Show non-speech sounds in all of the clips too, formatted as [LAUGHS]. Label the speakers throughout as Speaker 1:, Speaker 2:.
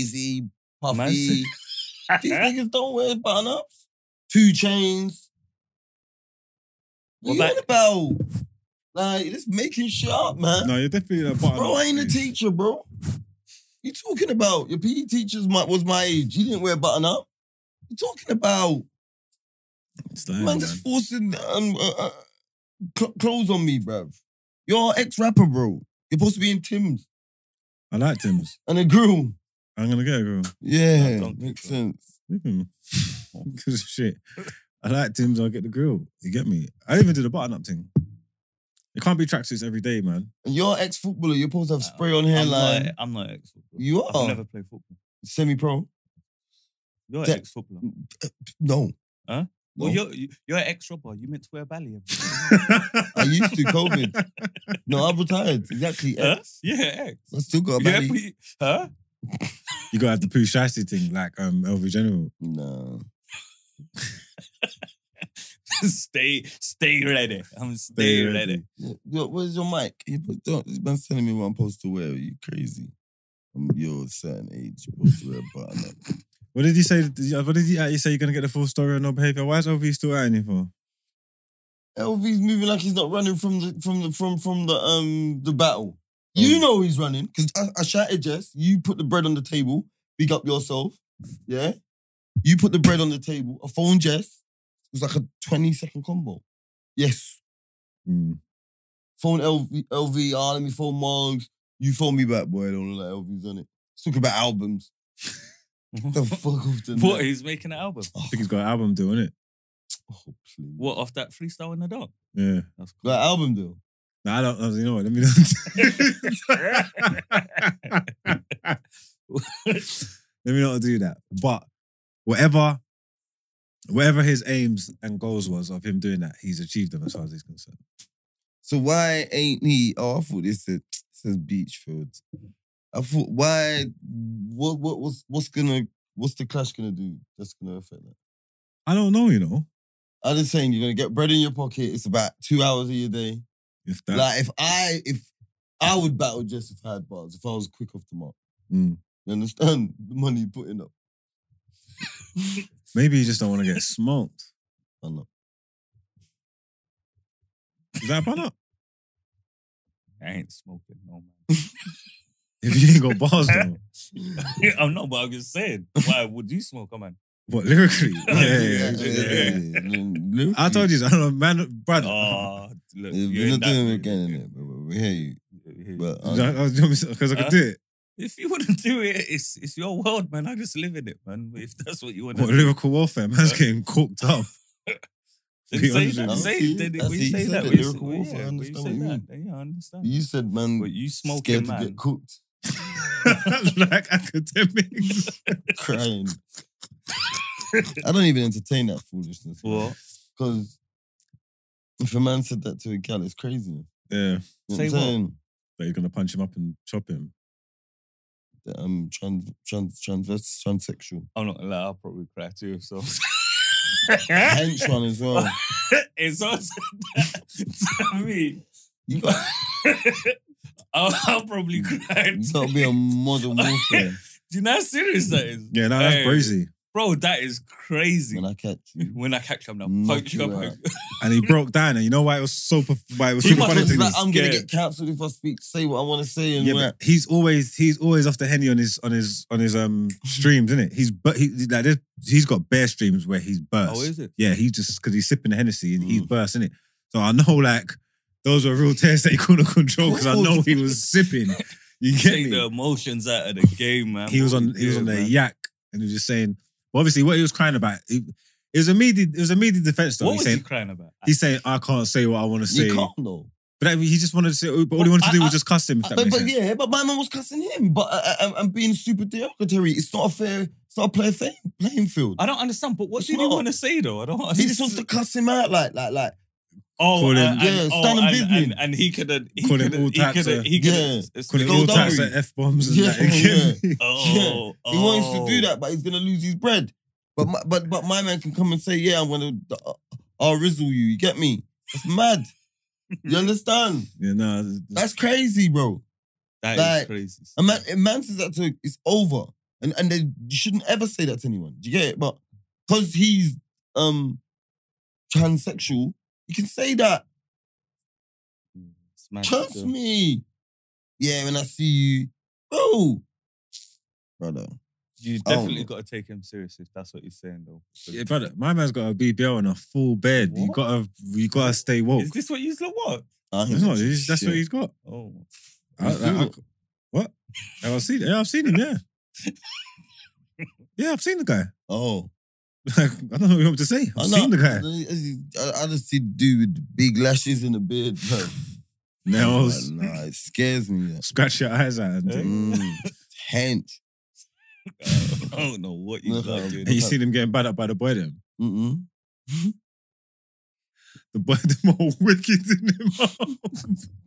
Speaker 1: Daisy,
Speaker 2: Man
Speaker 1: Puffy.
Speaker 2: said-
Speaker 1: These niggas don't wear button ups. Two chains. What
Speaker 2: Well,
Speaker 1: you on about? Like, it's making shit up, man.
Speaker 3: No, you're definitely a button.
Speaker 1: bro, I ain't a teacher, bro. You talking about your PE teacher's my, was my age. He didn't wear button up. You talking about man just forcing um, uh, uh, cl- clothes on me, bruv. You're ex rapper, bro. You're supposed to be in Tim's
Speaker 3: I like Tim's.
Speaker 1: and a grill.
Speaker 3: I'm gonna get a girl.
Speaker 1: Yeah,
Speaker 2: don't
Speaker 1: makes
Speaker 2: think so.
Speaker 1: sense.
Speaker 3: [LAUGHS] Because shit, I like Tim's. I'll get the grill. You get me? I even did a button up thing. It can't be tracksuits every day, man.
Speaker 1: And you're ex footballer. You're supposed to have spray on
Speaker 2: Uh, I'm
Speaker 1: hairline.
Speaker 2: not, I'm not ex footballer.
Speaker 1: You
Speaker 2: I've
Speaker 1: are
Speaker 2: never played football.
Speaker 1: semi pro.
Speaker 2: You're
Speaker 1: That-
Speaker 2: ex footballer.
Speaker 1: No,
Speaker 2: Well,
Speaker 1: no.
Speaker 2: you're you- you're an ex robber. You meant to wear a bally. every day.
Speaker 1: [LAUGHS] I used to COVID. No, I've retired. Exactly.
Speaker 2: [LAUGHS] Huh?
Speaker 1: Ex.
Speaker 2: Yeah, ex.
Speaker 1: I still got a
Speaker 2: Yeah,
Speaker 1: belly.
Speaker 2: but you- huh? [LAUGHS]
Speaker 3: you gotta have the poo shasty thing, like um LV General.
Speaker 1: No.
Speaker 2: stay, stay ready. I'm stay,
Speaker 3: Stay
Speaker 2: ready. [LAUGHS]
Speaker 3: ready.
Speaker 1: Yo, where's your mic? You put- don't- This man's telling me what I'm supposed to wear. you crazy? I'm, you're a certain age. You're supposed to wear a button up.
Speaker 3: What did you say? Did you- What did you, uh, you say? You're gonna get the full story on no behavior. Why is LV still at you for?
Speaker 1: LV's moving like he's not running from the from the from from the um the battle. You know he's running because I, I shouted Jess. You put the bread on the table. Big up yourself. Yeah, you put the bread on the table. I phone Jess. It was like a twenty second combo. Yes,
Speaker 3: Mm.
Speaker 1: phone LV. LV. Ah, let me phone Mugs. You phone me back, boy. I don't know that LV's on it. Let's talk about albums. The [LAUGHS] fuck off the
Speaker 2: what?
Speaker 1: net.
Speaker 2: He's making an album.
Speaker 3: I think he's got an album doing it.
Speaker 1: Oh, please.
Speaker 2: What off that freestyle in the dark?
Speaker 3: Yeah.
Speaker 2: That's cool.
Speaker 1: That album deal.
Speaker 3: Nah, I don't. I don't- You know what? Let me. [LAUGHS] Not, let me not do that. But whatever, whatever his aims and goals was of him doing that, he's achieved them as far as he's concerned.
Speaker 1: So why ain't he? Oh, I thought this said says Beachfield. I thought why? What what what's what's gonna what's the clash gonna do? That's gonna affect that.
Speaker 3: I don't know. You know,
Speaker 1: I'm just saying you're gonna get bread in your pocket. It's about two hours of your day.
Speaker 3: if that.
Speaker 1: Like if I if I would battle just if I had bars if I was quick off the mark.
Speaker 3: Mm.
Speaker 1: You understand the money you're putting up?
Speaker 3: Maybe you just don't want [LAUGHS] to get smoked.
Speaker 1: I know.
Speaker 3: Is that a pun [LAUGHS] up?
Speaker 2: [LAUGHS] I ain't smoking, no
Speaker 3: If you ain't got [LAUGHS] bars though,
Speaker 2: man. [LAUGHS] I'm not, but I'm just saying. Why would you smoke, a man?
Speaker 3: what lyrically? [LAUGHS] [LAUGHS] Yeah,
Speaker 1: [LAUGHS]
Speaker 3: yeah, yeah. I told you, I don't know, man, brother. [LAUGHS]
Speaker 2: Oh, look, you're
Speaker 1: We're
Speaker 2: in
Speaker 1: not
Speaker 2: that
Speaker 1: doing it
Speaker 2: mood.
Speaker 1: again, innit? But but we hear you. But
Speaker 3: oh,
Speaker 1: um,
Speaker 3: Because I
Speaker 2: Huh?
Speaker 3: could do it.
Speaker 2: If you want to do it, it's it's your world, man. I just live in it, man. If that's what you want to
Speaker 3: What
Speaker 2: do,
Speaker 3: lyrical warfare? [LAUGHS] Man's
Speaker 2: Huh?
Speaker 3: getting cooked up.
Speaker 2: then
Speaker 3: [LAUGHS] be
Speaker 2: say
Speaker 3: honest
Speaker 2: that.
Speaker 1: with
Speaker 2: Say
Speaker 1: you.
Speaker 2: then
Speaker 1: That's
Speaker 2: we
Speaker 1: it,
Speaker 2: say
Speaker 1: you said
Speaker 2: that.
Speaker 1: that
Speaker 2: we-
Speaker 1: lyrical
Speaker 2: well,
Speaker 1: warfare, I
Speaker 2: yeah,
Speaker 1: understand
Speaker 2: we
Speaker 1: what
Speaker 2: say
Speaker 1: you
Speaker 2: that.
Speaker 1: mean.
Speaker 2: Yeah, I understand.
Speaker 1: you said man,
Speaker 2: But you
Speaker 1: scared
Speaker 2: smoking,
Speaker 1: to get
Speaker 2: man.
Speaker 1: cooked. [LAUGHS]
Speaker 3: like academics. [LAUGHS]
Speaker 1: crying. I don't even entertain that foolishness.
Speaker 2: What?
Speaker 1: Because if a man said that to a gal, it's crazy. You
Speaker 3: Yeah,
Speaker 1: know
Speaker 2: Say
Speaker 1: what I'm
Speaker 2: what?
Speaker 1: saying?
Speaker 3: but you're gonna punch him up and chop him.
Speaker 1: That I'm trans, trans, transvest,
Speaker 3: [LAUGHS]
Speaker 1: transsexual.
Speaker 2: I'm not allowed. I'll probably cry too. So
Speaker 1: Hench one as well.
Speaker 2: it's also to me.
Speaker 1: You
Speaker 2: [LAUGHS]
Speaker 1: got,
Speaker 2: I'll, I'll probably cry.
Speaker 1: you
Speaker 2: too.
Speaker 1: got to be a
Speaker 3: [LAUGHS]
Speaker 1: modern warfare
Speaker 2: Do you know how serious that is?
Speaker 3: Yeah, no, that's
Speaker 2: Hey.
Speaker 3: crazy.
Speaker 2: Bro, that is crazy.
Speaker 1: when I catch you.
Speaker 2: When I catch him now,
Speaker 1: Knock
Speaker 2: punch you
Speaker 1: you
Speaker 2: up.
Speaker 1: out.
Speaker 3: And he broke down, and you know why it was so perf- why it was
Speaker 2: He
Speaker 3: super
Speaker 2: must
Speaker 3: funny
Speaker 2: have
Speaker 3: to
Speaker 1: Because
Speaker 3: me.
Speaker 1: like, I'm gonna
Speaker 2: scared.
Speaker 1: get cancelled if I speak, say what I want to say, and
Speaker 3: Yeah,
Speaker 1: all
Speaker 3: but
Speaker 1: that.
Speaker 3: he's always he's always off the henny on his on his on his
Speaker 2: [LAUGHS]
Speaker 3: um streams, isn't it? He's but he like there's- he's got bare streams where he's burst.
Speaker 2: Oh, is it?
Speaker 3: Yeah, he just because he's sipping the Hennessy and he's
Speaker 1: Mm.
Speaker 3: burst, innit? So I know like those were real tests that he couldn't control because I know he was
Speaker 2: [LAUGHS]
Speaker 3: sipping. You get
Speaker 2: Take
Speaker 3: me?
Speaker 2: the emotions out of the game, man.
Speaker 3: he was
Speaker 2: What
Speaker 3: on
Speaker 2: we
Speaker 3: he was
Speaker 2: do,
Speaker 3: on the
Speaker 2: man.
Speaker 3: yak and he was just saying well, obviously what he was crying about it, it was a media it was a media defense though
Speaker 2: What
Speaker 3: he's
Speaker 2: was
Speaker 3: saying
Speaker 2: he crying about?
Speaker 3: he's saying I can't say what I want to say
Speaker 1: You can't though.
Speaker 3: but that- he just wanted to say but all he wanted to
Speaker 1: I-
Speaker 3: do was
Speaker 1: I-
Speaker 3: just cuss him if that
Speaker 1: But,
Speaker 3: makes
Speaker 1: but
Speaker 3: sense
Speaker 1: yeah, but my man was cussing him. But I, I, I'm- I'm being super derogatory. It's not a fair. It's not a player fa- playing field.
Speaker 2: I don't understand. But what
Speaker 1: It's
Speaker 2: did he
Speaker 1: not.
Speaker 2: want to say though? I don't. Understand.
Speaker 1: He just wants to cuss him out, like, like, like.
Speaker 2: Oh,
Speaker 3: Call him-
Speaker 2: and,
Speaker 1: Yeah,
Speaker 2: and, oh,
Speaker 1: stand and
Speaker 2: and,
Speaker 1: business.
Speaker 2: and, and he could have. He
Speaker 3: Call him
Speaker 2: could
Speaker 3: all
Speaker 2: have. He
Speaker 3: types
Speaker 2: could
Speaker 3: of-
Speaker 2: have. He could
Speaker 1: Yeah.
Speaker 2: have. it's
Speaker 3: calling
Speaker 1: Go
Speaker 3: all
Speaker 1: down.
Speaker 3: types of F-bombs and
Speaker 1: Yeah.
Speaker 3: that again. [LAUGHS]
Speaker 2: Oh,
Speaker 1: He wants to do
Speaker 2: oh.
Speaker 1: that, but he's gonna lose his bread. But my, but but my man can come and say, "Yeah, I'm gonna, uh, I'll rizzle you." You get me? It's mad.
Speaker 3: [LAUGHS]
Speaker 1: you understand?
Speaker 3: yeah no
Speaker 1: That's crazy, bro.
Speaker 2: That is
Speaker 1: Like,
Speaker 2: crazy.
Speaker 1: A man, a man says that to it's over. And and they, you shouldn't ever say that to anyone. Do you get it? But because he's um transsexual, you can say that.
Speaker 2: It's mad
Speaker 1: Trust
Speaker 2: still.
Speaker 1: me. Yeah, when I see you, bro, brother.
Speaker 2: You
Speaker 1: Oh.
Speaker 2: definitely got to take him seriously if that's what he's saying, though.
Speaker 3: Yeah, [LAUGHS] brother, my man's got a BBL and a full bed. You
Speaker 2: What?
Speaker 3: gotta, you gotta stay woke.
Speaker 2: Is this what you said? What?
Speaker 1: I
Speaker 3: It's not, it's- that's what he's got.
Speaker 2: Oh, [LAUGHS]
Speaker 3: I,
Speaker 1: You
Speaker 3: I-
Speaker 1: feel
Speaker 3: I-
Speaker 1: it?
Speaker 3: what? Have I seen? Yeah, I've seen him. Yeah,
Speaker 1: [LAUGHS]
Speaker 3: yeah, I've seen the guy. [LAUGHS]
Speaker 1: Oh,
Speaker 3: I don't know what you want me to say.
Speaker 1: I
Speaker 3: I've
Speaker 1: know.
Speaker 3: seen the guy.
Speaker 1: I, I just see dude with big lashes and a beard.
Speaker 2: [LAUGHS]
Speaker 1: Bro.
Speaker 3: Nails.
Speaker 1: Like, nah, it scares me. that.
Speaker 3: Scratch your eyes out and
Speaker 2: Eh?
Speaker 3: things.
Speaker 1: Mm, hench.
Speaker 2: I don't know
Speaker 1: [LAUGHS]
Speaker 2: what you
Speaker 1: Look,
Speaker 2: got,
Speaker 1: um,
Speaker 2: dude.
Speaker 3: And you seen him getting bad up by the boy then.
Speaker 2: [LAUGHS]
Speaker 1: Mm-mm.
Speaker 3: The boy, [LAUGHS] the more wicked in him. [LAUGHS]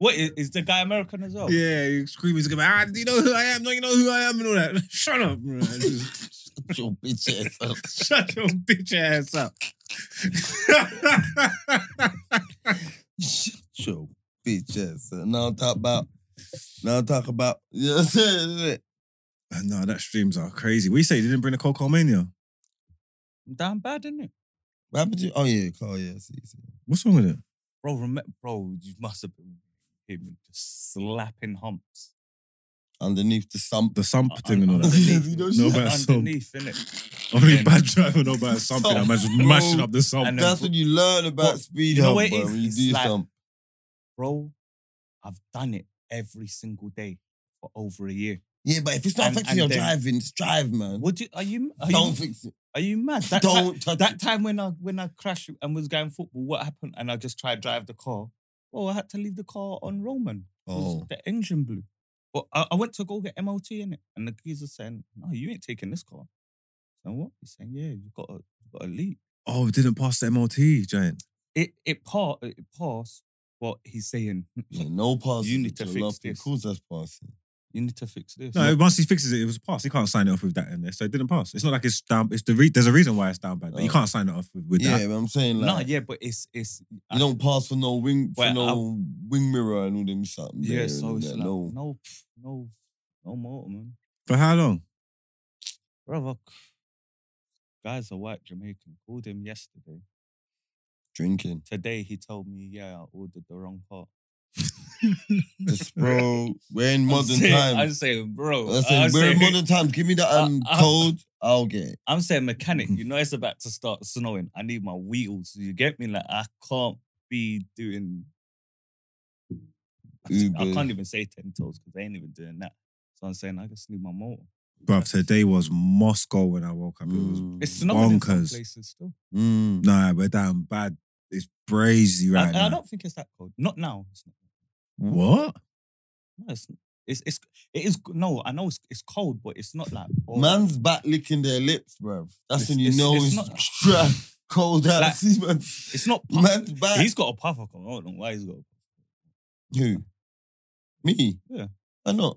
Speaker 2: What is, is the guy American as well?
Speaker 3: yeah, you screaming, he's going, ah, do you know who I am? Don't you know who I am? And all that. [LAUGHS] Shut up. man. Just
Speaker 1: Shut your bitch ass up.
Speaker 3: Shut your bitch ass up.
Speaker 1: [LAUGHS]
Speaker 3: [LAUGHS]
Speaker 1: Shut your bitch ass up. Now talk about. Now talk about. [LAUGHS] Yes,
Speaker 3: no, that streams are crazy. We say you didn't bring the Coco Mania.
Speaker 2: Damn bad, isn't it?
Speaker 1: What happened to you? Oh yeah, Carl. Yeah, I see, I see.
Speaker 3: What's wrong with it?
Speaker 2: Bro, remember, bro, you must have been him just slapping humps.
Speaker 1: Underneath the sump.
Speaker 3: The sump
Speaker 2: Uh,
Speaker 3: thing and all
Speaker 2: uh,
Speaker 3: that.
Speaker 1: You know,
Speaker 3: No,
Speaker 1: she's-
Speaker 2: [LAUGHS]
Speaker 3: but- That's so-
Speaker 2: Underneath, innit?
Speaker 3: Only
Speaker 2: Yeah.
Speaker 3: bad driver, no
Speaker 2: [LAUGHS]
Speaker 3: bad something. I'm just mashing up the
Speaker 2: And
Speaker 3: sump.
Speaker 2: then-
Speaker 1: that's when you learn about
Speaker 2: But
Speaker 1: speed
Speaker 2: you know
Speaker 1: hump,
Speaker 2: what it
Speaker 1: bro,
Speaker 2: is?
Speaker 1: when you
Speaker 2: It's
Speaker 1: do
Speaker 2: like-
Speaker 1: sump.
Speaker 2: Bro, I've done it every single day for over
Speaker 1: [LAUGHS]
Speaker 2: a year.
Speaker 1: Yeah, but if it's not
Speaker 2: And-
Speaker 1: affecting
Speaker 2: and
Speaker 1: your
Speaker 2: then-
Speaker 1: driving, just drive, man.
Speaker 2: What do you, are you, are you,
Speaker 1: Don't fix it.
Speaker 2: are you mad? That, ti-
Speaker 1: Don't touch
Speaker 2: that
Speaker 1: it.
Speaker 2: time when I when I crashed and was going football, what happened? And I just tried to drive the car. Well, I had to leave the car on Roman. 'cause
Speaker 1: Oh.
Speaker 2: The engine blew. But I, I went to go get MLT in it, and the geezer saying, "No, you ain't taking this car." And what? He's saying, "Yeah, you got a you got a leak."
Speaker 3: Oh, it didn't pass the MLT, giant.
Speaker 2: It it part it passed. But he's saying
Speaker 1: Yeah, no passing.
Speaker 2: You need to
Speaker 1: to
Speaker 2: fix
Speaker 1: love.
Speaker 2: this.
Speaker 1: Of course, that's passing.
Speaker 2: you need to fix this.
Speaker 3: No, once he fixes it, it was passed. He can't sign it off with that in there, so it didn't pass. It's not like it's down. It's the re- there's a reason why it's down bad. but You
Speaker 2: Uh,
Speaker 1: Oh.
Speaker 3: can't sign it off with, with
Speaker 1: yeah,
Speaker 3: that.
Speaker 1: but I'm saying
Speaker 2: Nah,
Speaker 1: like
Speaker 2: yeah, but it's it's
Speaker 1: you don't pass for no wing for
Speaker 2: Well,
Speaker 1: no wing mirror and all them something.
Speaker 2: yeah.
Speaker 1: there
Speaker 2: So
Speaker 1: and
Speaker 2: it's
Speaker 1: that,
Speaker 2: like,
Speaker 1: no.
Speaker 2: no no no no motor man.
Speaker 3: For how long?
Speaker 2: Brother, guy's a white Jamaican. Called him yesterday. [LAUGHS]
Speaker 1: drinking.
Speaker 2: Today he told me, yeah, I ordered the wrong part.
Speaker 1: Just, bro, we're in
Speaker 2: I'm
Speaker 1: modern
Speaker 2: saying, I'm
Speaker 1: times.
Speaker 2: saying, bro.
Speaker 1: I said,
Speaker 2: I'm,
Speaker 1: we're in
Speaker 2: saying,
Speaker 1: modern times. Give me that
Speaker 2: Uh,
Speaker 1: um,
Speaker 2: uh,
Speaker 1: code, I'll get it.
Speaker 2: I'm saying mechanic.
Speaker 1: [LAUGHS]
Speaker 2: You know it's about to start snowing. I need my wheels. You get me? Like I can't be doing. I
Speaker 1: Uber.
Speaker 2: can't even say ten toes because they ain't even doing that. So I'm saying I just need my motor.
Speaker 3: Bruv, today was Moscow when I woke up. It was
Speaker 1: Mm,
Speaker 2: It's snowing in some
Speaker 3: Bonkers.
Speaker 2: places still.
Speaker 1: mm.
Speaker 3: nah, we're down bad. It's brazy right
Speaker 2: I, I
Speaker 3: now.
Speaker 2: don't think it's that cold. Not now. It's not.
Speaker 3: What?
Speaker 2: No, it's it's, it's it is no. I know it's it's cold, but it's not like oh,
Speaker 1: Man's back licking their lips, bruv. That's
Speaker 2: It's-
Speaker 1: when you
Speaker 2: it's-
Speaker 1: know
Speaker 2: it's
Speaker 1: it's, [LAUGHS]
Speaker 2: not-
Speaker 1: stra- cold out. [LAUGHS]
Speaker 2: Like-
Speaker 1: See, man.
Speaker 2: [LAUGHS]
Speaker 3: [LAUGHS]
Speaker 2: It's not. Puff. [LAUGHS]
Speaker 1: Man's back.
Speaker 2: He's got a puffer. coat. I don't know why he's got. A,
Speaker 1: Who? Me?
Speaker 2: Yeah.
Speaker 1: I know.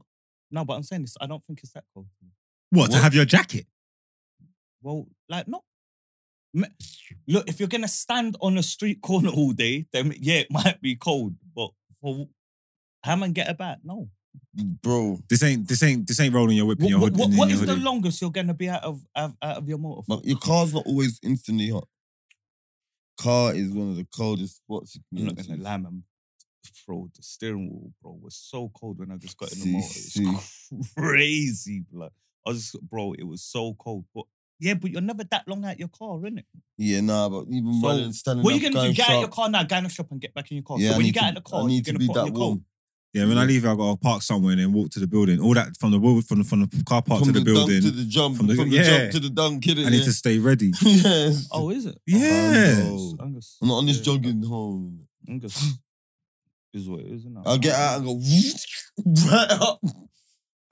Speaker 2: no, but I'm saying this. I don't think it's that cold.
Speaker 3: What, to
Speaker 1: What?
Speaker 3: have your jacket?
Speaker 2: Well, like not. M- Look, if you're gonna stand on a street [LAUGHS] corner all day, then yeah, it might be cold. But for ham and get a bat, no.
Speaker 1: Bro,
Speaker 3: This ain't this ain't this ain't rolling your whip in
Speaker 2: What,
Speaker 3: your
Speaker 2: what,
Speaker 3: hood.
Speaker 2: what-
Speaker 3: in
Speaker 2: what
Speaker 3: your
Speaker 2: is the
Speaker 3: hoodie.
Speaker 2: longest you're gonna be out of out, out of your motor? for?
Speaker 1: But your car's not always instantly hot. Car is one of the coldest spots you
Speaker 2: I'm
Speaker 1: can
Speaker 2: not
Speaker 1: get
Speaker 2: gonna
Speaker 1: to.
Speaker 2: lie, man. Bro, the steering wheel, bro, was so cold when I just got in the
Speaker 1: See,
Speaker 2: motor. It's [LAUGHS] crazy, blood. I was, bro, it was so cold. But yeah, but you're never that long out your car, innit?
Speaker 1: Yeah, nah, but even
Speaker 2: So,
Speaker 1: running, standing
Speaker 2: What are
Speaker 1: up,
Speaker 2: you gonna do?
Speaker 1: going
Speaker 2: Get out of your
Speaker 1: sharp.
Speaker 2: car now, go in the shop and get back in your car.
Speaker 1: Yeah,
Speaker 2: so
Speaker 1: I
Speaker 2: when you
Speaker 1: need
Speaker 2: get
Speaker 1: to-
Speaker 2: out of the car,
Speaker 1: I need
Speaker 2: you're
Speaker 1: to
Speaker 2: gonna
Speaker 1: be
Speaker 2: put on
Speaker 1: that
Speaker 2: your coat.
Speaker 1: warm.
Speaker 3: Yeah, when I leave, I gotta park somewhere and then walk to the building. All that from the road, from the from the car park to the,
Speaker 1: dunk
Speaker 3: building.
Speaker 1: to the jump,
Speaker 3: From
Speaker 1: from
Speaker 3: the-
Speaker 1: the,
Speaker 3: yeah.
Speaker 1: jump to the dunk, kidding. [LAUGHS]
Speaker 3: I need to stay ready.
Speaker 1: yes.
Speaker 2: Oh, is it?
Speaker 3: Yeah.
Speaker 2: Oh, I'm just-
Speaker 1: I'm not on this
Speaker 2: yeah, [LAUGHS]
Speaker 1: jogging home.
Speaker 2: I'm just- Is what it is, innit?
Speaker 1: I'll get out and go [LAUGHS] right up.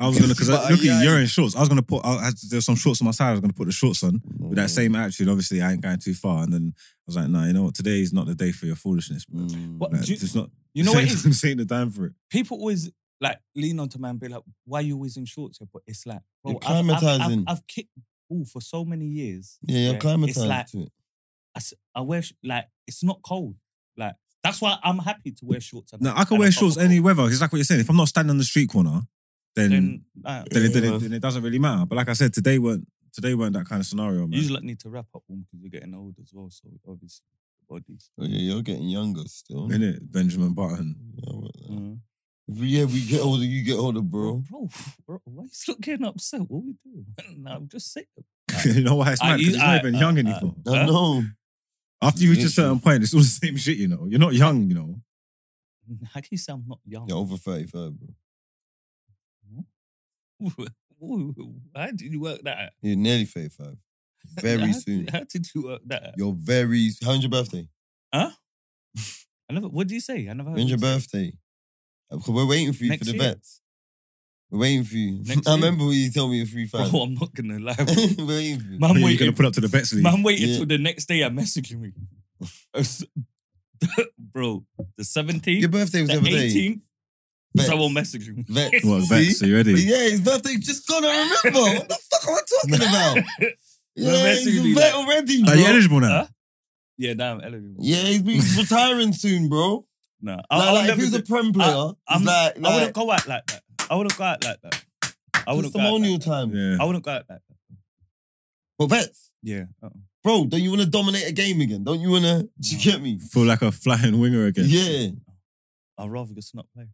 Speaker 3: I was gonna because
Speaker 1: But, uh,
Speaker 3: look
Speaker 1: yeah,
Speaker 3: at you, you're in shorts. I was gonna put. I, I, there's some shorts on my side. I was gonna put the shorts on with
Speaker 1: Mm.
Speaker 3: that same attitude. Obviously, I ain't going too far. And then I was like, nah, you know what? Today is not the day for your foolishness. bro.
Speaker 1: Mm.
Speaker 2: But
Speaker 3: Like,
Speaker 2: do you,
Speaker 3: it's not.
Speaker 2: you know what it
Speaker 1: [LAUGHS]
Speaker 3: this
Speaker 2: is?
Speaker 3: ain't- [LAUGHS] this ain't the time for it.
Speaker 2: people always like lean onto man, and be like, "Why you always in shorts?" here?" But it's like, bro,
Speaker 1: You're
Speaker 2: I've, I've, I've,
Speaker 1: climatising.
Speaker 2: I've kicked ball for so many years.
Speaker 1: yeah, you're
Speaker 2: Yeah, it's
Speaker 1: acclimatized
Speaker 2: like-
Speaker 1: to it.
Speaker 2: I, s- I wear sh- like it's not cold. Like that's why I'm happy to wear shorts. and-
Speaker 3: No, I can
Speaker 2: and a
Speaker 3: wear
Speaker 2: proper
Speaker 3: shorts
Speaker 2: coat.
Speaker 3: any weather. It's like what you're saying. If I'm not standing on the street corner, then then,
Speaker 2: then like,
Speaker 3: then, it, then, it, then it doesn't really matter. But like I said, today weren't today weren't that kind of scenario, man.
Speaker 2: you just like, need to wrap up one because you're getting old as well. So obviously, the bodies.
Speaker 1: Oh, yeah, you're getting younger still. Yeah,
Speaker 3: Innit? Benjamin Button.
Speaker 1: but, uh, if we- yeah, we get older, you get older, bro.
Speaker 2: Bro, [LAUGHS] bro, why you still getting upset? What we doing? [LAUGHS] Nah, I'm just sick.
Speaker 3: [LAUGHS] you know why it's
Speaker 2: I-
Speaker 3: mad? 'Cause he's
Speaker 2: I-
Speaker 3: not even
Speaker 2: I-
Speaker 3: young
Speaker 2: I-
Speaker 3: anymore.
Speaker 1: I
Speaker 2: Huh?
Speaker 1: know.
Speaker 3: After you reach a
Speaker 1: literally.
Speaker 3: certain point, it's all the same shit, you know. You're not young, you know.
Speaker 2: How can you say I'm not young? [LAUGHS]
Speaker 1: You're over 35, bro.
Speaker 2: How did you work that? [LAUGHS] out?
Speaker 1: You're nearly
Speaker 2: [LAUGHS]
Speaker 1: 35. Very
Speaker 2: how,
Speaker 1: soon.
Speaker 2: How did you work that? out?
Speaker 1: You're very. How's your birthday?
Speaker 2: I never. What did you say? I never. heard
Speaker 1: When's your
Speaker 2: you say-
Speaker 1: birthday? Uh, 'cause We're waiting for you
Speaker 2: Next
Speaker 1: for the
Speaker 2: year.
Speaker 1: vets. We're waiting for you. [LAUGHS]
Speaker 2: Next
Speaker 1: I
Speaker 2: year.
Speaker 1: remember when you told me you're free
Speaker 2: [LAUGHS]
Speaker 1: five.
Speaker 2: Bro, Oh, I'm not
Speaker 1: [LAUGHS]
Speaker 2: gonna lie. bro.
Speaker 1: We're waiting for you.
Speaker 3: Who are
Speaker 2: Man
Speaker 3: you going
Speaker 2: waiting.
Speaker 3: to put up to the Bets League?
Speaker 2: Man waiting
Speaker 1: Yeah.
Speaker 2: till the next day. I'm messaging me, [LAUGHS] bro. The
Speaker 1: Your
Speaker 2: seventeenth,
Speaker 1: birthday was
Speaker 2: the
Speaker 1: the other day.
Speaker 2: eighteenth.
Speaker 1: Vets.
Speaker 2: Someone messaging me.
Speaker 1: Vets.
Speaker 3: Well,
Speaker 1: See?
Speaker 3: Bets, so you ready?
Speaker 1: But yeah, his birthday just gone. I remember.
Speaker 2: [LAUGHS]
Speaker 1: what the fuck am I talking about? Yeah,
Speaker 2: Vets
Speaker 1: he's
Speaker 2: will be
Speaker 1: a vet
Speaker 2: like-
Speaker 1: already, bro.
Speaker 3: Are you eligible now?
Speaker 2: Huh? Yeah, nah, I'm eligible.
Speaker 1: Yeah, he's been he's retiring soon, bro.
Speaker 2: Nah, I-
Speaker 1: Like,
Speaker 2: I'll
Speaker 1: like, if
Speaker 2: never
Speaker 1: he was
Speaker 2: do-
Speaker 1: a prem player,
Speaker 2: I'm-
Speaker 1: he's like,
Speaker 2: I wouldn't
Speaker 1: like
Speaker 2: go out like that. I wouldn't go out like that. I wouldn't go out
Speaker 1: testimonial
Speaker 2: like that.
Speaker 1: time.
Speaker 3: Yeah.
Speaker 2: I wouldn't go out like that.
Speaker 1: But vets,
Speaker 2: Yeah. uh-uh.
Speaker 1: bro, don't you want to dominate a game again? Don't you want to? [LAUGHS] Do you get me?
Speaker 3: Feel like a flying winger again.
Speaker 1: Yeah,
Speaker 2: I'd rather just not play.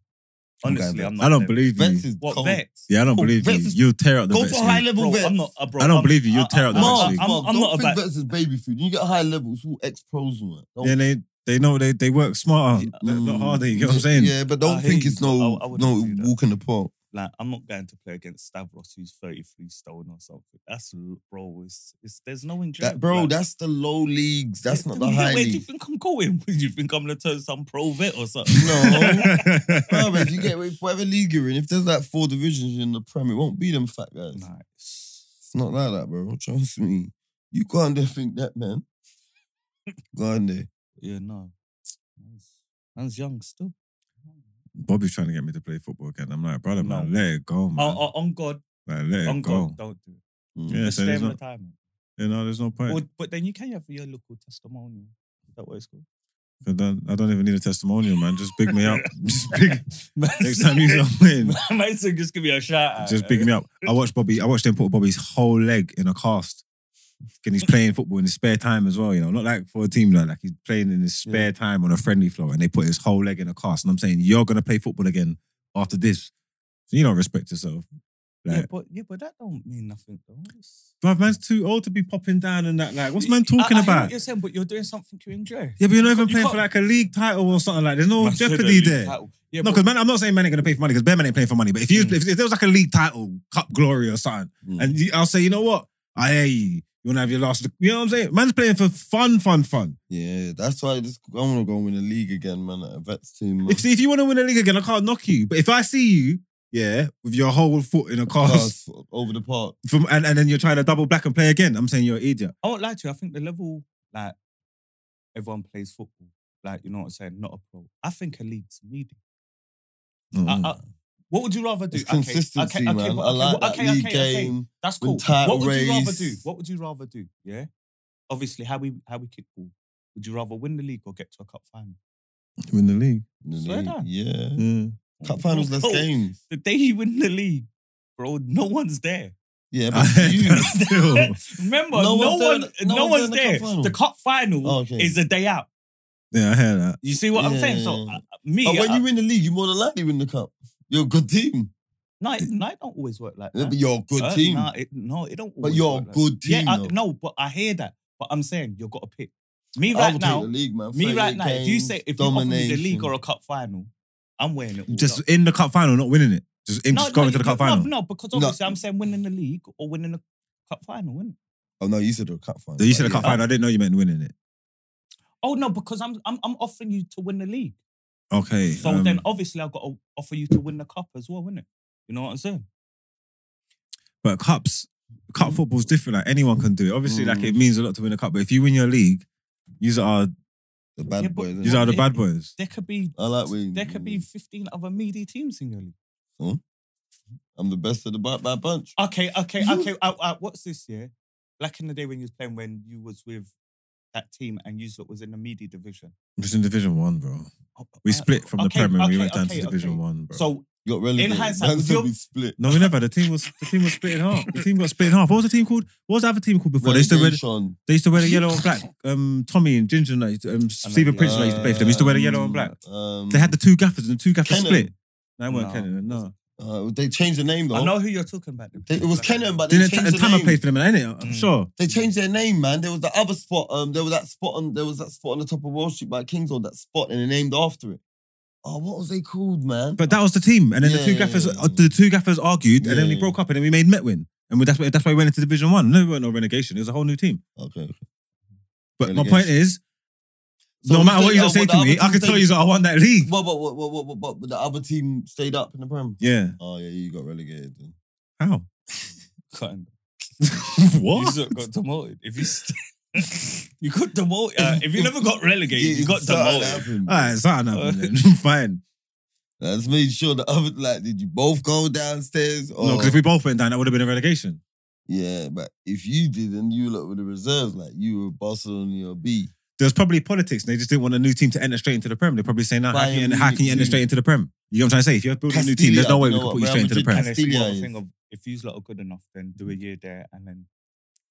Speaker 3: I'm going
Speaker 2: Honestly,
Speaker 3: Vets.
Speaker 2: I'm not.
Speaker 3: I don't
Speaker 2: there.
Speaker 3: believe you.
Speaker 1: vets is
Speaker 2: What
Speaker 1: cold.
Speaker 2: vets?
Speaker 3: Yeah, I don't
Speaker 1: Oh,
Speaker 3: believe you.
Speaker 1: Vets is-
Speaker 3: You'll tear out the
Speaker 1: Go
Speaker 3: Bets
Speaker 1: for
Speaker 3: League.
Speaker 1: high level
Speaker 2: Bro,
Speaker 1: vets.
Speaker 2: I'm not. Uh, bro,
Speaker 3: I don't
Speaker 2: I'm-
Speaker 3: believe you. You'll
Speaker 2: I-
Speaker 3: tear
Speaker 2: I-
Speaker 3: out the
Speaker 1: Mark,
Speaker 3: Bets
Speaker 2: I'm,
Speaker 3: League.
Speaker 2: I'm,
Speaker 1: Mark,
Speaker 2: I'm
Speaker 1: don't
Speaker 2: not a
Speaker 1: think
Speaker 2: bad.
Speaker 1: vets is baby food. You get high levels, all ex pros, man. Don't-
Speaker 3: Yeah, they they know they they work smarter,
Speaker 2: Yeah.
Speaker 3: not- not
Speaker 1: Mm.
Speaker 3: harder. You get what I'm saying?
Speaker 1: Yeah, but don't
Speaker 2: I
Speaker 1: think
Speaker 2: hear
Speaker 1: it's
Speaker 2: you.
Speaker 1: no
Speaker 2: I- I wouldn't
Speaker 1: no
Speaker 2: do that.
Speaker 1: walk in the park.
Speaker 2: Like, I'm not going to play against Stavros, who's 33 stone or something. That's l- bro. It's, it's there's no enjoyment.
Speaker 1: That, bro,
Speaker 2: like,
Speaker 1: that's the low leagues. That's not the
Speaker 2: where,
Speaker 1: high
Speaker 2: Where do you
Speaker 1: league.
Speaker 2: think I'm going? [LAUGHS] Do you think I'm gonna turn some pro vet
Speaker 1: [LAUGHS]
Speaker 2: or something?
Speaker 1: No.
Speaker 2: [LAUGHS]
Speaker 1: No, but if you get if whatever league you're in, if there's like four divisions in the Prem, it won't be them fat guys.
Speaker 2: Nah,
Speaker 1: It's not like that, bro. Trust me. You go on there think that, man. Go on
Speaker 2: [LAUGHS]
Speaker 1: there.
Speaker 2: yeah, no. Man's, man's young still.
Speaker 3: Bobby's trying to get me to play football again. I'm like, brother, man,
Speaker 2: No.
Speaker 3: let it go, man.
Speaker 2: Oh, oh, on God,
Speaker 3: Like, let
Speaker 2: on
Speaker 3: it go.
Speaker 2: God, don't do it.
Speaker 1: Mm.
Speaker 3: Yeah,
Speaker 2: Just
Speaker 3: so
Speaker 2: stay
Speaker 3: there's
Speaker 2: in
Speaker 3: no,
Speaker 2: retirement.
Speaker 3: you know, there's no point.
Speaker 2: Or, but then you can have your local testimonial. Is that what it's called? [LAUGHS]
Speaker 3: I don't, I don't even need a testimonial, man. Just
Speaker 1: [LAUGHS]
Speaker 3: big me up. Just big. Next time you start playing,
Speaker 2: [LAUGHS] might say just give me a shout out.
Speaker 3: just big me up. I watched Bobby. I watched them put Bobby's whole leg in a cast. And he's playing football in his spare time as well. You know, not like for a team like, like he's playing in his spare time on a friendly floor, and they put his whole leg in a cast. And I'm saying, you're gonna play football again after this. So you don't respect yourself.
Speaker 2: Yeah,
Speaker 3: Like,
Speaker 2: but yeah, but that don't mean nothing though. It's-
Speaker 3: bruv, man's too old to be popping down and that. Like, what's man
Speaker 2: I-
Speaker 3: talking
Speaker 2: I hear
Speaker 3: about?
Speaker 2: what you're saying, but you're doing something to enjoy.
Speaker 3: Yeah, but you're not even
Speaker 2: You
Speaker 3: playing for
Speaker 2: can't-
Speaker 3: like a league title or something like. There's no
Speaker 2: Man said a
Speaker 3: jeopardy
Speaker 2: league
Speaker 3: there.
Speaker 2: title. Yeah,
Speaker 3: No,
Speaker 2: but
Speaker 3: because man, I'm not saying man ain't gonna pay for money because Bear man ain't playing for money. But if you
Speaker 2: Mm.
Speaker 3: if, if there was like a league title, cup glory or something,
Speaker 2: Hmm.
Speaker 1: Mm.
Speaker 3: and you, I'll say, you know what, I hear you. You wanna have your last, look- you know what I'm saying? Man's playing for fun, fun, fun.
Speaker 1: Yeah, that's why I just I wanna go and win a league again, man. At a vets team. Man.
Speaker 3: If
Speaker 2: Mm.
Speaker 3: if you want to win a league again, I can't knock you. But if I see you, yeah, with your whole foot in a cast,
Speaker 1: Cars over the park.
Speaker 3: [LAUGHS] from, and, and then you're trying to double black and play again, I'm saying you're an idiot.
Speaker 2: I won't lie to you. I think the level like everyone plays football, like you know what I'm saying, not a pro. I think a league's needed. I- I- what would you rather do?
Speaker 1: Mm. It's consistency, man.
Speaker 2: but-
Speaker 1: I like
Speaker 2: but-
Speaker 1: that league game.
Speaker 2: That's
Speaker 1: with
Speaker 2: cool.
Speaker 1: title
Speaker 2: What would you rather
Speaker 1: race.
Speaker 2: do? What would you rather do? Yeah. Obviously, how we how we kick ball. Would you rather win the league or get to a cup final?
Speaker 3: Win the league.
Speaker 1: The
Speaker 2: Swear
Speaker 1: league,
Speaker 2: down.
Speaker 1: Yeah.
Speaker 3: Yeah.
Speaker 1: Cup finals, less
Speaker 2: Bro,
Speaker 1: games.
Speaker 2: The day you win the league, bro, no one's there.
Speaker 1: Yeah, [LAUGHS] but for you.
Speaker 2: [LAUGHS]
Speaker 1: Oh,
Speaker 3: Still.
Speaker 2: Remember,
Speaker 1: No
Speaker 2: no,
Speaker 1: one's there
Speaker 2: one,
Speaker 1: in-
Speaker 2: no,
Speaker 1: no
Speaker 2: one's
Speaker 1: one's there in
Speaker 2: there.
Speaker 1: the cup final.
Speaker 2: the cup final
Speaker 1: Oh, okay.
Speaker 2: is the day out.
Speaker 3: Yeah, I hear that.
Speaker 2: You see what I'm
Speaker 1: Yeah,
Speaker 2: saying?
Speaker 1: yeah,
Speaker 2: So,
Speaker 1: yeah. Oh,
Speaker 2: uh, me,
Speaker 1: But when
Speaker 2: I-
Speaker 1: you win the league, you more than likely win the cup. You're a good team.
Speaker 2: night, night don't always work like
Speaker 1: Yeah,
Speaker 2: that.
Speaker 1: but you're a good
Speaker 2: Uh,
Speaker 1: team.
Speaker 2: nah, it, no, it don't.
Speaker 1: But
Speaker 2: always
Speaker 1: you're a
Speaker 2: work like
Speaker 1: good
Speaker 2: that.
Speaker 1: team,
Speaker 2: Yeah, I,
Speaker 1: though.
Speaker 2: no, but I hear that. But I'm saying you've got to pick. Me
Speaker 1: I
Speaker 2: right
Speaker 1: would
Speaker 2: now,
Speaker 1: take the league, man.
Speaker 2: me
Speaker 1: 38
Speaker 2: right now. If you
Speaker 1: games,
Speaker 2: say if you offer me the league
Speaker 1: domination.
Speaker 2: or a cup final, I'm wearing it. All
Speaker 3: Just
Speaker 2: up.
Speaker 3: in the cup final, not winning it. Just, in, just going to the cup
Speaker 2: no,
Speaker 3: final.
Speaker 2: No, because
Speaker 1: No.
Speaker 2: obviously I'm saying winning the league or winning the cup final, is
Speaker 1: Oh no, you said a cup final.
Speaker 3: You said I
Speaker 1: Yeah.
Speaker 3: can't find. I didn't know you meant winning it.
Speaker 2: Oh no, because I'm I'm I'm offering you to win the league.
Speaker 3: Okay.
Speaker 2: So
Speaker 3: um,
Speaker 2: then obviously I've got to offer you to win the cup as well, innit? You know what I'm saying?
Speaker 3: but cups, cup football's different. Like anyone can do it. Obviously, like it means a lot to win a cup. But if you win your league, you are
Speaker 1: The bad
Speaker 2: Yeah, but-
Speaker 1: boys.
Speaker 3: you
Speaker 1: innit?
Speaker 2: Yeah.
Speaker 3: are the bad boys.
Speaker 2: There could be
Speaker 1: I like Mm. when
Speaker 2: there could be 15 other meaty teams in your league.
Speaker 1: I'm the best of the bad, bad bunch.
Speaker 2: Okay, okay,
Speaker 1: You-
Speaker 2: okay. Uh, uh, what's this year? Back in the day when you was playing, when you was with that team and you lot was in the media division.
Speaker 3: It's in Division One, bro. We split from
Speaker 2: Uh, Okay,
Speaker 3: the Premier. we
Speaker 2: okay,
Speaker 3: went down
Speaker 2: okay,
Speaker 3: to Division
Speaker 2: okay.
Speaker 3: One. Bro.
Speaker 2: So
Speaker 1: Got relegated.
Speaker 2: In hindsight,
Speaker 1: Man
Speaker 2: would
Speaker 1: said
Speaker 2: you-
Speaker 1: we split.
Speaker 3: no, we never. The team was the team was split in half. The team got split in half. What was the team called? What was the other team called before? They used to wear
Speaker 1: Relegation.
Speaker 3: they used to wear the yellow and black. Um, Tommy and Ginger, and that used to- um, Stephen Prince, and that used to play for them. Used to wear the yellow and black.
Speaker 1: Um,
Speaker 3: They had the two gaffers and the two gaffers
Speaker 1: Kennan.
Speaker 3: split. No, it weren't
Speaker 2: No.
Speaker 3: Kennan. No,
Speaker 1: uh, they changed the name though.
Speaker 2: I know who you're talking about.
Speaker 1: They- it was Kenan, but they
Speaker 3: didn't
Speaker 1: changed the
Speaker 3: Tama
Speaker 1: name.
Speaker 3: play for them? Ain't it? I'm
Speaker 2: Mm.
Speaker 3: sure.
Speaker 1: They changed their name, man. There was the other spot. Um, there was that spot on there was that spot on the top of Wall Street by Kings Road. That spot, and they named after it. Oh, what was they called, man?
Speaker 3: But that was the team, and then the
Speaker 1: Yeah,
Speaker 3: two
Speaker 1: yeah,
Speaker 3: gaffers,
Speaker 1: yeah.
Speaker 3: uh, the two gaffers argued, and then we
Speaker 1: Yeah.
Speaker 3: broke up, and then we made Metwin, and we, that's why that's why we went into Division One. No, there weren't no relegation. It was a whole new team.
Speaker 1: okay.
Speaker 3: But my
Speaker 1: Relegation.
Speaker 3: point is,
Speaker 1: So
Speaker 3: no
Speaker 1: who's
Speaker 3: matter
Speaker 1: the-
Speaker 3: what you
Speaker 1: uh,
Speaker 3: lot say
Speaker 1: what
Speaker 3: to
Speaker 1: the
Speaker 3: me,
Speaker 1: other
Speaker 3: I
Speaker 1: team
Speaker 3: can tell
Speaker 1: say-
Speaker 3: you that I won that league.
Speaker 1: Well, but, but, but, but, but, but the other team stayed up in the Prem.
Speaker 3: Yeah.
Speaker 1: Oh yeah, you got relegated. Then.
Speaker 3: How?
Speaker 2: Kenan. You
Speaker 3: [LAUGHS] what?
Speaker 2: sort of got demoted. If you st- [LAUGHS] you got demoted, uh, if you never got relegated, you got
Speaker 1: something
Speaker 2: demoted.
Speaker 1: happened.
Speaker 3: All right, something [LAUGHS] happened then. Fine.
Speaker 1: Let's make sure the other like, did you both go downstairs? Or,
Speaker 3: No, because if we both went down, that would have been a relegation.
Speaker 1: yeah, but if you didn't, you lot were the reserves. Like you were Barcelona your B.
Speaker 3: There was probably politics, and they just didn't want a new team to enter straight into the Prem. They're probably saying, "Now, how
Speaker 1: Bayern
Speaker 3: can, you, how can you
Speaker 1: Munich
Speaker 3: enter
Speaker 1: too.
Speaker 3: straight into the Prem?" You know what I'm trying to say? If you have built a new team, there's
Speaker 1: Castilla,
Speaker 3: no way
Speaker 1: you know
Speaker 3: we can
Speaker 1: what,
Speaker 3: put you
Speaker 1: Real
Speaker 3: straight into the
Speaker 1: Madrid
Speaker 3: Prem.
Speaker 2: And it's more
Speaker 1: Castilla
Speaker 2: a
Speaker 1: is-
Speaker 2: thing of if you lot are good enough, then do a year there and then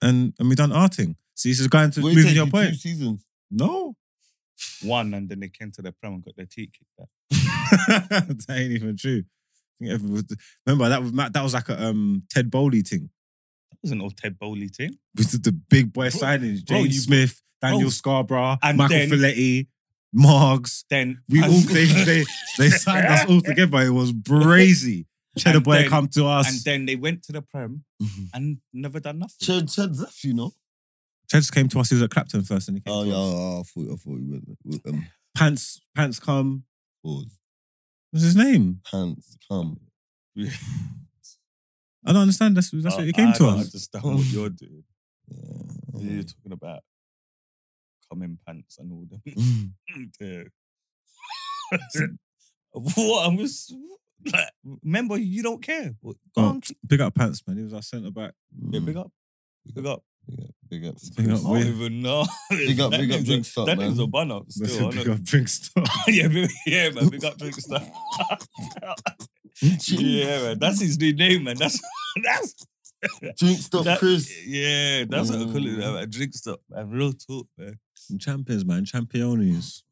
Speaker 3: And and we done our thing. So this is going to
Speaker 1: Well, it
Speaker 3: moving
Speaker 1: take
Speaker 3: your
Speaker 1: you Two
Speaker 3: point.
Speaker 1: seasons.
Speaker 3: No,
Speaker 2: one, and then they came to the prem and got their teeth kicked. out.
Speaker 3: [LAUGHS] that ain't even true. I think everyone was- Remember that was Matt, that was like a um, Ted Bowley thing
Speaker 2: That was an old Ted Bowley team.
Speaker 3: with the, the big boy
Speaker 2: Bro-
Speaker 3: signings: James
Speaker 2: bro, you-
Speaker 3: Smith, Daniel
Speaker 2: bro.
Speaker 3: Scarborough,
Speaker 2: And
Speaker 3: Michael
Speaker 2: then-
Speaker 3: Filetti, Margs.
Speaker 2: Then
Speaker 3: We all they,
Speaker 2: [LAUGHS]
Speaker 3: they they signed us all together. It was brazy. Cheddar
Speaker 2: And
Speaker 3: boy
Speaker 2: then-
Speaker 3: come to
Speaker 2: and
Speaker 3: us.
Speaker 2: then they went to the prem
Speaker 3: Mm-hmm.
Speaker 2: and never done nothing.
Speaker 1: Chad, Chad's left, you know.
Speaker 3: Ched's came to us. He was at Clapton first, and he came.
Speaker 1: Oh
Speaker 3: to
Speaker 1: yeah,
Speaker 3: us.
Speaker 1: oh, I thought I thought you were um,
Speaker 3: Pants pants come.
Speaker 1: pause.
Speaker 3: What's his name?
Speaker 1: Pants Oh, come.
Speaker 3: I don't understand. That's that's
Speaker 2: Uh,
Speaker 3: what he came
Speaker 2: I
Speaker 3: to
Speaker 2: don't
Speaker 3: us. Oh,
Speaker 2: understand what you're doing.
Speaker 3: [LAUGHS]
Speaker 1: Yeah. um,
Speaker 2: You're talking about coming pants and all them.
Speaker 1: [LAUGHS]
Speaker 2: [LAUGHS] Yeah. what I'm just like, remember you don't care. Go
Speaker 3: Oh,
Speaker 2: on, keep-
Speaker 3: Big up pants, man. He was our centre back.
Speaker 2: yeah, big up, big up.
Speaker 1: mm, Big up. [LAUGHS]
Speaker 3: Big up,
Speaker 2: I don't even know.
Speaker 1: Big up,
Speaker 2: [LAUGHS] That
Speaker 1: big up,
Speaker 2: name's a-
Speaker 1: drink stop,
Speaker 2: That
Speaker 1: man.
Speaker 2: name's a bun up
Speaker 3: That's
Speaker 2: still.
Speaker 3: a big
Speaker 2: I know.
Speaker 3: up drink store.
Speaker 2: [LAUGHS] yeah, big, yeah, man. Big up,
Speaker 1: [LAUGHS]
Speaker 2: drink stuff. [LAUGHS] yeah, man. That's his new name, man. That's [LAUGHS] that's
Speaker 1: Drink stop,
Speaker 2: that- [LAUGHS]
Speaker 1: Chris.
Speaker 2: Yeah, that's what I call it.
Speaker 1: Mm.
Speaker 2: Man. Drink stop, man. Real talk, man.
Speaker 3: [LAUGHS] Champions, man. Champions.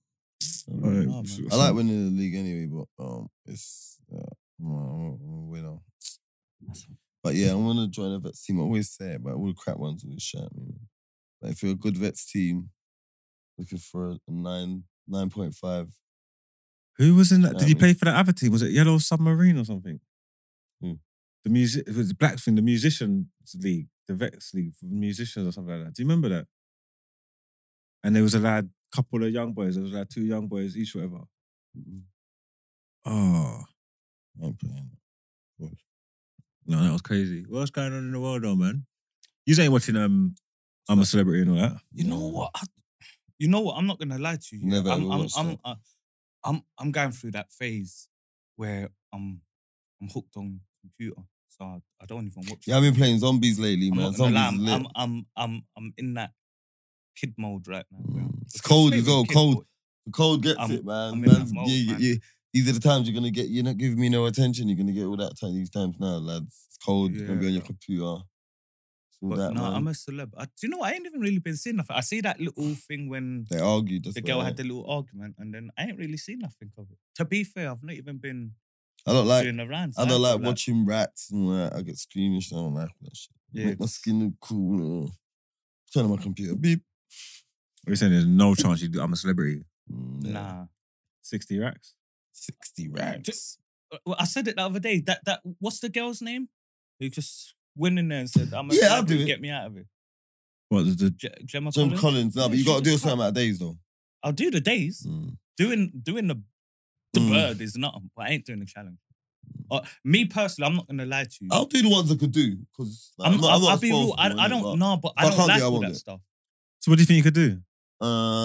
Speaker 3: Alright.
Speaker 2: man.
Speaker 1: I like winning the league anyway, but um, it's uh, I'm a- I'm a- I'm a winner. But yeah, I'm gonna join a vets team. I always say it, but all the crap ones will shout at me. man. Like if you're a good vets team, looking for a nine nine point five.
Speaker 3: Who was in that?
Speaker 1: Yeah,
Speaker 3: Did he
Speaker 1: me.
Speaker 3: play for that other team? Was it Yellow Submarine or something?
Speaker 1: Hmm.
Speaker 3: The music it was the Black thing, the musicians league, the Vex League for musicians or something like that. Do you remember that? And there was a lad, couple of young boys. There was like two young boys each, whatever.
Speaker 1: Mm-hmm.
Speaker 3: Oh
Speaker 1: I'm playing.
Speaker 3: no, that was crazy. What's going on in the world, though, man? You ain't watching um, I'm a celebrity and all that.
Speaker 2: You know
Speaker 1: Yeah.
Speaker 2: what? I, you know what? I'm not gonna lie to you.
Speaker 1: Mm. Never
Speaker 2: I'm
Speaker 1: ever
Speaker 2: I'm
Speaker 1: watched
Speaker 2: I'm,
Speaker 1: that.
Speaker 2: uh, I'm I'm going through that phase where I'm I'm hooked on computer, so I, I don't even watch.
Speaker 1: Yeah, I've been playing zombies lately,
Speaker 2: I'm
Speaker 1: man.
Speaker 2: not gonna lie,
Speaker 1: Zombies
Speaker 2: I'm,
Speaker 1: lit.
Speaker 2: I'm I'm I'm I'm in that kid mode right now. bro.
Speaker 1: Mm. It's
Speaker 2: Because
Speaker 1: cold
Speaker 2: maybe
Speaker 1: as well,
Speaker 2: kid
Speaker 1: cold.
Speaker 2: mode.
Speaker 1: The cold gets
Speaker 2: I'm-
Speaker 1: it, man.
Speaker 2: I'm in that
Speaker 1: Man's-
Speaker 2: mode,
Speaker 1: yeah, yeah,
Speaker 2: man.
Speaker 1: yeah. These are the times you're gonna get. You're not giving me no attention. You're gonna get all that time. These times now, lads. It's cold. you're gonna
Speaker 2: Yeah,
Speaker 1: be on your
Speaker 2: bro.
Speaker 1: computer. It's all
Speaker 2: But
Speaker 1: that,
Speaker 2: no,
Speaker 1: man.
Speaker 2: I'm a celeb. I, do you know? what? I ain't even really been seeing nothing. I see that little thing when
Speaker 1: They argued. That's
Speaker 2: the
Speaker 1: why
Speaker 2: girl
Speaker 1: I-
Speaker 2: had the little argument, and then I ain't really seen nothing of it. To be fair, I've not even been
Speaker 1: I don't like.
Speaker 2: doing the rounds.
Speaker 1: I
Speaker 2: ain't
Speaker 1: don't like
Speaker 2: been
Speaker 1: watching rats and all that. I get squeamish. I don't like that shit.
Speaker 2: Yeah,
Speaker 1: [LAUGHS] Make my skin look cool. Turn on my computer. Beep.
Speaker 3: You're saying there's no chance you do. I'm a celebrity.
Speaker 1: Mm, yeah.
Speaker 2: Nah.
Speaker 3: Sixty racks.
Speaker 1: Sixty rats.
Speaker 2: Uh, Well, I said it the other day. That that what's the girl's name? Who just went in there and said, "I'm a
Speaker 1: Yeah, I'll
Speaker 2: celebrity,
Speaker 1: do it.
Speaker 2: Get me out of here."
Speaker 3: What the, the
Speaker 2: Je- Gemma
Speaker 1: Jim
Speaker 2: Collins?
Speaker 1: Collins. Nah,
Speaker 2: Yeah,
Speaker 1: but you
Speaker 2: she
Speaker 1: gotta do
Speaker 2: just
Speaker 1: something out of days though.
Speaker 2: I'll do the days.
Speaker 1: Mm.
Speaker 2: Doing doing the the
Speaker 1: Mm.
Speaker 2: bird is nothing. But I ain't doing the challenge. Uh, me personally, I'm not gonna lie to you.
Speaker 1: I'll do the ones I could do because
Speaker 2: I'm,
Speaker 1: I'm, not. I'm
Speaker 2: will
Speaker 1: not
Speaker 2: be real.
Speaker 1: responsible,
Speaker 2: I, I
Speaker 1: innit, but-
Speaker 2: don't know, but
Speaker 1: if
Speaker 2: I
Speaker 1: I
Speaker 2: don't
Speaker 1: can't do it,
Speaker 2: like
Speaker 1: I
Speaker 2: all
Speaker 1: won't
Speaker 2: that
Speaker 1: do it.
Speaker 2: stuff.
Speaker 3: so what do you think you could do?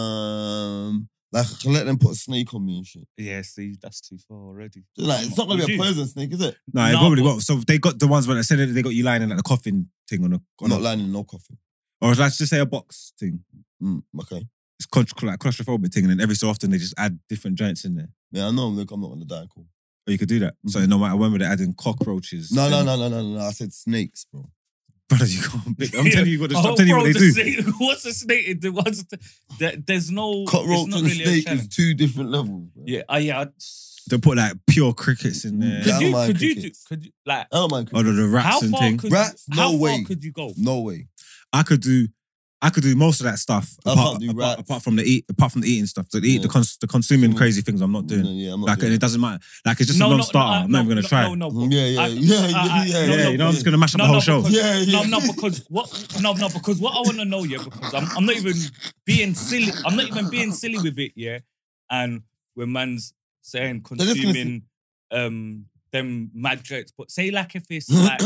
Speaker 1: Um, like I can let them put a snake on me and shit.
Speaker 2: Yeah, see, that's too far [LAUGHS] already.
Speaker 1: Like it's not gonna be a poison snake, is it?
Speaker 3: No, it
Speaker 2: No,
Speaker 3: probably
Speaker 2: but-
Speaker 3: won't. So they got the ones where they said that they got you lying in like the coffin thing on a,
Speaker 1: I'm
Speaker 3: on a
Speaker 1: not lying in no coffin.
Speaker 3: or let's just say a box thing.
Speaker 1: Mm, okay.
Speaker 3: it's contr- like claustrophobic thing, and then every so often they just add different joints in there.
Speaker 1: Yeah, I know. Look, I'm not on the die call.
Speaker 3: Or you could do that. So no matter when, but they're adding cockroaches.
Speaker 1: Mm-hmm. No, no,
Speaker 3: Then-
Speaker 1: no, no, no, no. I said snakes, bro.
Speaker 3: [LAUGHS] Brother, you can't. pick- I'm telling
Speaker 2: [LAUGHS]
Speaker 3: you, you got to stop telling you
Speaker 2: Oh, bro,
Speaker 3: what they
Speaker 2: the
Speaker 3: do.
Speaker 2: snake- [LAUGHS] what's a snake? It- What's the, there- there's no it's
Speaker 1: Cockroach
Speaker 2: not
Speaker 1: and
Speaker 2: really a
Speaker 1: snake is
Speaker 2: challenge.
Speaker 1: two different levels. Bro.
Speaker 2: Yeah, uh, yeah. I-
Speaker 3: They put like pure crickets in there.
Speaker 2: Could
Speaker 1: Yeah, I
Speaker 2: you?
Speaker 1: don't mind
Speaker 2: Could you do?
Speaker 1: crickets.
Speaker 2: Could you like?
Speaker 1: I don't mind.
Speaker 3: Or the, the
Speaker 2: How
Speaker 3: rats and
Speaker 2: far
Speaker 3: thing.
Speaker 2: could
Speaker 1: Rats?
Speaker 2: you,
Speaker 1: No
Speaker 2: how
Speaker 1: way.
Speaker 2: far could you go?
Speaker 1: Oh, No way.
Speaker 3: I could do. I could do most of that stuff
Speaker 1: I
Speaker 3: apart,
Speaker 1: can't do
Speaker 3: apart,
Speaker 1: rats.
Speaker 3: apart from the eat, apart from the eating stuff. The, eat,
Speaker 1: Yeah.
Speaker 3: the, cons, the consuming
Speaker 1: Mm.
Speaker 3: crazy things, I'm not doing.
Speaker 1: No, yeah, I'm not
Speaker 3: like, and
Speaker 1: doing
Speaker 3: it doesn't matter. Like, it's just a non-starter.
Speaker 2: uh,
Speaker 3: I'm not even gonna
Speaker 2: no,
Speaker 3: try.
Speaker 2: No, no,
Speaker 1: it. Yeah, yeah,
Speaker 2: I-
Speaker 1: yeah,
Speaker 2: I-
Speaker 1: yeah,
Speaker 2: I-
Speaker 1: yeah.
Speaker 2: no,
Speaker 3: yeah,
Speaker 1: yeah,
Speaker 3: you know, I'm
Speaker 1: yeah.
Speaker 3: just gonna mash up
Speaker 2: No,
Speaker 3: the whole
Speaker 2: no,
Speaker 3: show.
Speaker 2: because-
Speaker 1: Yeah, yeah.
Speaker 2: No, no, because what? No, no, because what I want to know, yeah, because I'm, I'm not even being silly. I'm not even being silly with it, yeah. And when man's saying
Speaker 1: just gonna
Speaker 2: consuming um them mad jokes, but say like if
Speaker 3: [LAUGHS]
Speaker 2: it's like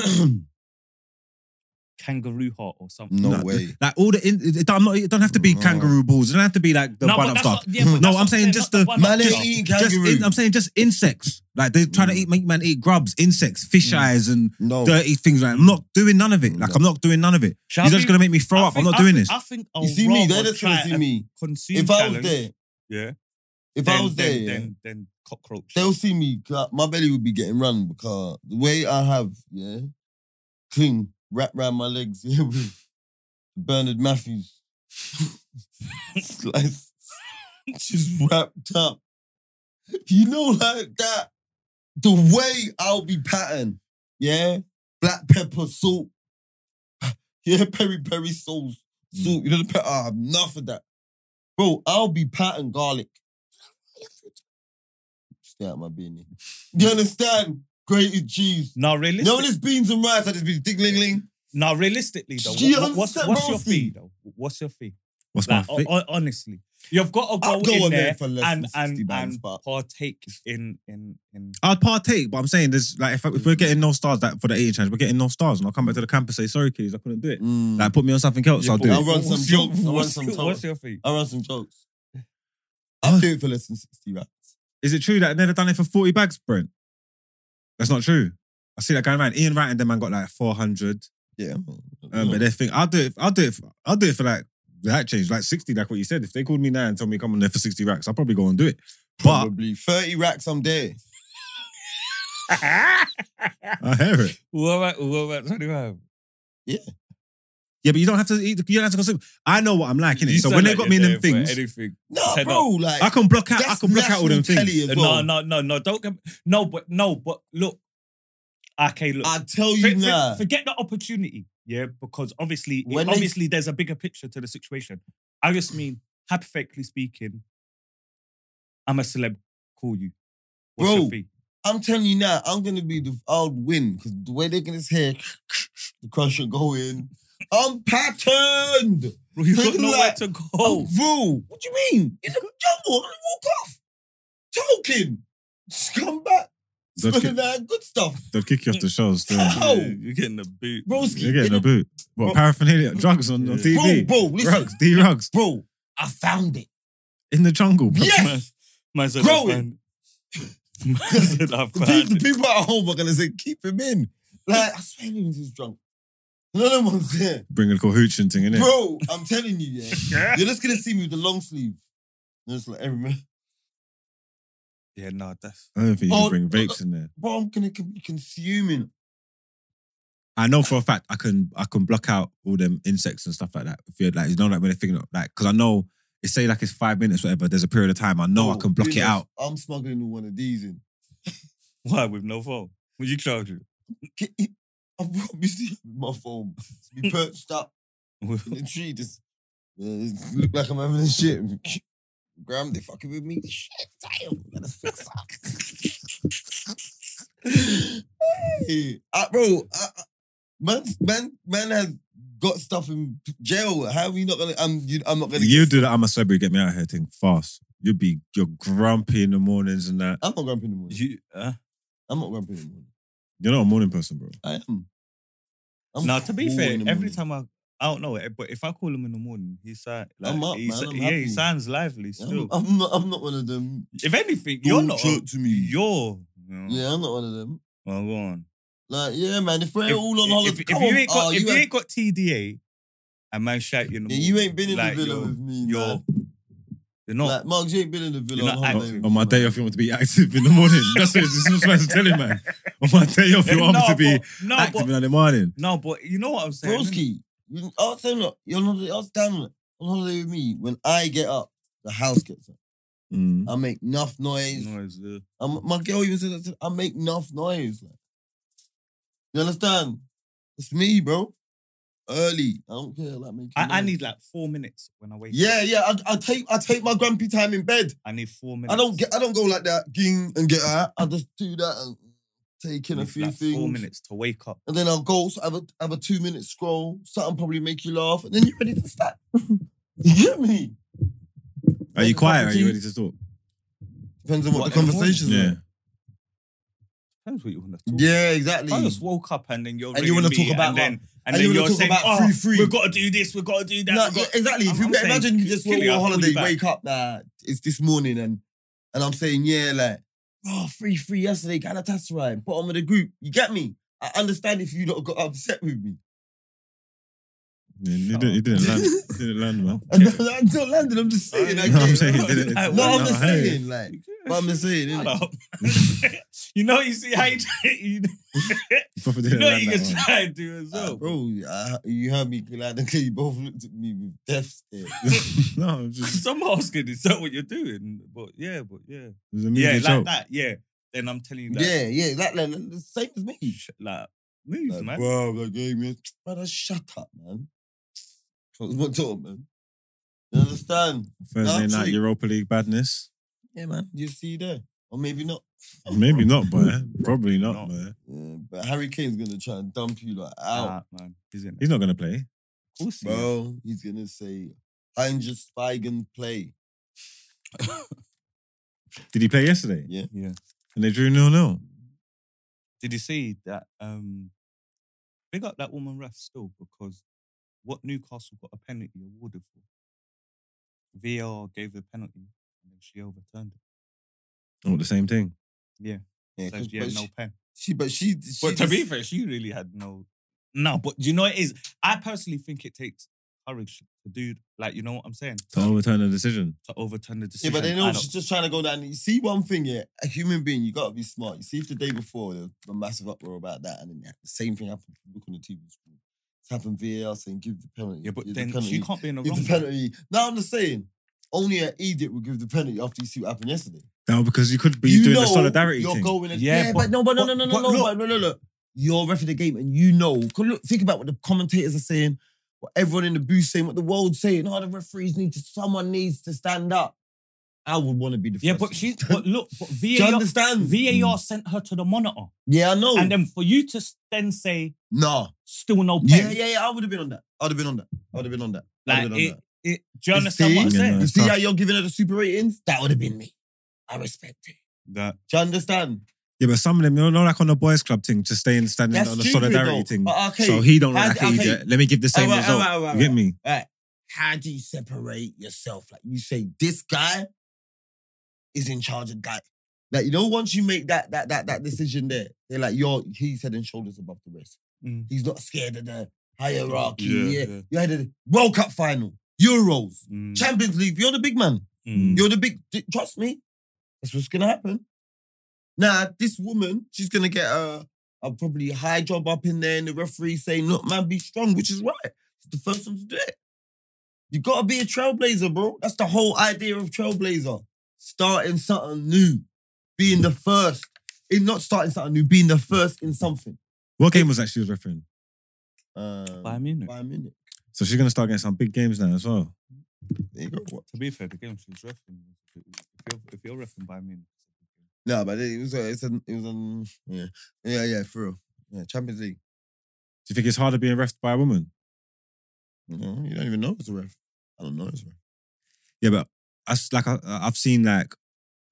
Speaker 2: kangaroo heart or
Speaker 1: [CLEARS THROAT]
Speaker 2: something.
Speaker 1: no,
Speaker 3: No,
Speaker 1: way.
Speaker 3: Like all the, in, it, I'm not. It don't have to be
Speaker 1: No.
Speaker 3: kangaroo balls. It don't have to be like the
Speaker 2: No, but
Speaker 3: one up
Speaker 2: that's
Speaker 3: stuff.
Speaker 2: what- yeah, but
Speaker 3: No,
Speaker 2: that's what
Speaker 3: I'm saying
Speaker 2: not
Speaker 3: just the-
Speaker 2: one-up
Speaker 1: Man ain't
Speaker 2: stuff.
Speaker 1: eating
Speaker 3: Just
Speaker 1: kangaroo.
Speaker 3: in, I'm saying just insects. Like they're trying to
Speaker 1: Mm.
Speaker 3: eat, make man eat grubs, insects, fish
Speaker 1: Mm.
Speaker 3: eyes, and
Speaker 1: no.
Speaker 3: dirty things. Like I'm not doing none of it. Like I'm not doing none of it.
Speaker 2: Shall
Speaker 3: You're
Speaker 2: I
Speaker 3: just
Speaker 2: be-
Speaker 3: gonna make me throw up.
Speaker 2: I
Speaker 3: I'm
Speaker 2: think-
Speaker 3: not
Speaker 2: I
Speaker 3: doing
Speaker 2: think-
Speaker 3: this.
Speaker 2: I think I'll
Speaker 1: You see me? They're
Speaker 2: rather
Speaker 1: just gonna
Speaker 2: try
Speaker 1: see
Speaker 2: a
Speaker 1: me.
Speaker 2: Consume
Speaker 1: If I was
Speaker 2: challenge,
Speaker 1: there,
Speaker 2: yeah.
Speaker 1: if I
Speaker 2: then,
Speaker 1: was there,
Speaker 2: then,
Speaker 1: yeah,
Speaker 2: then then cockroach.
Speaker 1: they'll see me. 'cause My belly would be getting run because the way I have, yeah, cling wrapped round my legs, [LAUGHS] yeah, with Bernard Matthews. [LAUGHS] Slice. [LAUGHS] Just wrapped up. You know, like that. The way I'll be patterned, yeah? Black pepper, salt. [LAUGHS] Yeah, peri peri sauce. Salt. You know the pepper? I have enough of that. Bro, I'll be patterned garlic. Stay out my beanie. [LAUGHS] You understand? Grated cheese.
Speaker 2: Now
Speaker 1: You
Speaker 2: realistic.
Speaker 1: know this beans and rice, I just be ding ling ling.
Speaker 2: now realistically though,
Speaker 1: Do you
Speaker 2: what, what's,
Speaker 1: understand,
Speaker 2: what's your
Speaker 1: Ralphie?
Speaker 2: fee though? What's your fee?
Speaker 3: What's my
Speaker 2: Like, oh,
Speaker 3: fi-
Speaker 2: ho- ho- honestly, you've got to go,
Speaker 1: I'll go
Speaker 2: in
Speaker 1: on
Speaker 2: there
Speaker 1: there for less
Speaker 2: and
Speaker 1: than 60
Speaker 2: and,
Speaker 1: pounds,
Speaker 2: and
Speaker 1: but-
Speaker 2: partake in in in.
Speaker 3: I'd partake, but I'm saying there's like if, if we're getting no stars that for the eating challenge, we're getting no stars, and I'll come back to the camp and say sorry, kids, I couldn't do it.
Speaker 1: Mm.
Speaker 3: Like put me on something else, I'll do
Speaker 1: but
Speaker 3: it.
Speaker 1: I'll run some
Speaker 2: What's your-
Speaker 1: jokes, I'll run
Speaker 2: what's
Speaker 1: some
Speaker 2: your-
Speaker 1: jokes.
Speaker 2: What's your fee?
Speaker 1: I run some jokes. I'll do it for less than 60 rats.
Speaker 3: Is it true that they've done it for forty bags, Brent? That's not true. I see that going around. Ian Wright and them man got like four hundred,
Speaker 1: Yeah. Mm.
Speaker 3: um, but they think I'll do it. I'll do it. For, I'll do it for like that change, like sixty, like what you said. If they called me now and told me come on there for sixty racks, I'll probably go and do it. But
Speaker 1: probably 30 racks, I'm there.
Speaker 3: I hear it.
Speaker 2: What about what about twenty five?
Speaker 3: Yeah, but you don't have to eat. The, you don't have to consume. I know what I'm like, innit? So when they got me in them things,
Speaker 2: anything.
Speaker 1: No,
Speaker 2: Ten
Speaker 1: bro, like
Speaker 3: I can block out. I
Speaker 1: that's
Speaker 3: can block out all them
Speaker 1: national
Speaker 3: things.
Speaker 1: telly as
Speaker 2: No,
Speaker 1: well.
Speaker 2: no, no, no. Don't get no, but no, but look. Okay, look.
Speaker 1: I tell
Speaker 2: For-
Speaker 1: you
Speaker 2: for-
Speaker 1: now.
Speaker 2: forget the opportunity, yeah, because obviously, it-
Speaker 1: When they-
Speaker 2: obviously, there's a bigger picture to the situation. I just mean, hypothetically speaking, I'm a celeb. Call you, What's
Speaker 1: Bro.
Speaker 2: your fee?
Speaker 1: I'm telling you now, I'm gonna be the I'll win because the way they're gonna say [LAUGHS] the crush will go in. I'm patterned.
Speaker 2: bro, you
Speaker 1: They
Speaker 2: got
Speaker 1: look
Speaker 2: nowhere
Speaker 1: like-
Speaker 2: to go.
Speaker 1: I'm Bro, what do you mean? In the jungle, I'm gonna walk off. Talking. Scumbag.
Speaker 3: Don't
Speaker 1: Spilling
Speaker 3: ki-
Speaker 1: that good stuff.
Speaker 3: They'll kick you off the show still. [LAUGHS]
Speaker 1: How?
Speaker 2: Yeah, You're getting the boot,
Speaker 1: Broski.
Speaker 3: You're getting a boot. What
Speaker 1: Bro-
Speaker 3: paraphernalia? Drugs on, on
Speaker 2: Yeah.
Speaker 3: TV.
Speaker 1: Bro, bro, listen.
Speaker 3: drugs, D rugs
Speaker 1: Bro, I found
Speaker 3: [LAUGHS]
Speaker 1: it.
Speaker 3: in the jungle. Bro.
Speaker 1: Yes!
Speaker 2: Man said,
Speaker 1: Growing.
Speaker 2: I [LAUGHS] found- Man
Speaker 1: [LAUGHS]
Speaker 2: said, I
Speaker 1: The people, the
Speaker 2: found it.
Speaker 1: people at home are gonna say, keep him in. Like, I swear he's just drunk. None of them's there.
Speaker 3: Bring a cahoochin thing in it.
Speaker 1: Bro, I'm telling you,
Speaker 3: [LAUGHS]
Speaker 1: yeah. You're just gonna see me with the long sleeve. And it's like every man.
Speaker 2: Yeah, no, that's
Speaker 3: I don't think you
Speaker 1: Oh,
Speaker 3: can bring vapes in there.
Speaker 1: Bro, I'm gonna con- be consuming.
Speaker 3: I know for a fact I can I can block out all them insects and stuff like that. If you're like you know like when they're thinking of, like because I know it's say like it's five minutes whatever. There's a period of time I know I
Speaker 2: Oh,
Speaker 1: Bro,
Speaker 3: can block
Speaker 1: you
Speaker 3: it
Speaker 1: know,
Speaker 3: out.
Speaker 1: I'm smuggling one of these in.
Speaker 2: why with no phone. Would you charge you?
Speaker 1: Get e, [LAUGHS] it. I'm obviously with [LAUGHS] my phone. To be perched up in the tree. Just uh, it's look like I'm having a shit. [LAUGHS] Graham, they fucking with me. Shit, damn, we gotta fix up. [LAUGHS] hey, uh, bro, uh, uh, man, man, man has got stuff in jail. How are you not gonna? I'm, you, I'm not gonna.
Speaker 3: You
Speaker 1: get-
Speaker 3: do that. I'm a celebrity. Get me out of here thing fast. You'd be you're grumpy in the mornings and that.
Speaker 1: I'm not grumpy in the morning.
Speaker 2: [LAUGHS] You, huh?
Speaker 1: I'm not grumpy in the morning.
Speaker 3: You're not a morning person, bro.
Speaker 1: I am. I'm
Speaker 2: now, to be
Speaker 1: cool
Speaker 2: fair,
Speaker 1: in the
Speaker 2: every
Speaker 1: morning.
Speaker 2: time I, I don't know, eh, but if I call him in the morning, he sound, like,
Speaker 1: I'm up,
Speaker 2: he
Speaker 1: man,
Speaker 2: sa-
Speaker 1: I'm
Speaker 2: yeah, he
Speaker 1: happy.
Speaker 2: sounds lively still.
Speaker 1: I'm, I'm not. I'm not one of them.
Speaker 2: if anything, you're
Speaker 1: Don't
Speaker 2: not.
Speaker 1: talk to me.
Speaker 2: You're.
Speaker 1: yeah, I'm not one of them.
Speaker 2: Well, go on.
Speaker 1: Like, yeah, man. If we're
Speaker 2: If-
Speaker 1: all on
Speaker 2: if-
Speaker 1: holiday,
Speaker 2: If, if
Speaker 1: come
Speaker 2: you
Speaker 1: on,
Speaker 2: ain't got,
Speaker 1: ah,
Speaker 2: if you
Speaker 1: ain't-
Speaker 2: ain't got TDA, a man shout you in the
Speaker 1: Yeah, you
Speaker 2: morning,
Speaker 1: ain't been in
Speaker 2: like,
Speaker 1: the villa
Speaker 2: yo,
Speaker 1: with me.
Speaker 2: You're
Speaker 1: man.
Speaker 2: You're not.
Speaker 1: Like, Marks, you ain't been in the villa.
Speaker 2: You're
Speaker 1: on
Speaker 2: not
Speaker 1: holiday
Speaker 2: active.
Speaker 1: with
Speaker 3: On my
Speaker 1: me,
Speaker 3: day
Speaker 1: man.
Speaker 3: off, you want to be active in the
Speaker 2: [LAUGHS]
Speaker 3: morning. That's what it's just supposed to tell him, man. On my day off, you want me
Speaker 2: eh, no,
Speaker 3: to be
Speaker 2: but, no,
Speaker 3: active
Speaker 2: but,
Speaker 3: in the morning.
Speaker 2: no, but you know what I'm saying.
Speaker 1: Broski, you, ask them, look, you're on holiday, ask Dan, look, on holiday with me. When I get up, the house gets up.
Speaker 3: Mm.
Speaker 2: Mm-hmm.
Speaker 1: I make enough noise.
Speaker 2: Noise, yeah.
Speaker 1: And my girl even said that. to- I make enough noise. Like. You understand? It's me, bro. Early. I don't care. Like making
Speaker 2: I, I
Speaker 1: noise.
Speaker 2: need like four minutes when I wake. up.
Speaker 1: Yeah, yeah. I, I take I take my grumpy time in bed.
Speaker 2: I need four minutes.
Speaker 1: I don't get I don't go like that, ging and get out. I just do that and take
Speaker 2: I
Speaker 1: in a
Speaker 2: need,
Speaker 1: few
Speaker 2: like,
Speaker 1: things.
Speaker 2: Four minutes to wake up.
Speaker 1: And then I'll go so have a have a two minute scroll. Something probably make you laugh. And then you're ready to start. [LAUGHS] you get me?
Speaker 3: Are you quiet? Are you
Speaker 1: Tea.
Speaker 3: ready to talk?
Speaker 1: Depends on what,
Speaker 2: What,
Speaker 1: the
Speaker 2: in the morning?
Speaker 1: conversation's
Speaker 3: Yeah.
Speaker 1: like.
Speaker 2: Depends what you want to talk.
Speaker 1: Yeah,
Speaker 2: If I
Speaker 1: exactly.
Speaker 2: just woke up and then you're
Speaker 1: And you
Speaker 2: want
Speaker 1: wanna
Speaker 2: to
Speaker 1: talk about
Speaker 2: and then
Speaker 1: and
Speaker 2: and, then
Speaker 1: you wanna
Speaker 2: you're
Speaker 1: talk
Speaker 2: saying
Speaker 1: about
Speaker 2: oh,
Speaker 1: free, free."
Speaker 2: we've got to do this, we've got to do that.
Speaker 1: No,
Speaker 2: we've got-"
Speaker 1: yeah, exactly. If
Speaker 2: I'm-
Speaker 1: you
Speaker 2: I'm saying,
Speaker 1: imagine you just went
Speaker 2: Killy,
Speaker 1: on
Speaker 2: I'll call you
Speaker 1: holiday,
Speaker 2: back.
Speaker 1: wake up, nah, it's this morning, and and I'm saying, yeah, like, oh, free, free yesterday, Galatasaray, bottom of the group. You get me? I understand if you not got upset with me.
Speaker 3: Yeah, you
Speaker 2: Shut
Speaker 3: didn't, you
Speaker 2: up.
Speaker 3: didn't land. You didn't land, man.
Speaker 1: [LAUGHS] And I'm not landing. I'm just saying.
Speaker 2: Oh, No,
Speaker 1: I
Speaker 3: No, I'm
Speaker 1: get-
Speaker 3: saying it didn't.
Speaker 2: No,
Speaker 1: No, I'm
Speaker 2: no,
Speaker 1: just
Speaker 3: hey.
Speaker 1: saying, like, but I'm just saying,
Speaker 2: Shut
Speaker 1: innit?
Speaker 2: up. [LAUGHS] you know, you see how you, you,
Speaker 3: You probably
Speaker 2: you
Speaker 3: didn't
Speaker 2: know
Speaker 3: land
Speaker 2: you
Speaker 3: that
Speaker 2: can
Speaker 3: one.
Speaker 2: try and do as well.
Speaker 1: Ah, bro, I, you heard me, like, [LAUGHS] okay, you both looked at me with death stare.
Speaker 3: [LAUGHS] no, it was just,
Speaker 2: [LAUGHS] Some asking, is that what you're doing? But yeah, but yeah,
Speaker 3: it was a media
Speaker 2: yeah, like
Speaker 3: joke.
Speaker 2: that, yeah. Then I'm telling you, that,
Speaker 1: yeah, yeah, like, like, like, the same as me.
Speaker 2: like move,
Speaker 1: Like,
Speaker 2: man.
Speaker 1: bro, like, hey, man, brother, shut up, man. [LAUGHS] What's up, man? You understand?
Speaker 3: Thursday night
Speaker 1: Actually-
Speaker 3: Europa League badness.
Speaker 1: Yeah, man. You see there. Or maybe not.
Speaker 3: Maybe not, but probably not,
Speaker 2: Not.
Speaker 3: man.
Speaker 1: [LAUGHS] Yeah, but Harry Kane's gonna try and dump you like out.
Speaker 2: Nah, man, he's in.
Speaker 3: He's not gonna play.
Speaker 2: Of course, he is.
Speaker 1: Bro, he's gonna say, I'm just Speigen play.
Speaker 3: Did he play yesterday?
Speaker 1: Yeah.
Speaker 2: Yeah.
Speaker 3: And they drew nil nil.
Speaker 2: Did you see that? Um, big up that woman ref still because what Newcastle got a penalty awarded for. VAR gave the penalty and then she overturned it.
Speaker 3: Oh, the same thing.
Speaker 1: Yeah,
Speaker 2: so
Speaker 1: 'cause-
Speaker 2: she had
Speaker 1: but
Speaker 2: no
Speaker 1: she,
Speaker 2: pen.
Speaker 1: she- but she, she
Speaker 2: But to
Speaker 1: just-
Speaker 2: be fair, she really had no. No, but you know it is. I personally think it takes courage to do like you know what I'm saying
Speaker 3: To overturn the decision.
Speaker 2: to overturn the
Speaker 1: Yeah,
Speaker 2: decision.
Speaker 1: but they
Speaker 2: I
Speaker 1: know
Speaker 2: don't-
Speaker 1: she's just trying to go down. You see one thing, yeah, a human being, you gotta be smart. You see if the day before there was a massive uproar about that, and then the same thing happened. Look on the TV screen. It's happened VAR saying give the penalty.
Speaker 2: yeah, but
Speaker 1: give the
Speaker 2: then
Speaker 1: penalty,
Speaker 2: she can't be in the
Speaker 1: give
Speaker 2: wrong.
Speaker 1: the penalty. Now I'm just saying, only an idiot would give the penalty after you see what happened yesterday.
Speaker 3: No, because you could be doing the
Speaker 1: know
Speaker 3: solidarity
Speaker 1: you're
Speaker 3: thing.
Speaker 1: Going ag-
Speaker 2: Yeah,
Speaker 1: yeah,
Speaker 2: but-
Speaker 1: but, no, but no,
Speaker 2: but-
Speaker 1: no, no, no,
Speaker 2: but
Speaker 1: no,
Speaker 2: look.
Speaker 1: but no, no, look. You're ref of the game, and you know. 'Cause Look, think about what the commentators are saying, what everyone in the booth saying, what the world's saying. Oh, the referees need to. Someone needs to stand up. I would want to be the
Speaker 2: Yeah,
Speaker 1: first
Speaker 2: but
Speaker 1: one.
Speaker 2: she's
Speaker 1: [LAUGHS]
Speaker 2: but look, but
Speaker 1: Do you
Speaker 2: VAR,
Speaker 1: understand?
Speaker 2: VAR sent her to the monitor,
Speaker 1: yeah, I know.
Speaker 2: and then for you to s- then say
Speaker 1: nah.
Speaker 2: still no pen.
Speaker 1: Yeah, yeah, yeah. I would have been on that. I'd have been on that. I would have been on that. I
Speaker 2: Like
Speaker 1: would've been
Speaker 2: it,
Speaker 1: on
Speaker 2: it, do you
Speaker 1: You
Speaker 2: understand what I'm
Speaker 1: see?
Speaker 2: saying?
Speaker 1: that. You
Speaker 3: That's
Speaker 1: see
Speaker 3: tough.
Speaker 1: how you're giving her the super ratings? That would have been me. I respect it.
Speaker 2: That
Speaker 1: Do you understand?
Speaker 3: Yeah, but some of them, you know, like on the boys' club thing, to stay and standing
Speaker 1: That's
Speaker 3: on the
Speaker 1: stupid,
Speaker 3: solidarity
Speaker 1: though.
Speaker 3: thing.
Speaker 1: But okay.
Speaker 3: So he don't look
Speaker 1: How-
Speaker 3: like an
Speaker 1: okay.
Speaker 3: idiot. Let me give the same
Speaker 1: Alright,
Speaker 3: result.
Speaker 1: alright, alright,
Speaker 3: you get me?
Speaker 1: how do you separate yourself? Like you say, this guy is in charge of that. Like you know, once you make that that that that decision, there, they're like you're he's head and shoulders above the rest.
Speaker 2: Mm.
Speaker 1: He's not scared of the hierarchy.
Speaker 2: Yeah,
Speaker 1: Yeah,
Speaker 2: yeah.
Speaker 1: you're head of the World Cup final, Euros,
Speaker 2: mm,
Speaker 1: Champions League. You're the big man.
Speaker 2: mm.
Speaker 1: You're the big. d- Trust me, that's what's gonna happen. Now this woman, she's gonna get a, a probably high job up in there, and the referee saying, "Look, man, be strong," which is right. She's the first one to do it. You gotta be a trailblazer, bro. That's the whole idea of trailblazer: starting something new, being the first. In not starting something new, being the first in something.
Speaker 3: What game was that she was refereeing?
Speaker 1: Um,
Speaker 2: By a minute.
Speaker 1: By a minute.
Speaker 3: So she's gonna start getting some big games now as well.
Speaker 1: There you go.
Speaker 2: To be fair, the game she was refereeing. If you're, if you're refereeing by me,
Speaker 1: No, but it was. A, it's a, it was. A, yeah, yeah, yeah. For real. Yeah, Champions League.
Speaker 3: Do you think it's harder being refed by a woman?
Speaker 1: No, you don't even know it's a ref. I don't know it's a ref.
Speaker 3: Yeah, but I s like I, I've seen like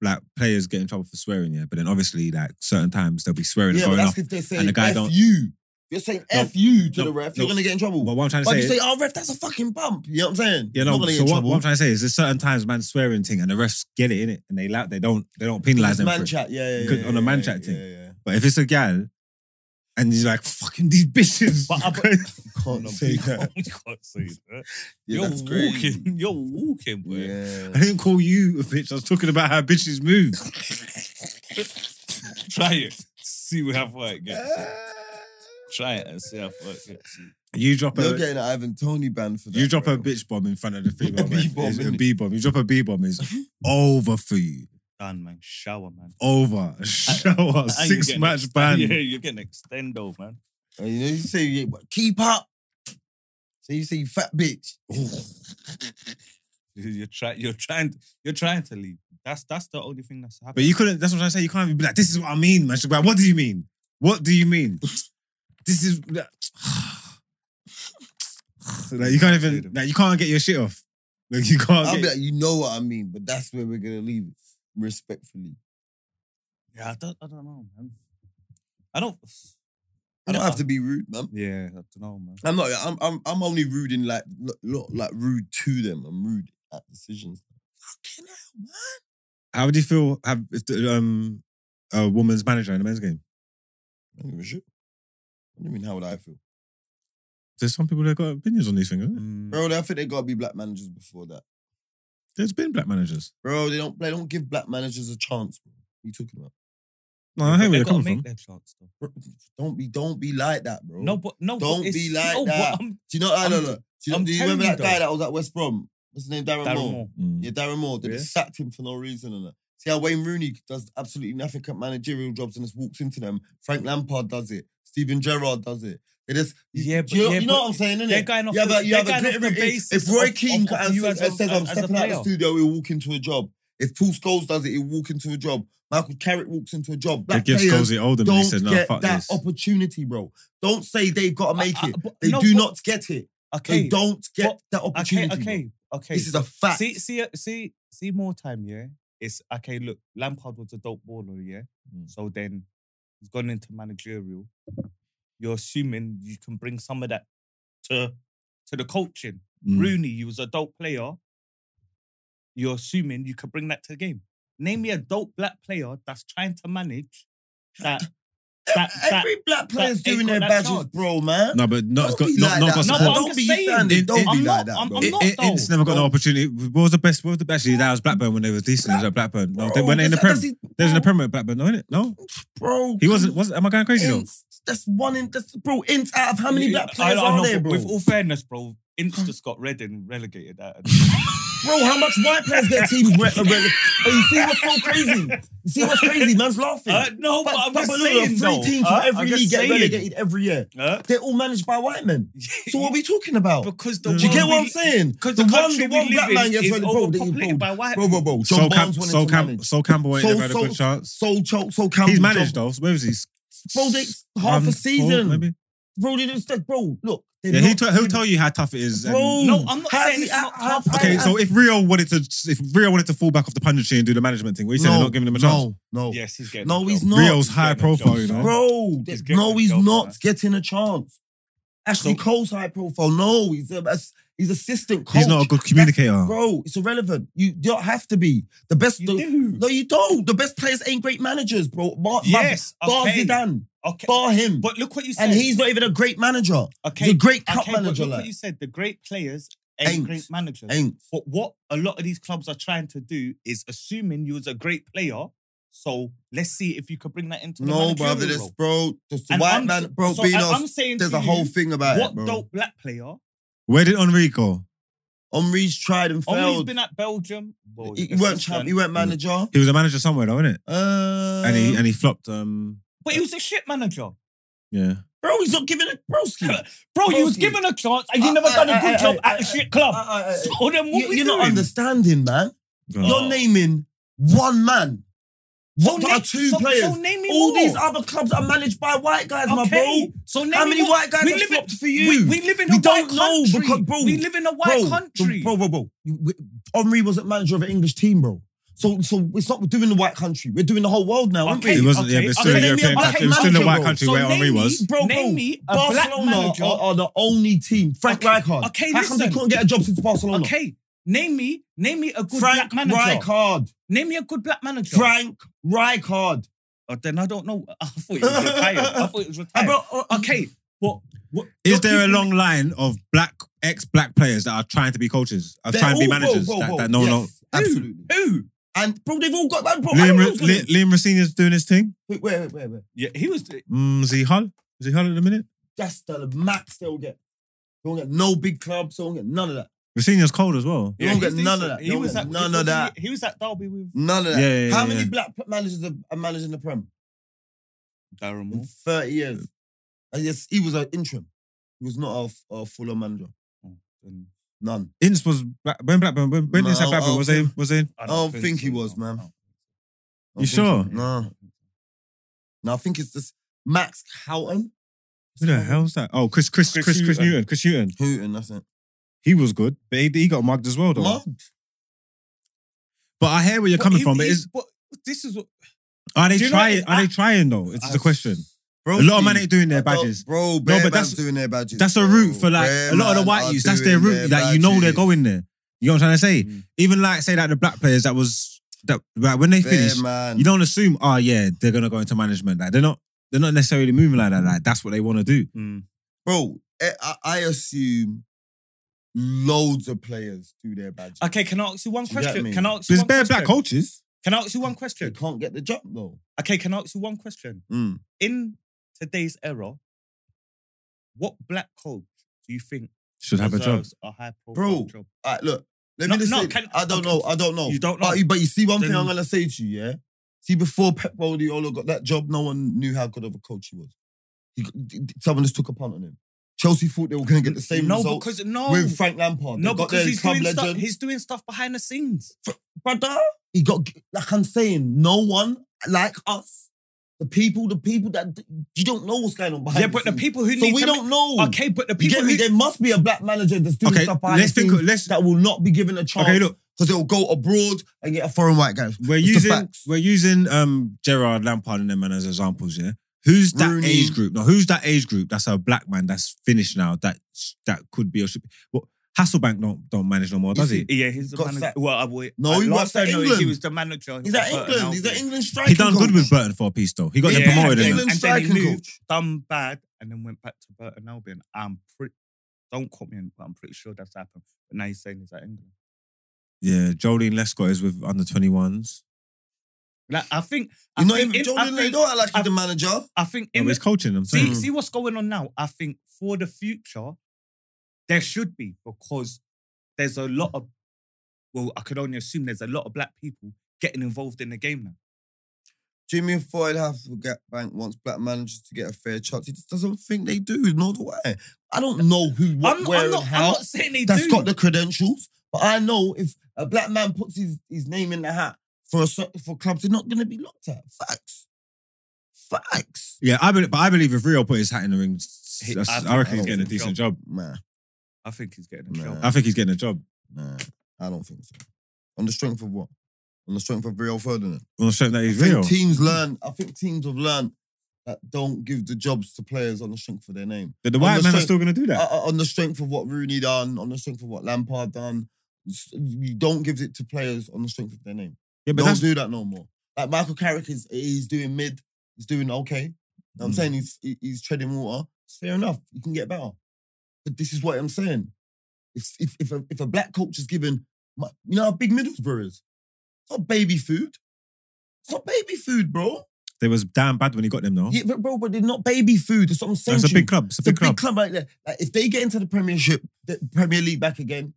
Speaker 3: like players get in trouble for swearing. Yeah, but then obviously like certain times they'll be swearing
Speaker 1: Yeah,
Speaker 3: and
Speaker 1: but
Speaker 3: going
Speaker 1: that's
Speaker 3: off.
Speaker 1: because they're saying
Speaker 3: and the guy
Speaker 1: F
Speaker 3: don't-
Speaker 1: you. You're saying
Speaker 3: No,
Speaker 1: F you to
Speaker 3: no,
Speaker 1: the ref,
Speaker 3: no.
Speaker 1: you're going to get in trouble.
Speaker 3: But what I'm trying to
Speaker 1: But
Speaker 3: say,
Speaker 1: if you
Speaker 3: is-
Speaker 1: say, oh, ref, that's a fucking bump. You know what I'm saying?
Speaker 3: yeah,
Speaker 1: You're
Speaker 3: no.
Speaker 1: not gonna
Speaker 3: So
Speaker 1: get in
Speaker 3: what,
Speaker 1: trouble.
Speaker 3: what I'm trying to say is, there's certain times man swearing thing, and the refs get it in it, and they la- they don't they don't penalize
Speaker 1: It's
Speaker 3: them.
Speaker 1: man
Speaker 3: for it.
Speaker 1: chat, yeah, yeah, yeah,
Speaker 3: Good- on the
Speaker 1: yeah,
Speaker 3: man
Speaker 1: yeah,
Speaker 3: chat
Speaker 1: yeah,
Speaker 3: thing.
Speaker 1: yeah, yeah.
Speaker 3: But if it's a gal, and And he's like, fucking these bitches.
Speaker 2: But
Speaker 3: [LAUGHS]
Speaker 2: I-
Speaker 1: Can't
Speaker 2: No,
Speaker 1: say
Speaker 2: you
Speaker 1: that.
Speaker 2: can't- You can't
Speaker 1: [LAUGHS]
Speaker 2: say that.
Speaker 1: Yeah,
Speaker 2: you're
Speaker 1: that's crazy.
Speaker 2: walking. [LAUGHS] You're walking, boy.
Speaker 3: I
Speaker 1: Yeah.
Speaker 3: didn't call you a bitch. I was talking about how bitches move.
Speaker 2: Try it. See how far it gets. Try it and see how far it gets.
Speaker 3: You drop
Speaker 1: You're
Speaker 3: a
Speaker 1: getting an Ivan Tony ban for that.
Speaker 3: you drop
Speaker 1: bro.
Speaker 3: a bitch bomb in front of
Speaker 1: [LAUGHS]
Speaker 3: the female. man.
Speaker 1: B-bomb,
Speaker 3: It's a
Speaker 1: innit?
Speaker 3: B bomb. You drop a B bomb, it's
Speaker 1: [LAUGHS]
Speaker 3: over for you.
Speaker 2: Done, man. Shower, man.
Speaker 3: Over. Shower.
Speaker 2: And you're
Speaker 3: Six
Speaker 2: getting
Speaker 3: match
Speaker 2: ex-
Speaker 3: ban.
Speaker 2: [LAUGHS] Yeah, you're getting extendo, man.
Speaker 1: And Uh, you know, you say, yeah, but keep up. So you say, you fat bitch.
Speaker 2: You- You're trying. You're trying. You're trying to leave. That's that's the only thing that's happening.
Speaker 3: But you couldn't, that's what I'm trying to say. You can't be like, this is what I mean, man. She's like, what do you mean? What do you mean? This is [SIGHS] like you can't even like you can't get your shit off. Like you can't
Speaker 1: I'll
Speaker 3: get
Speaker 1: be like, you know what I mean, but that's where we're gonna leave it. Respectfully.
Speaker 2: yeah, I don't. I don't know, man. I don't. [SIGHS]
Speaker 1: I don't
Speaker 2: Yeah.
Speaker 1: have to be rude, man.
Speaker 2: Yeah, I don't know, man.
Speaker 1: I'm not I'm I'm I'm only rude in like lo- lo- like rude to them. I'm rude at decisions. Fucking hell, man.
Speaker 3: How would you feel have if the, um a woman's manager in a men's game?
Speaker 1: I don't give a shit. I mean, how would I feel?
Speaker 3: There's some people that got opinions on these things. Isn't it?
Speaker 2: Mm,
Speaker 1: Bro, I think they gotta be black managers before that.
Speaker 3: There's been black managers.
Speaker 1: Bro, they don't they don't give black managers a chance, bro. What are you talking about?
Speaker 3: No, I hear where
Speaker 2: they
Speaker 3: you're
Speaker 2: gotta
Speaker 3: coming
Speaker 2: make
Speaker 3: from.
Speaker 2: their chance, though.
Speaker 1: Bro, don't be don't be like that, bro.
Speaker 2: No, but no. but
Speaker 1: Don't
Speaker 2: it's-
Speaker 1: be like
Speaker 2: no, but
Speaker 1: that.
Speaker 2: I'm-
Speaker 1: Do you know? I don't
Speaker 2: I'm-
Speaker 1: know. Do you,
Speaker 2: I'm
Speaker 1: do you
Speaker 2: telling
Speaker 1: remember
Speaker 2: you
Speaker 1: that guy
Speaker 2: though.
Speaker 1: that was at West Brom? What's his name? Darren,
Speaker 2: Darren
Speaker 1: Moore.
Speaker 2: Moore.
Speaker 3: Mm.
Speaker 1: Yeah, Darren Moore. They just sacked him for no reason. And that. See how Wayne Rooney does absolutely nothing at managerial jobs and just walks into them. Frank Lampard does it. Steven Gerrard does it. They just
Speaker 2: Yeah,
Speaker 1: do you,
Speaker 2: but-
Speaker 1: know-
Speaker 2: yeah,
Speaker 1: you know
Speaker 2: but
Speaker 1: what I'm saying,
Speaker 2: They're
Speaker 1: innit?
Speaker 2: going off.
Speaker 1: You have
Speaker 2: the-
Speaker 1: a, you
Speaker 2: they're
Speaker 1: have a
Speaker 2: going off
Speaker 1: grit-
Speaker 2: the
Speaker 1: if-
Speaker 2: basis
Speaker 1: If Roy
Speaker 2: of-
Speaker 1: Keane
Speaker 2: of- of
Speaker 1: and
Speaker 2: you as a-
Speaker 1: says, I'm
Speaker 2: as a
Speaker 1: stepping out of
Speaker 2: player."
Speaker 1: the studio, he'll walk into a job. If Paul Scholes does it, he'll walk into a job. Michael Carrick walks into a job.
Speaker 3: They
Speaker 1: Black
Speaker 3: give
Speaker 1: players
Speaker 3: Scholes it older, and he
Speaker 1: don't
Speaker 3: said, "No,
Speaker 1: get
Speaker 3: fuck
Speaker 1: that
Speaker 3: this."
Speaker 1: opportunity, bro. Don't say they've got to make
Speaker 2: I- I-
Speaker 1: it.
Speaker 2: but-
Speaker 1: They
Speaker 2: no,
Speaker 1: do
Speaker 2: but-
Speaker 1: not get it.
Speaker 2: Okay.
Speaker 1: They don't get
Speaker 2: What?
Speaker 1: that
Speaker 2: Okay.
Speaker 1: opportunity. bro.
Speaker 2: Okay. Okay.
Speaker 1: This is a fact.
Speaker 2: See, see, uh, see, see more time, yeah? It's okay, look, Lampard was a dope baller, yeah?
Speaker 1: Hmm.
Speaker 3: Mm.
Speaker 2: So then he's gone into managerial. You're assuming you can bring some of that to to the coaching.
Speaker 3: Mm.
Speaker 2: Rooney, you was a dope player. You're assuming you can bring that to the game. Name me a dope black player that's trying to manage that. that, that
Speaker 1: Every black player's
Speaker 2: that ain't
Speaker 1: doing
Speaker 2: got
Speaker 1: their
Speaker 2: that
Speaker 1: badges,
Speaker 2: chance.
Speaker 1: bro, man.
Speaker 3: No, but not
Speaker 1: Don't
Speaker 3: got
Speaker 1: be
Speaker 3: not
Speaker 1: like that,
Speaker 3: not
Speaker 1: man.
Speaker 3: got
Speaker 2: No,
Speaker 3: support.
Speaker 2: but I'm
Speaker 1: Don't
Speaker 2: just
Speaker 1: be
Speaker 2: saying.
Speaker 1: standing. Don't
Speaker 3: I'm
Speaker 1: be
Speaker 2: not-
Speaker 1: like that,
Speaker 2: I'm-
Speaker 1: bro.
Speaker 2: I'm not-
Speaker 3: It- it- It's
Speaker 2: though.
Speaker 3: never got an
Speaker 2: Don't-
Speaker 3: opportunity. What was the best? What was the best? Actually, that was Blackburn when they was decent. Is that Blackburn? No, they,
Speaker 1: Bro,
Speaker 3: when they in the
Speaker 1: that's-
Speaker 3: Prem,
Speaker 1: that's his-
Speaker 3: there's in the Prem at Blackburn, no, innit? No,
Speaker 1: bro.
Speaker 3: he wasn't. Was am I going crazy though?
Speaker 1: Ince, that's one in. That's bro. Ince out of [LAUGHS] how many black
Speaker 2: [LAUGHS] I-
Speaker 1: players
Speaker 2: I
Speaker 1: are
Speaker 2: know,
Speaker 1: there,
Speaker 2: but
Speaker 1: bro?
Speaker 2: With all fairness, bro,
Speaker 1: [LAUGHS]
Speaker 2: Ince just got red and relegated out of
Speaker 1: Bro, how much white players get teams? Re-
Speaker 2: [LAUGHS]
Speaker 1: re- re- Oh, you see what's so crazy? You see what's crazy? Man's laughing.
Speaker 2: Uh, no, but, I'm just
Speaker 1: look,
Speaker 2: saying,
Speaker 1: three
Speaker 2: though.
Speaker 1: teams from
Speaker 2: Uh, I'm
Speaker 1: every
Speaker 2: just
Speaker 1: league get
Speaker 2: saying.
Speaker 1: relegated every year. [LAUGHS]
Speaker 2: Huh?
Speaker 1: They're all managed by white men. So what are we talking about?
Speaker 2: because the
Speaker 1: Do you
Speaker 2: world
Speaker 1: get what I'm
Speaker 2: we-
Speaker 1: saying?
Speaker 2: Because
Speaker 1: The
Speaker 2: the,
Speaker 1: one-
Speaker 2: country
Speaker 1: the one
Speaker 2: we
Speaker 1: black
Speaker 2: live
Speaker 1: man
Speaker 2: in
Speaker 1: gets
Speaker 2: is
Speaker 1: ready, bro, they
Speaker 2: overpopulated
Speaker 1: bro.
Speaker 2: by white
Speaker 1: Bro, bro, bro. John
Speaker 3: Sol, Cam-
Speaker 1: Barnes wanted
Speaker 3: Sol,
Speaker 1: to
Speaker 3: Cam-
Speaker 1: manage.
Speaker 3: Sol Campbell ain't
Speaker 1: Sol-
Speaker 3: never had a
Speaker 1: Sol-
Speaker 3: good chance.
Speaker 1: Sol, Chol, Sol Campbell.
Speaker 3: He's managed
Speaker 1: John-
Speaker 3: though. Where was he?
Speaker 1: Bro, they half a
Speaker 3: Round
Speaker 1: season.
Speaker 3: four, maybe.
Speaker 1: Bro, they just said, bro, look. they're
Speaker 3: Yeah, he
Speaker 1: not-
Speaker 3: t- he'll tell you how tough it is. and-
Speaker 1: Bro,
Speaker 2: No, I'm not
Speaker 1: how's
Speaker 2: saying
Speaker 1: he
Speaker 2: it's
Speaker 1: out-
Speaker 2: not
Speaker 1: how-
Speaker 2: tough.
Speaker 1: how-
Speaker 3: Okay,
Speaker 1: how-
Speaker 3: so if Rio wanted to, if Rio wanted to fall back off the punditry and do the management thing, what are you saying? They're not giving him a chance.
Speaker 1: No, no.
Speaker 2: Yes, he's getting.
Speaker 1: No,
Speaker 2: a
Speaker 1: he's
Speaker 2: job.
Speaker 1: not.
Speaker 3: Rio's high
Speaker 2: getting a
Speaker 3: profile,
Speaker 2: job,
Speaker 3: you know.
Speaker 1: Bro,
Speaker 2: He's getting
Speaker 1: no,
Speaker 2: a
Speaker 1: he's
Speaker 2: job,
Speaker 1: not
Speaker 2: man.
Speaker 1: getting a chance. Ashley
Speaker 2: So-
Speaker 1: Cole's high profile. No, he's a, he's assistant coach.
Speaker 3: He's not a good communicator.
Speaker 1: Bro, it's irrelevant. You don't have to be the best.
Speaker 2: You
Speaker 1: the-
Speaker 2: do.
Speaker 1: No, you don't. The best players ain't great managers, bro. Bar,
Speaker 2: Yes,
Speaker 1: bar, bar
Speaker 2: okay.
Speaker 1: Zidane,
Speaker 2: Okay,
Speaker 1: bar him,
Speaker 2: but look what you said.
Speaker 1: and he's not even a great manager.
Speaker 2: okay.
Speaker 1: He's a great cup
Speaker 2: okay,
Speaker 1: manager,
Speaker 2: But look
Speaker 1: like
Speaker 2: what you said. The great players ain't,
Speaker 1: Ain't.
Speaker 2: great managers.
Speaker 1: ain't.
Speaker 2: But what a lot of these clubs are trying to do is assuming you was a great player. So let's see if you could bring that into the
Speaker 1: No,
Speaker 2: managerial
Speaker 1: brother, this
Speaker 2: role.
Speaker 1: bro, this
Speaker 2: And
Speaker 1: white
Speaker 2: I'm-
Speaker 1: man, bro,
Speaker 2: so
Speaker 1: Beano,
Speaker 2: I- I'm saying
Speaker 1: there's
Speaker 2: to
Speaker 1: a whole
Speaker 2: you,
Speaker 1: thing about
Speaker 2: what
Speaker 1: it, bro.
Speaker 2: dope black player?
Speaker 3: Where did Henri go?
Speaker 1: Omri's Oh, tried and
Speaker 2: Only's
Speaker 1: failed.
Speaker 2: been at Belgium. Well,
Speaker 1: he, he weren't
Speaker 2: assistant.
Speaker 1: champ, he weren't manager.
Speaker 3: He was a manager somewhere, though, isn't it?
Speaker 1: Uh,
Speaker 3: And he and he flopped. Um,
Speaker 2: But he was a shit manager.
Speaker 3: yeah.
Speaker 1: bro, he's not giving a broski.
Speaker 2: Bro, you was
Speaker 1: Broski.
Speaker 2: given a chance and you
Speaker 1: I-
Speaker 2: never
Speaker 1: I-
Speaker 2: done a
Speaker 1: I-
Speaker 2: good
Speaker 1: I-
Speaker 2: job
Speaker 1: I-
Speaker 2: at
Speaker 1: I-
Speaker 2: a shit club.
Speaker 1: I- I-
Speaker 2: so then what
Speaker 1: uh, you,
Speaker 2: we
Speaker 1: you're
Speaker 2: doing?
Speaker 1: not understanding, man.
Speaker 3: Go on.
Speaker 2: Yo,
Speaker 1: You're naming one man.
Speaker 2: So
Speaker 1: What
Speaker 2: name-
Speaker 1: are two
Speaker 2: so-
Speaker 1: players?
Speaker 2: So name me
Speaker 1: All
Speaker 2: more.
Speaker 1: these other clubs are managed by white guys, my
Speaker 2: Okay,
Speaker 1: bro.
Speaker 2: So name
Speaker 1: How
Speaker 2: me
Speaker 1: many
Speaker 2: more.
Speaker 1: white guys
Speaker 2: We
Speaker 1: have
Speaker 2: live in-
Speaker 1: flopped for you?
Speaker 2: We, we live in a
Speaker 1: We
Speaker 2: white
Speaker 1: don't know
Speaker 2: country.
Speaker 1: because, bro,
Speaker 2: we live in a white
Speaker 1: bro,
Speaker 2: country.
Speaker 1: Bro, bro, bro. You- we- Omri wasn't manager of an English team, bro. So, so it's not doing the white country. We're doing the whole world now, aren't
Speaker 2: Okay,
Speaker 3: It
Speaker 1: we?
Speaker 3: wasn't. Yeah,
Speaker 2: okay,
Speaker 3: but it's still
Speaker 1: okay,
Speaker 3: a
Speaker 1: name me a
Speaker 3: European
Speaker 1: black
Speaker 3: country. It was still in a white
Speaker 1: manager,
Speaker 3: country
Speaker 2: so
Speaker 3: where
Speaker 2: name
Speaker 3: Henri
Speaker 2: me,
Speaker 3: was.
Speaker 1: Bro,
Speaker 2: name
Speaker 1: bro,
Speaker 2: me a black
Speaker 1: Barcelona
Speaker 2: manager.
Speaker 1: are, are the only team. Frank
Speaker 2: Okay,
Speaker 1: Rijkaard.
Speaker 2: okay,
Speaker 1: How come
Speaker 2: listen.
Speaker 1: they couldn't get a job since Barcelona?
Speaker 2: okay, name me, name me a good
Speaker 1: Frank
Speaker 2: black manager.
Speaker 1: Rijkaard.
Speaker 2: Name me a good black manager.
Speaker 1: Frank Rijkaard.
Speaker 2: Oh, then I don't know. [LAUGHS] I thought
Speaker 1: [LAUGHS]
Speaker 2: it was retired. I thought it was
Speaker 1: Ah,
Speaker 2: retired.
Speaker 1: bro, oh,
Speaker 2: okay, what? What
Speaker 3: Is
Speaker 2: you're
Speaker 3: there a
Speaker 2: keeping-
Speaker 3: long line of black ex-black players that are trying to be coaches, are
Speaker 1: they're
Speaker 3: trying to be
Speaker 1: all- bro,
Speaker 3: managers?
Speaker 1: bro,
Speaker 3: that,
Speaker 1: bro,
Speaker 3: that no,
Speaker 1: yes,
Speaker 3: no.
Speaker 1: Absolutely.
Speaker 2: Who?
Speaker 1: And bro, they've all got man, bro. I don't
Speaker 3: Liam,
Speaker 1: know
Speaker 3: Re-
Speaker 1: what's going
Speaker 3: Li-
Speaker 1: on.
Speaker 3: Liam Rossini's doing his thing.
Speaker 1: Wait, wait, wait, wait, wait.
Speaker 2: Yeah, he was. The,
Speaker 3: Mm, is he Hull? Is he Hull at the minute?
Speaker 1: That's the max they'll get. They won't get no big clubs. They won't get none of that.
Speaker 3: Rossini's cold as well.
Speaker 1: You don't
Speaker 2: he's
Speaker 1: get none of
Speaker 2: decent.
Speaker 1: that. You don't get none of
Speaker 2: wasn't
Speaker 1: that.
Speaker 2: He, he was at Derby with
Speaker 1: None of that.
Speaker 3: Yeah, yeah,
Speaker 1: How
Speaker 3: yeah,
Speaker 1: many
Speaker 3: yeah.
Speaker 1: black managers are, are managing the Prem
Speaker 2: Darren
Speaker 1: in
Speaker 3: Mm-hmm.
Speaker 2: Moore.
Speaker 1: 30 years? And yes, he was an interim. He was not a, f- a full-on manager.
Speaker 2: And
Speaker 1: None.
Speaker 3: Ince was black, when Blackburn when, when
Speaker 1: No,
Speaker 3: Ince had Blackburn
Speaker 1: I'll
Speaker 3: was they
Speaker 1: think-
Speaker 3: was they
Speaker 1: I don't think he
Speaker 2: so, Oh.
Speaker 1: was,
Speaker 2: no,
Speaker 1: man.
Speaker 2: no.
Speaker 1: I
Speaker 3: You
Speaker 1: think so.
Speaker 3: sure?
Speaker 1: No. No, I think it's this Max Houghton.
Speaker 3: who the hell's that? Oh, Chris Chris Chris
Speaker 2: Chris
Speaker 3: Chris,
Speaker 2: Hughton.
Speaker 3: Newton Chris Newton.
Speaker 1: Houghton, that's it.
Speaker 3: He was good, but he, he got mugged as well though.
Speaker 1: Mugged.
Speaker 3: But I hear where you're
Speaker 2: But
Speaker 3: coming
Speaker 2: he-
Speaker 3: from. But
Speaker 2: he-
Speaker 3: is
Speaker 2: but this is what
Speaker 3: are they
Speaker 2: Do you know
Speaker 3: trying?
Speaker 2: what-
Speaker 3: are they trying though? It's
Speaker 2: I-
Speaker 3: the question.
Speaker 1: Bro,
Speaker 3: A lot of
Speaker 1: Steve,
Speaker 3: man ain't doing
Speaker 1: I
Speaker 3: their
Speaker 1: don't-
Speaker 3: badges.
Speaker 1: Bro,
Speaker 3: but
Speaker 1: no, but
Speaker 3: that's-
Speaker 1: that's doing their badges.
Speaker 3: That's a
Speaker 1: bro.
Speaker 3: route for like
Speaker 1: Bare
Speaker 3: a lot of the
Speaker 1: man
Speaker 3: white
Speaker 1: are
Speaker 3: youths. That's their
Speaker 1: doing
Speaker 3: route. Like you know they're
Speaker 1: badges.
Speaker 3: going there. You know what I'm trying to say?
Speaker 2: Mm.
Speaker 3: Even like say like the black players that was that like, when they
Speaker 1: Bare
Speaker 3: finish,
Speaker 1: man.
Speaker 3: you don't assume. Oh yeah, they're gonna go into management. Like they're not. They're not necessarily moving like that. Like that's what they want to do.
Speaker 1: Hmm. Bro, I, I- I assume loads of players do their badges.
Speaker 2: Okay, can I ask you one
Speaker 1: Do you get
Speaker 2: question?
Speaker 1: me?
Speaker 2: Can I ask you
Speaker 3: There's
Speaker 2: one
Speaker 3: bare
Speaker 2: question?
Speaker 3: black coaches.
Speaker 2: Can I ask you one
Speaker 1: They
Speaker 2: question?
Speaker 1: can't get the job though.
Speaker 2: Okay, can I ask you one question?
Speaker 1: Mm.
Speaker 2: In today's era, what black coach do you think
Speaker 3: Should have a job.
Speaker 2: deserves a high
Speaker 1: Bro,
Speaker 2: profile job?
Speaker 1: All right, look. Let
Speaker 2: No,
Speaker 1: me just
Speaker 2: no,
Speaker 1: say,
Speaker 2: can-
Speaker 1: I don't
Speaker 2: okay.
Speaker 1: know. I don't know.
Speaker 2: You don't know.
Speaker 1: But, but you see, one thing
Speaker 2: Then-
Speaker 1: I'm gonna say to you, yeah. See, before Pep Guardiola got that job, no one knew how good of a coach he was. He, d- d- someone just took a punt on him. Chelsea thought they were gonna get the same
Speaker 2: no,
Speaker 1: results
Speaker 2: because no,
Speaker 1: with Frank Lampard.
Speaker 2: no,
Speaker 1: They got
Speaker 2: because
Speaker 1: their
Speaker 2: he's
Speaker 1: club
Speaker 2: doing stuff.
Speaker 1: legend.
Speaker 2: He's doing stuff behind the scenes.
Speaker 1: brother. He got like I'm saying, no one like us, the people, the people that you don't know what's going on behind.
Speaker 2: yeah, but the
Speaker 1: scenes.
Speaker 2: people who
Speaker 1: so
Speaker 2: need
Speaker 1: we
Speaker 2: to
Speaker 1: don't know.
Speaker 2: ma- okay, but the
Speaker 1: You
Speaker 2: people
Speaker 1: get me?
Speaker 2: who
Speaker 1: There must be a black manager that's doing
Speaker 3: Okay,
Speaker 1: stuff behind
Speaker 3: let's
Speaker 1: the
Speaker 3: think.
Speaker 1: scenes
Speaker 3: Let's
Speaker 1: that will not be given a chance.
Speaker 3: okay. Look,
Speaker 1: because they'll go abroad and get a foreign white guy.
Speaker 3: we're
Speaker 1: It's the
Speaker 3: using
Speaker 1: facts.
Speaker 3: we're using um Gerard Lampard and them man as examples. Yeah, who's that
Speaker 1: Rooney.
Speaker 3: age group? Now, who's that age group? That's a black man that's finished now. That that could be or should be. Well, Hasselbank don't don't manage no more, does he?
Speaker 2: Yeah, he's the
Speaker 1: Got
Speaker 2: manager.
Speaker 1: sacked.
Speaker 2: Well, I, would-
Speaker 1: No,
Speaker 2: I-
Speaker 1: he works
Speaker 2: last
Speaker 1: at
Speaker 2: I know, He
Speaker 1: England.
Speaker 2: was the manager.
Speaker 1: He's at
Speaker 2: for Burton
Speaker 1: England. He's
Speaker 2: Albion.
Speaker 1: at England striker.
Speaker 3: He done good with Burton for a piece though. He got them
Speaker 2: Yeah,
Speaker 3: promoted.
Speaker 2: yeah,
Speaker 3: innit?
Speaker 1: England
Speaker 2: And then he
Speaker 1: striking
Speaker 2: moved.
Speaker 1: coach.
Speaker 2: done bad and then went back to Burton Albion. I'm pretty. Don't quote me, on it, but I'm pretty sure that's happened. But now he's saying he's at England.
Speaker 3: Yeah, Jolene Lescott is with under 21s.
Speaker 2: Like I think, I
Speaker 1: You're not even
Speaker 2: think in, I
Speaker 1: Jordan. They
Speaker 2: think,
Speaker 1: don't act like he's
Speaker 2: I-
Speaker 1: the manager.
Speaker 2: I think
Speaker 3: No,
Speaker 2: in
Speaker 3: Oh, but he's coaching them.
Speaker 2: see
Speaker 3: See,
Speaker 2: see what's going on now. I think for the future, there should be because there's a lot of. Well, I could only assume there's a lot of black people getting involved in the game now.
Speaker 1: Jimmy Floyd Hasselbank wants black managers to get a fair chance. He just doesn't think they do. Nor do I. I don't know who, what,
Speaker 2: I'm,
Speaker 1: where,
Speaker 2: I'm, not,
Speaker 1: and
Speaker 2: I'm
Speaker 1: how.
Speaker 2: not saying they
Speaker 1: That's
Speaker 2: do.
Speaker 1: got the credentials. But I know if a black man puts his, his name in the hat for a cer- for clubs, they're not going to be looked at. Facts. Facts.
Speaker 3: yeah, I believe, but I believe if Rio put his hat in the ring, s-
Speaker 2: He-
Speaker 3: s-
Speaker 2: I think-
Speaker 3: I, reckon he's
Speaker 1: I
Speaker 3: getting
Speaker 1: don't
Speaker 3: a
Speaker 1: think
Speaker 3: decent job.
Speaker 1: Nah,
Speaker 2: I think he's getting a
Speaker 1: Nah.
Speaker 2: job.
Speaker 3: I think he's getting a job
Speaker 1: nah, I don't think so. On the strength of what? On the strength of Rio Ferdinand.
Speaker 3: on the strength that he's
Speaker 1: I think
Speaker 3: real.
Speaker 1: teams learn. I think teams have learned that don't give the jobs to players on the strength of their name.
Speaker 3: But the white
Speaker 1: the
Speaker 3: men are
Speaker 1: strength-
Speaker 3: still going to do that.
Speaker 1: Uh, uh, on the strength of what Rooney done, on the strength of what Lampard done, s- you don't give it to players on the strength of their name.
Speaker 3: yeah, but
Speaker 1: don't
Speaker 3: that's
Speaker 1: do that no more. Like Michael Carrick is he's doing mid, he's doing okay. You know what I'm
Speaker 3: Mm.
Speaker 1: saying he's he- he's treading water. It's fair enough. You can get better. But this is what I'm saying. If if if a, if a black coach is given, my, you know how big Middlesbrough is. It's not baby food. It's not baby food, bro.
Speaker 3: they was damn bad when he got them though.
Speaker 1: Yeah, but bro, but they're not baby food. That's what I'm saying.
Speaker 3: That's a
Speaker 1: to you.
Speaker 3: big club. It's a
Speaker 1: It's a
Speaker 3: big club.
Speaker 1: right there. Like, if they get into the Premiership, the Premier League back again,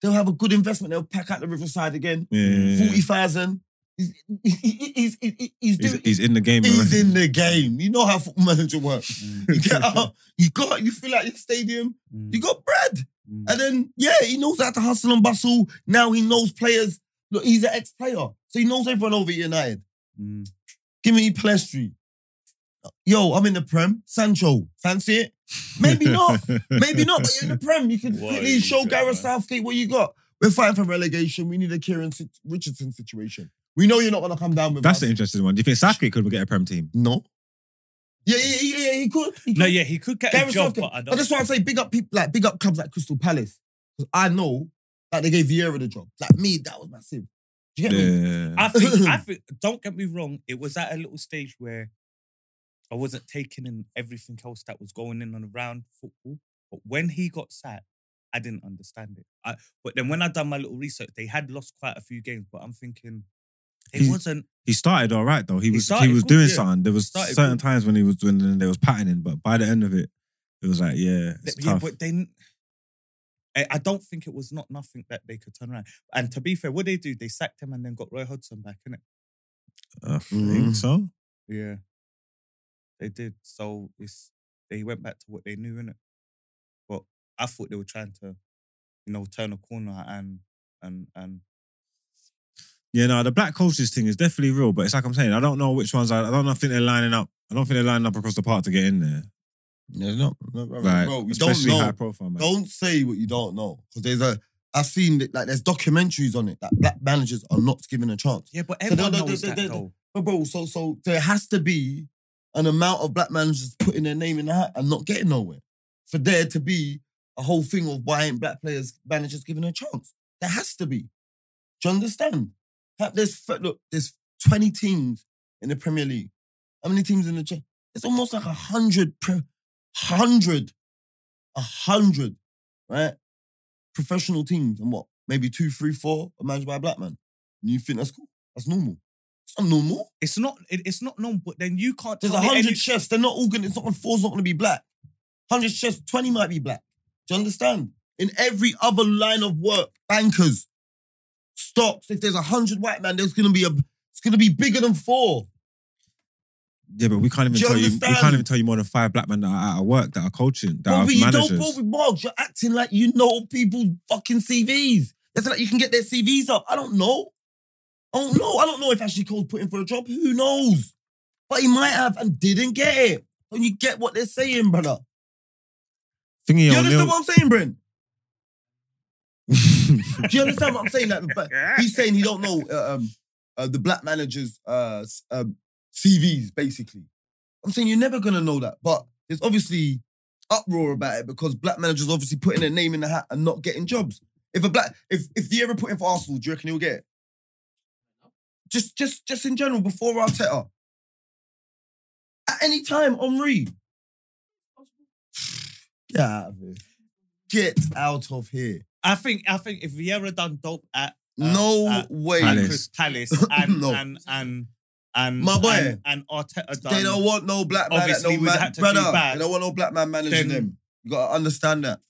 Speaker 1: they'll have a good investment. They'll pack out the Riverside again.
Speaker 3: Yeah, yeah, yeah.
Speaker 1: Forty thousand. He's he's, he's, he's,
Speaker 3: He's,
Speaker 1: doing, he's,
Speaker 3: he's in the game. I reckon.
Speaker 1: in the game. You know how football manager
Speaker 3: [LAUGHS]
Speaker 1: works. [LAUGHS]
Speaker 2: Mm,
Speaker 1: You get out, you got, you fill out your stadium,
Speaker 2: mm,
Speaker 1: you got bread.
Speaker 2: mm.
Speaker 1: And then, yeah, he knows how to hustle and bustle. Now he knows players. Look, he's an ex-player. So he knows everyone over at United.
Speaker 2: Mm.
Speaker 1: Give me Palestri. Yo, I'm in the Prem. Sancho, fancy it?
Speaker 3: [LAUGHS]
Speaker 1: Maybe not. Maybe not. But you're in the
Speaker 2: [LAUGHS]
Speaker 1: Prem. You can
Speaker 2: Why
Speaker 1: quickly
Speaker 2: you
Speaker 1: show
Speaker 2: said
Speaker 1: Gareth
Speaker 2: that?
Speaker 1: Southgate what you got. We're fighting for relegation. We need a Kieran Sit- Richardson situation. We know you're not going to come down with
Speaker 3: That's
Speaker 1: us.
Speaker 3: the interesting one. Do you think Southgate could get a prem team?
Speaker 1: No. Yeah, yeah, yeah, yeah, he could. He could.
Speaker 2: No, yeah, he could get
Speaker 1: Gareth
Speaker 2: a job,
Speaker 1: Southgate.
Speaker 2: but I don't.
Speaker 1: But that's why I say big up people, like big up clubs like Crystal Palace. Because I know that they gave Vieira the job. Like me, that was massive.
Speaker 2: Do you get me?
Speaker 3: [LAUGHS]
Speaker 2: I
Speaker 3: The,
Speaker 2: think, I think, don't get me wrong, it was at a little stage where I wasn't taking in everything else that was going in and around football. But when he got sacked, I didn't understand it. I, but then when I done my little research, they had lost quite a few games, but I'm thinking it
Speaker 3: He's-
Speaker 2: wasn't.
Speaker 3: he started all right though. He was he,
Speaker 2: started
Speaker 3: was
Speaker 2: good,
Speaker 3: doing
Speaker 2: yeah.
Speaker 3: something. There was
Speaker 2: Started
Speaker 3: certain
Speaker 2: good.
Speaker 3: times when he was doing and there was patterning, but by the end of it, it was like yeah, it's
Speaker 2: that- yeah,
Speaker 3: tough.
Speaker 2: but then I, I don't think it was not nothing that they could turn around. And to be fair, what they do, they sacked him and then got Roy Hodgson back, innit?
Speaker 3: I think
Speaker 1: Mhm.
Speaker 3: so.
Speaker 2: Yeah, they did. So it's they went back to what they knew, innit? But I thought they were trying to, you know, turn a corner and and and
Speaker 3: Yeah, no, the black coaches thing is definitely real, but it's like I'm saying, I don't know which ones. I, I don't know, I think they're lining up. I don't think they're lining up across the park to get in there.
Speaker 1: Yeah, no, no, bro,
Speaker 3: Like,
Speaker 1: bro, we don't
Speaker 3: especially high
Speaker 1: know.
Speaker 3: profile. Man.
Speaker 1: Don't say what you don't know. Because there's a, I've seen, that, like, there's documentaries on it that black managers are not given a chance.
Speaker 2: yeah, but
Speaker 1: So no,
Speaker 2: everyone
Speaker 1: no, no,
Speaker 2: knows
Speaker 1: no,
Speaker 2: that
Speaker 1: no, no.
Speaker 2: though.
Speaker 1: But bro, so so there has to be an amount of black managers putting their name in the hat and not getting nowhere. For there to be a whole thing of why ain't black players managers given a chance. There has to be. Do you understand? Like, There's f- look, there's 20 teams in the Premier League. How many teams in the chain? It's almost like a hundred, pre- hundred, a hundred, right? Professional teams and what? Maybe two, three, four are managed by a black man. And you think that's cool? That's normal? It's not normal.
Speaker 2: It's not it, it's not known, but then you can't.
Speaker 1: There's
Speaker 2: tell me
Speaker 1: hundred [LAUGHS]
Speaker 2: any-
Speaker 1: chefs. They're not all gonna. It's not four's not gonna be black. Hundred chefs, twenty might be black. Do you understand? In every other line of work, bankers, stocks. If there's a hundred white man, there's gonna be a. It's gonna be bigger than four.
Speaker 3: Yeah, but we can't even
Speaker 1: Do you
Speaker 3: tell you. We
Speaker 1: understand?
Speaker 3: can't even tell you more than five black men that are out of work that are coaching that
Speaker 1: Bro,
Speaker 3: are
Speaker 1: but you
Speaker 3: managers.
Speaker 1: don't bro, with Margs. You're acting like you know people's fucking CVs. That's like you can get their CVs up. I don't know. I don't know. I don't know if Ashley Cole's put in for a job. Who knows? But he might have and didn't get it. Don't you get what they're saying, brother?
Speaker 3: Thingy
Speaker 1: you
Speaker 3: on
Speaker 1: understand
Speaker 3: Lil-
Speaker 1: what I'm saying, Brent?
Speaker 3: [LAUGHS]
Speaker 1: Do you understand what I'm saying? Like, but he's saying he don't know uh, um, uh, the black managers' uh, s- um, CVs, basically. I'm saying you're never gonna know that, but there's obviously uproar about it because black managers obviously putting their name in the hat and not getting jobs. If a black, if if you ever put in for Arsenal, do you reckon he'll get it? Just, just, just in general, before Arteta, at any time, Omri. [SIGHS] Get out of here. Get out of here.
Speaker 2: I think I think if Vieira done dope at Uh,
Speaker 1: No
Speaker 2: uh,
Speaker 1: way.
Speaker 2: and
Speaker 3: Palace.
Speaker 2: Chris Palace and
Speaker 1: No.
Speaker 2: and and and
Speaker 1: My boy.
Speaker 2: and, and Arteta done.
Speaker 1: They don't want no black man.
Speaker 2: Obviously,
Speaker 1: no
Speaker 2: we'd
Speaker 1: man,
Speaker 2: have to do
Speaker 1: brother,
Speaker 2: bad.
Speaker 1: They don't want no black man managing
Speaker 2: Then-
Speaker 1: them. You gotta understand that.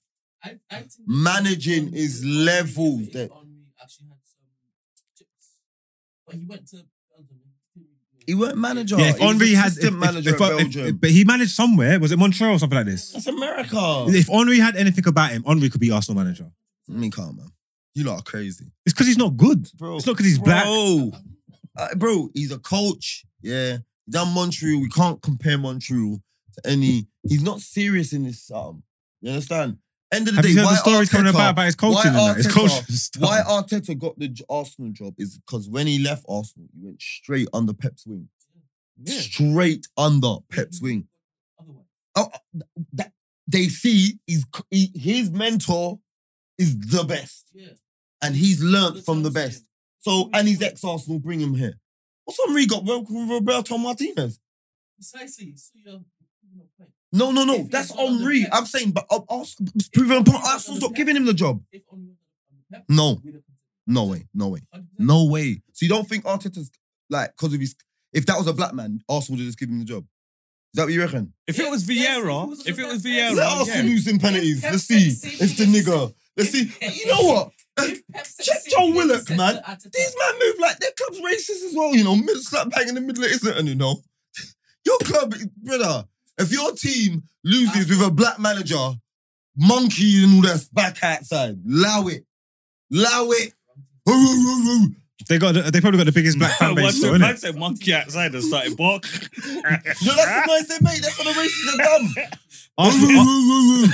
Speaker 4: I, I think
Speaker 1: Managing
Speaker 4: Henry-
Speaker 1: is
Speaker 4: Henry-
Speaker 1: levels
Speaker 4: Henry
Speaker 1: that-
Speaker 4: Henry actually had some chips. But he went to Belgium.
Speaker 1: He weren't manager.
Speaker 3: yeah, if
Speaker 1: He was
Speaker 3: Henri had, if,
Speaker 1: assistant
Speaker 3: if-
Speaker 1: manager
Speaker 3: if-
Speaker 1: at
Speaker 3: if- if-
Speaker 1: Belgium.
Speaker 3: but he managed somewhere. Was it Montreal or something like this?
Speaker 1: That's
Speaker 2: Oh.
Speaker 1: America.
Speaker 3: If Henri had anything about him, Henri could be Arsenal manager.
Speaker 1: Me calm, man. You lot are crazy,
Speaker 3: It's because he's not good.
Speaker 1: bro.
Speaker 3: It's not because he's black.
Speaker 1: Bro, Uh, bro, he's a coach. Yeah, he done Montreal. We can't compare Montreal to any. He's not serious in this. Um, you understand? End of the
Speaker 3: Have
Speaker 1: day,
Speaker 3: you heard
Speaker 1: why
Speaker 3: the stories coming
Speaker 1: Arteta-
Speaker 3: about about his
Speaker 1: why
Speaker 3: coaching and that? His
Speaker 1: Arteta-
Speaker 3: coaching stuff.
Speaker 1: Why Arteta got the J- Arsenal job is because when he left Arsenal, he went straight under Pep's wing.
Speaker 2: Yeah.
Speaker 1: Straight under
Speaker 4: Mm-hmm.
Speaker 1: Pep's wing.
Speaker 4: Otherwise,
Speaker 1: Oh, uh, th- that- they see he's, c- he, his mentor is the best,
Speaker 4: yeah.
Speaker 1: and he's learnt
Speaker 4: That's
Speaker 1: from
Speaker 4: what
Speaker 1: the
Speaker 4: I'm
Speaker 1: best.
Speaker 4: saying.
Speaker 1: So, and he's ex Arsenal, bring him here. What's on Henry got Ro- Roberto Martinez?
Speaker 4: Precisely. So you're proving a point.
Speaker 1: No, no,
Speaker 4: If
Speaker 1: no.
Speaker 4: he's
Speaker 1: That's
Speaker 4: not under
Speaker 1: Henri.
Speaker 4: Pep.
Speaker 1: I'm saying, but uh, Arsenal, it's proven upon Arsenal's not giving him the job.
Speaker 4: If only on the Pep,
Speaker 1: No,
Speaker 4: we'd have
Speaker 1: no way, no way.
Speaker 4: considered-
Speaker 1: No way. So you don't think Arteta's like because of his? If that was a black man, Arsenal would have just give him the job. Is that what you reckon?
Speaker 2: If it was
Speaker 4: Yes,
Speaker 2: Vieira, if it was
Speaker 4: Yeah,
Speaker 1: Let
Speaker 2: Vieira,
Speaker 4: right,
Speaker 1: Arsenal
Speaker 2: yeah.
Speaker 1: lose in penalties.
Speaker 4: Pep
Speaker 1: Let's
Speaker 4: said
Speaker 1: see
Speaker 4: the same
Speaker 1: if the
Speaker 4: thing.
Speaker 1: nigga. Let's see. You know what?
Speaker 4: If Pep said
Speaker 1: Check
Speaker 4: the same
Speaker 1: Joe
Speaker 4: thing he
Speaker 1: Willock,
Speaker 4: said
Speaker 1: man.
Speaker 4: to Arteta,
Speaker 1: These men move like their club's racist as well. You know, mid slap bang in the middle of Islington. You know, [LAUGHS] your club, brother. If your team loses with a black manager, monkey and all that's back outside. Low it, low it. Hoo, hoo, hoo, hoo.
Speaker 3: They got. The, they probably got the [LAUGHS] biggest
Speaker 2: [LAUGHS]
Speaker 3: black fan
Speaker 2: One
Speaker 3: base. Still,
Speaker 2: took- man
Speaker 3: innit?
Speaker 2: said monkey outside and started
Speaker 1: Yo,
Speaker 2: barking.
Speaker 1: that's the nice thing, mate. That's what the racists have done.
Speaker 3: Arsenal,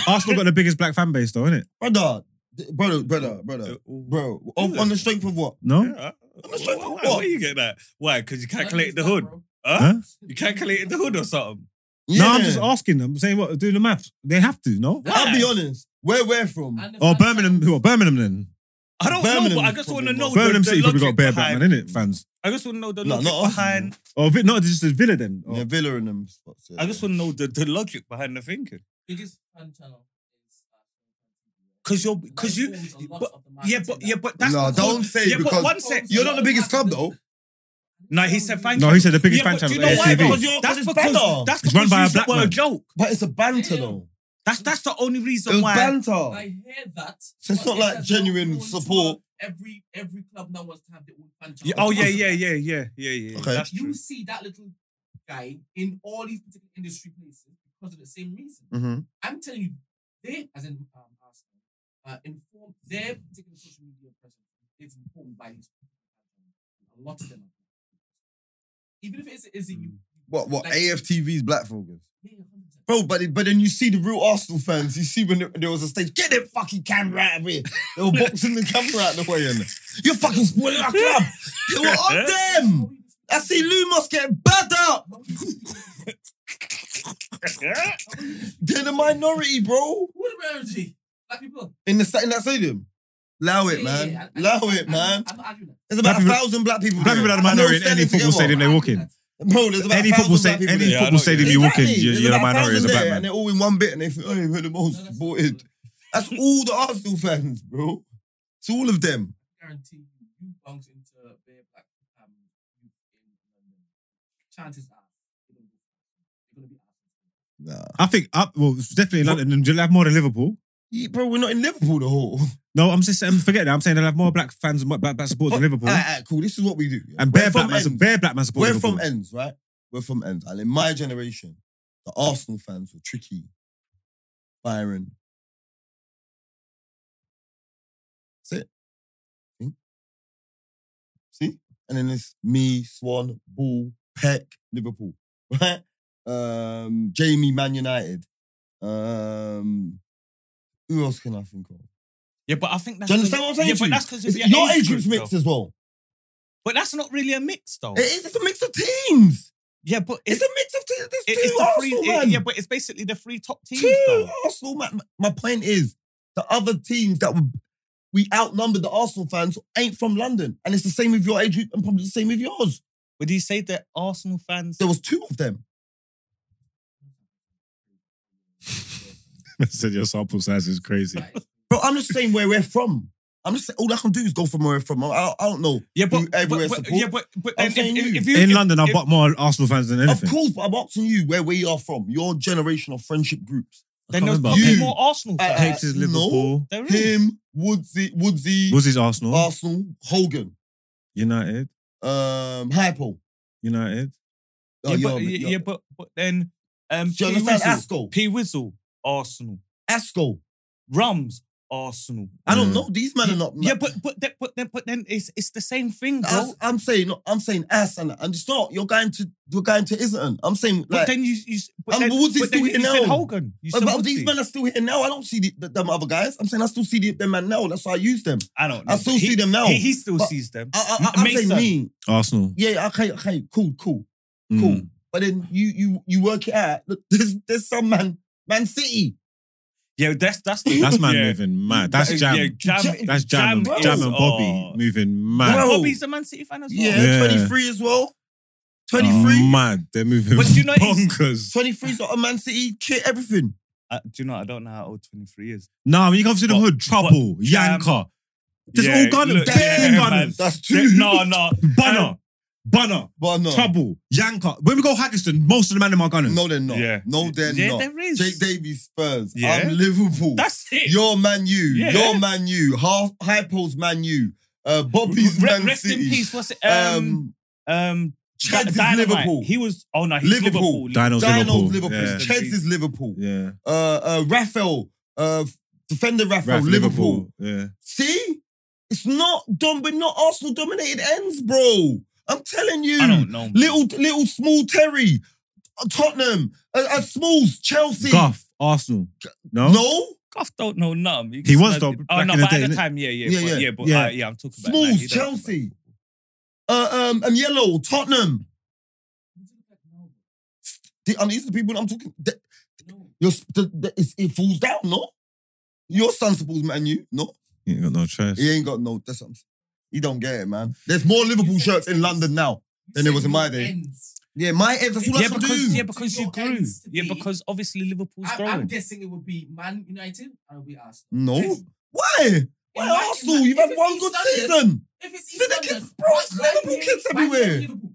Speaker 3: Ar- Arsenal got the biggest black fan base, though, isn't it?
Speaker 1: brother, d- brother, brother,
Speaker 2: Uh,
Speaker 1: brother, bro. On, on the strength of what?
Speaker 3: No.
Speaker 2: Yeah.
Speaker 1: not sure
Speaker 2: Why-
Speaker 1: what.
Speaker 2: Why you get that? Why? Because you calculated the hood. Huh?
Speaker 3: Huh?
Speaker 2: You calculated the hood or something.
Speaker 1: Yeah.
Speaker 3: No, I'm just asking them, saying what, do the maths. They have to, no? Oh,
Speaker 1: I'll be honest. Where we're from,
Speaker 4: And the
Speaker 3: Or
Speaker 4: fact that-
Speaker 3: Birmingham, who are Birmingham then?
Speaker 2: I don't know,
Speaker 1: Birmingham
Speaker 2: but I just want
Speaker 1: probably
Speaker 2: to know.
Speaker 1: was.
Speaker 3: Birmingham
Speaker 2: Oh, the, the
Speaker 3: City probably
Speaker 2: logic
Speaker 3: got bare
Speaker 2: behind-
Speaker 3: Batman, innit, fans?
Speaker 2: I just want to know the
Speaker 1: No,
Speaker 2: logic
Speaker 1: not us,
Speaker 2: behind.
Speaker 3: Or Vi- not just as Villa then? Oh. Or-
Speaker 1: Yeah, Villa and them spots. Yeah.
Speaker 2: I just want to know the, the logic behind the thinking.
Speaker 4: biggest fan channel is
Speaker 2: Because you're, because you, but, yeah, but yeah, but that's
Speaker 5: No,
Speaker 2: because-
Speaker 5: don't say
Speaker 2: yeah,
Speaker 5: because
Speaker 2: but one sec.
Speaker 5: You're not the biggest club though.
Speaker 2: No, he said thank
Speaker 3: No, he said the biggest
Speaker 2: yeah,
Speaker 3: fan
Speaker 2: but do
Speaker 3: channel
Speaker 2: you know
Speaker 3: is
Speaker 2: why?
Speaker 3: STV.
Speaker 2: Because
Speaker 1: Yeah,
Speaker 2: you're,
Speaker 1: 'cause
Speaker 2: that's
Speaker 1: it's
Speaker 2: because
Speaker 1: better.
Speaker 2: that's
Speaker 3: It's
Speaker 2: because
Speaker 3: run by
Speaker 2: you
Speaker 3: a
Speaker 2: said
Speaker 3: black
Speaker 2: we're a
Speaker 3: man.
Speaker 2: joke.
Speaker 1: But it's a banter though.
Speaker 2: That's that's the only
Speaker 1: It was
Speaker 2: reason why.
Speaker 1: banter.
Speaker 4: I hear that.
Speaker 1: So it's
Speaker 4: but
Speaker 1: not like
Speaker 4: has
Speaker 1: genuine
Speaker 4: gone to
Speaker 1: support.
Speaker 4: a- Every every club now wants to have their own fan channel.
Speaker 2: Yeah, oh yeah, yeah, yeah, yeah, yeah, yeah.
Speaker 1: Okay.
Speaker 2: That's
Speaker 4: You
Speaker 2: true.
Speaker 4: see that little guy in all these particular industry places because of the same reason.
Speaker 2: Mm-hmm.
Speaker 1: Mhm.
Speaker 4: I'm telling you, they as in um, Arsenal, uh, informed their particular social media presence is informed by these. people. A lot of them. Are. Even if it's is it you.
Speaker 5: What? What?
Speaker 4: Like-
Speaker 5: AFTV's Black Focus.
Speaker 2: Mm.
Speaker 4: Yeah, 100%.
Speaker 1: Bro, but, but then you see the real Arsenal fans. You see when there, there was a stage, get that fucking camera out of here. They were boxing the camera out the way. And you're fucking spoiling our
Speaker 4: [LAUGHS]
Speaker 1: club. They were on
Speaker 4: How
Speaker 1: them.
Speaker 4: you just-
Speaker 1: I see Lumos getting bad up.
Speaker 4: how you just-
Speaker 2: Yeah.
Speaker 4: how you just-
Speaker 1: They're the minority, bro.
Speaker 4: Who the minority? Black people.
Speaker 1: In the sta- in that stadium. Allow it,
Speaker 4: Yeah,
Speaker 1: man.
Speaker 4: yeah, I- I-
Speaker 1: Allow
Speaker 4: I-
Speaker 1: it, man.
Speaker 4: I'm not arguing that.
Speaker 1: There's about
Speaker 3: Black
Speaker 1: a
Speaker 3: people-
Speaker 1: thousand black people.
Speaker 3: Black
Speaker 1: there.
Speaker 3: people are the
Speaker 1: And they're all
Speaker 3: minority in any
Speaker 1: standing together.
Speaker 3: football stadium they walk in.
Speaker 1: Bro, there's about
Speaker 3: Any
Speaker 1: a
Speaker 3: football
Speaker 1: thousand black people
Speaker 3: stadium,
Speaker 1: there.
Speaker 3: any
Speaker 2: Yeah, I know
Speaker 3: football
Speaker 2: what
Speaker 3: stadium
Speaker 2: you
Speaker 3: you walk in,
Speaker 1: Exactly.
Speaker 3: you're,
Speaker 1: There's
Speaker 3: you're a
Speaker 1: about a
Speaker 3: minority as a
Speaker 1: thousand
Speaker 3: black
Speaker 1: there,
Speaker 3: man.
Speaker 1: And they're all in one bit and they think, oh, we're the
Speaker 4: No,
Speaker 1: most
Speaker 4: that's-
Speaker 1: supported. That's all the Arsenal fans, bro. It's all of them.
Speaker 4: guarantee you, you bounce into a bare black um, youth in London. Chances are, you're going to be you're gonna be Arsenal.
Speaker 1: Nah.
Speaker 3: I think up, well, it's definitely London. and You'll have more than Liverpool.
Speaker 1: Yeah, bro, we're not in Liverpool the whole.
Speaker 3: No, I'm just saying, forget that. I'm saying they'll have more black fans and more black, black supporters than Liverpool.
Speaker 2: Uh,
Speaker 1: Alright, alright, cool. This is what we do. yeah.
Speaker 3: and
Speaker 1: We're
Speaker 3: bare black,
Speaker 1: from
Speaker 3: man,
Speaker 1: ends.
Speaker 3: bare black man support
Speaker 1: We're
Speaker 3: Liverpool.
Speaker 1: from ends, right? We're from ends. And in my generation, the Arsenal fans were tricky. Byron. That's it. See? See? And then it's me, Swan, Ball, Peck, Liverpool, [LAUGHS] right? Um, Jamie, Man United. Um, who else can I think of?
Speaker 2: yeah, but I think that's
Speaker 1: Do you understand
Speaker 2: 'cause-
Speaker 1: what I'm saying?
Speaker 2: Yeah,
Speaker 1: to
Speaker 2: but
Speaker 1: you?
Speaker 2: that's because
Speaker 1: It's- your age group's mixed as well.
Speaker 2: But that's not really a mix though.
Speaker 1: It is. It's a mix of teams.
Speaker 2: yeah, but
Speaker 1: It's
Speaker 2: it's
Speaker 1: a mix of teams. There's
Speaker 2: it-
Speaker 1: two
Speaker 2: it's the three.
Speaker 1: Arsenal,
Speaker 2: it-
Speaker 1: man.
Speaker 2: yeah, but it's basically the three top teams
Speaker 1: two
Speaker 2: though.
Speaker 1: Arsenal, man. My point is, the other teams that were, we outnumbered the Arsenal fans ain't from London. And it's the same with your age group and probably the same with yours.
Speaker 2: Would you say that Arsenal fans?
Speaker 1: There was two of them.
Speaker 3: [LAUGHS] I said your sample size is crazy.
Speaker 4: That is-
Speaker 1: Bro, I'm just saying where we're from. I'm just saying, all I can do is go from where we're from. I, I, I don't know.
Speaker 2: Yeah, but,
Speaker 1: uh, who everywhere
Speaker 2: but, but
Speaker 1: support.
Speaker 2: yeah, but but
Speaker 1: I'm saying
Speaker 2: then if, if,
Speaker 1: you.
Speaker 2: if you
Speaker 3: In
Speaker 2: if-
Speaker 3: London, I've
Speaker 2: if-
Speaker 3: got more Arsenal fans than anything.
Speaker 1: Of course, but I'm asking you where we are from, your generational friendship groups.
Speaker 2: then there's
Speaker 3: Come on,
Speaker 2: probably
Speaker 1: you.
Speaker 2: more Arsenal
Speaker 1: Uh,
Speaker 2: fans.
Speaker 1: uh,
Speaker 3: Takes is
Speaker 1: no.
Speaker 3: Liverpool.
Speaker 2: there is.
Speaker 1: Him, Woodsy, Woodsy,
Speaker 3: Was his Arsenal?
Speaker 1: Arsenal, Hogan,
Speaker 3: United.
Speaker 1: um, Hypo.
Speaker 3: United.
Speaker 1: Oh,
Speaker 2: yeah,
Speaker 1: you're-
Speaker 2: but, yeah,
Speaker 1: you're-
Speaker 2: yeah, but but then um,
Speaker 1: Do
Speaker 2: P
Speaker 1: you understand?
Speaker 2: Whistle,
Speaker 1: Asco.
Speaker 2: P Whistle, Arsenal,
Speaker 1: Asco.
Speaker 2: Rums, Arsenal.
Speaker 1: I don't
Speaker 3: Mm.
Speaker 1: know. These men are not.
Speaker 2: Yeah, but but then, but then but then it's it's the same thing, bro.
Speaker 1: As- I'm saying, I'm saying ass, and and it's not. You're going to, you're going to Islington. I'm saying
Speaker 2: but
Speaker 1: like,
Speaker 2: then you you but
Speaker 1: I'm
Speaker 2: then,
Speaker 1: Woodsy
Speaker 2: but then
Speaker 1: still
Speaker 2: you
Speaker 1: here
Speaker 2: said
Speaker 1: now.
Speaker 2: Hogan. You
Speaker 1: but,
Speaker 2: said
Speaker 1: but
Speaker 2: Woodsy.
Speaker 1: these men are still here now. I don't see the, the, them other guys. I'm saying I still see the, them man now. That's why I use them.
Speaker 2: I don't.
Speaker 1: I
Speaker 2: Know,
Speaker 1: still
Speaker 2: but
Speaker 1: see
Speaker 2: he,
Speaker 1: them now.
Speaker 2: He, he still
Speaker 1: But-
Speaker 2: sees them.
Speaker 1: I, I, I, I'm
Speaker 2: Mason.
Speaker 1: saying me.
Speaker 3: Arsenal.
Speaker 1: Yeah. Okay. Okay. Cool. Cool.
Speaker 3: Mm.
Speaker 1: Cool. But then you you you work it out. Look, there's there's some man. Man City.
Speaker 2: Yeah, that's that's the,
Speaker 3: That's man
Speaker 2: [LAUGHS] yeah. uh,
Speaker 3: moving mad. That's jam.
Speaker 2: Yeah, jam.
Speaker 1: Jam-
Speaker 3: That's jam. and-
Speaker 1: Jam
Speaker 3: Jam,
Speaker 1: is-
Speaker 3: and Bobby moving mad.
Speaker 1: Bro,
Speaker 2: Bobby's a Man City fan as well.
Speaker 1: Yeah.
Speaker 3: Yeah.
Speaker 1: 23 as well. 23.
Speaker 3: Oh, Mad. They're moving
Speaker 2: But you know it's-
Speaker 3: bonkers.
Speaker 1: 23's got a Man City kit. Everything.
Speaker 2: Uh, do you know? I don't know how old twenty three is.
Speaker 3: Nah, when you come to the
Speaker 2: What-
Speaker 3: hood, trouble,
Speaker 2: Jam-
Speaker 3: Yanker, There's
Speaker 2: Yeah,
Speaker 3: all Gunners.
Speaker 2: look,
Speaker 3: There's
Speaker 2: yeah,
Speaker 3: two
Speaker 2: man. Um,
Speaker 3: Gunners.
Speaker 1: That's two.
Speaker 2: They- No, [LAUGHS] no.
Speaker 3: Bunner, Bunner,
Speaker 1: But no.
Speaker 3: Trouble, Yanker. When we go Haggiston, most of the man in my Gunners.
Speaker 1: No, they're not.
Speaker 2: Yeah.
Speaker 1: No, they're
Speaker 2: yeah,
Speaker 1: not.
Speaker 2: there is.
Speaker 1: Jake Davies Spurs.
Speaker 2: Yeah.
Speaker 1: I'm Liverpool.
Speaker 2: That's it.
Speaker 1: your Man U.
Speaker 2: Yeah.
Speaker 1: Your Man U. Half Hypo's Man U. Uh, Bobby's
Speaker 2: Re-
Speaker 1: Man
Speaker 2: rest in
Speaker 1: City.
Speaker 2: peace. What's it? Um,
Speaker 1: Um,
Speaker 2: um,
Speaker 1: Chad's is
Speaker 2: Dynamite.
Speaker 1: Liverpool.
Speaker 2: He was. Oh no, he's
Speaker 1: Liverpool.
Speaker 2: Liverpool.
Speaker 3: Dino's Liverpool.
Speaker 1: Dino's Liverpool.
Speaker 3: Yeah.
Speaker 1: Cheds is Liverpool.
Speaker 3: Yeah.
Speaker 1: Uh, uh, Raphael. Uh, defender Raphael.
Speaker 3: Raf,
Speaker 1: Liverpool.
Speaker 3: Yeah.
Speaker 1: See, it's not dom, but not Arsenal dominated ends, bro. I'm telling you.
Speaker 2: I don't know. man.
Speaker 1: Little, little small Terry. Uh, Tottenham. Uh, uh, Smalls. Chelsea.
Speaker 3: Goff, Arsenal. No?
Speaker 1: No.
Speaker 2: Goff don't know nothing.
Speaker 3: He was
Speaker 2: like-
Speaker 3: though,
Speaker 2: Oh
Speaker 3: back
Speaker 2: no,
Speaker 3: in the
Speaker 2: but
Speaker 3: day,
Speaker 2: at the
Speaker 3: innit?
Speaker 2: time, yeah, yeah,
Speaker 1: Yeah,
Speaker 2: but-
Speaker 1: yeah.
Speaker 2: yeah, but
Speaker 3: Yeah.
Speaker 2: uh, yeah, I'm talking about
Speaker 1: Smalls,
Speaker 2: now, he don't-
Speaker 1: Chelsea. Uh, um, and yellow, Tottenham. The, and these are the people I'm talking. The,
Speaker 4: No,
Speaker 1: your, the, the, it's, it falls down, no? Your son supports Man U, no?
Speaker 3: You ain't got no choice.
Speaker 1: He ain't got no. That's what I'm saying. He don't get it, man. There's more Liverpool shirts in London now. Then it was in my day. Yeah, my ends. That's all
Speaker 2: Yeah,
Speaker 1: I can
Speaker 2: because
Speaker 1: do.
Speaker 2: yeah, because you
Speaker 4: Your
Speaker 2: grew.
Speaker 4: ends to
Speaker 2: Yeah,
Speaker 4: be-
Speaker 2: because obviously Liverpool's
Speaker 4: I,
Speaker 2: growing.
Speaker 4: I'm guessing it would be Man United and it'll be Arsenal.
Speaker 1: No. Why? Why
Speaker 4: Imagine
Speaker 1: Arsenal?
Speaker 4: that.
Speaker 1: You've had
Speaker 4: If it's
Speaker 1: one
Speaker 4: East
Speaker 1: good
Speaker 4: London,
Speaker 1: season.
Speaker 4: If it's
Speaker 1: Then
Speaker 4: East
Speaker 1: the
Speaker 4: London,
Speaker 1: kids- bro, it's
Speaker 4: why are you
Speaker 1: Liverpool
Speaker 4: hearing-
Speaker 1: kids
Speaker 4: why are you hearing
Speaker 1: everywhere.
Speaker 4: Liverpool?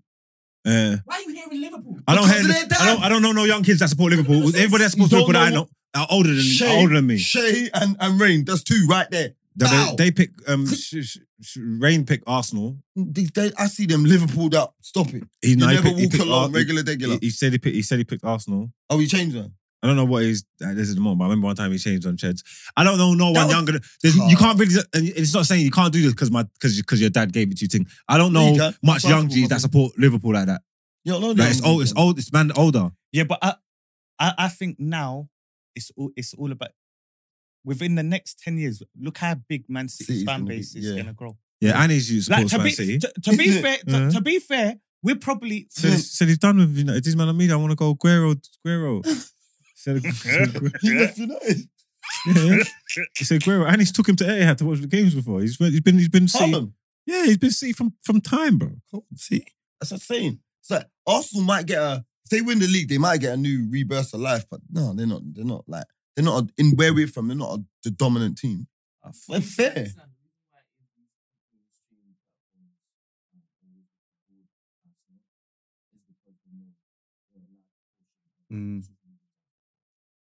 Speaker 3: Yeah.
Speaker 4: Why are you hearing Liverpool?
Speaker 3: I don't
Speaker 1: Because
Speaker 3: hear.
Speaker 1: of their dad.
Speaker 3: I don't. I don't know no young kids that support Liverpool.
Speaker 4: Because
Speaker 3: Everybody that supports
Speaker 1: you
Speaker 3: Liverpool
Speaker 1: don't
Speaker 3: that I
Speaker 1: know
Speaker 3: know are older than
Speaker 1: Shay,
Speaker 3: are older than me.
Speaker 1: Shay and, and Rain. That's two right there.
Speaker 3: That
Speaker 1: Bow.
Speaker 3: They, they pick. Um, sh- sh- sh- Rain pick Arsenal.
Speaker 1: These days, I see them Liverpooled up. Stop it.
Speaker 3: He,
Speaker 1: You
Speaker 3: no, he
Speaker 1: never
Speaker 3: picked- he
Speaker 1: walk
Speaker 3: picked
Speaker 1: along
Speaker 3: Ar-
Speaker 1: regular,
Speaker 3: he-
Speaker 1: regular.
Speaker 3: He, said he picked. He said he picked Arsenal.
Speaker 1: oh, he changed that.
Speaker 3: I don't know what he's. Uh, this is the moment. but I remember one time he changed on Cheds. I don't know no
Speaker 1: That
Speaker 3: one
Speaker 1: was-
Speaker 3: younger. than- There's, you can't really. And it's not saying you can't do this because my because because your dad gave it to you. Thing. I don't
Speaker 1: No,
Speaker 3: know
Speaker 1: you can't.
Speaker 3: much
Speaker 1: First of
Speaker 3: young
Speaker 1: all,
Speaker 3: G's
Speaker 1: I
Speaker 3: that
Speaker 1: think-
Speaker 3: support Liverpool like that.
Speaker 1: You don't know
Speaker 3: Like it's
Speaker 1: them.
Speaker 3: old. It's old. It's man older.
Speaker 2: Yeah, but I, I, I think now it's all it's all about within the next ten years. Look how big Man City's
Speaker 1: City's
Speaker 2: fan
Speaker 1: gonna be-
Speaker 2: base is
Speaker 1: yeah.
Speaker 2: gonna grow.
Speaker 3: Yeah, and he's you
Speaker 2: Like
Speaker 3: supports
Speaker 2: to
Speaker 3: Man
Speaker 2: be,
Speaker 3: City.
Speaker 2: to, to be fair, to,
Speaker 1: Uh-huh.
Speaker 3: Yeah.
Speaker 2: to be fair, we're probably
Speaker 3: So, so he's done with United. This man on me. I want to go Guerrero.
Speaker 1: [LAUGHS]
Speaker 3: Guerrero. Said,
Speaker 1: He left United.
Speaker 3: yeah. He said Guerrero, and he's took him to Etihad to watch the games before. He's been, he's been, he's been City.
Speaker 1: Tottenham.
Speaker 3: Yeah, he's been City from from time, bro.
Speaker 1: See, that's what I'm saying. It's like Arsenal might get a. If they win the league, they might get a new rebirth of life. But no, they're not. They're not like they're not a, in where we're from. They're not a, the dominant team. Fair. fair.
Speaker 2: Mm.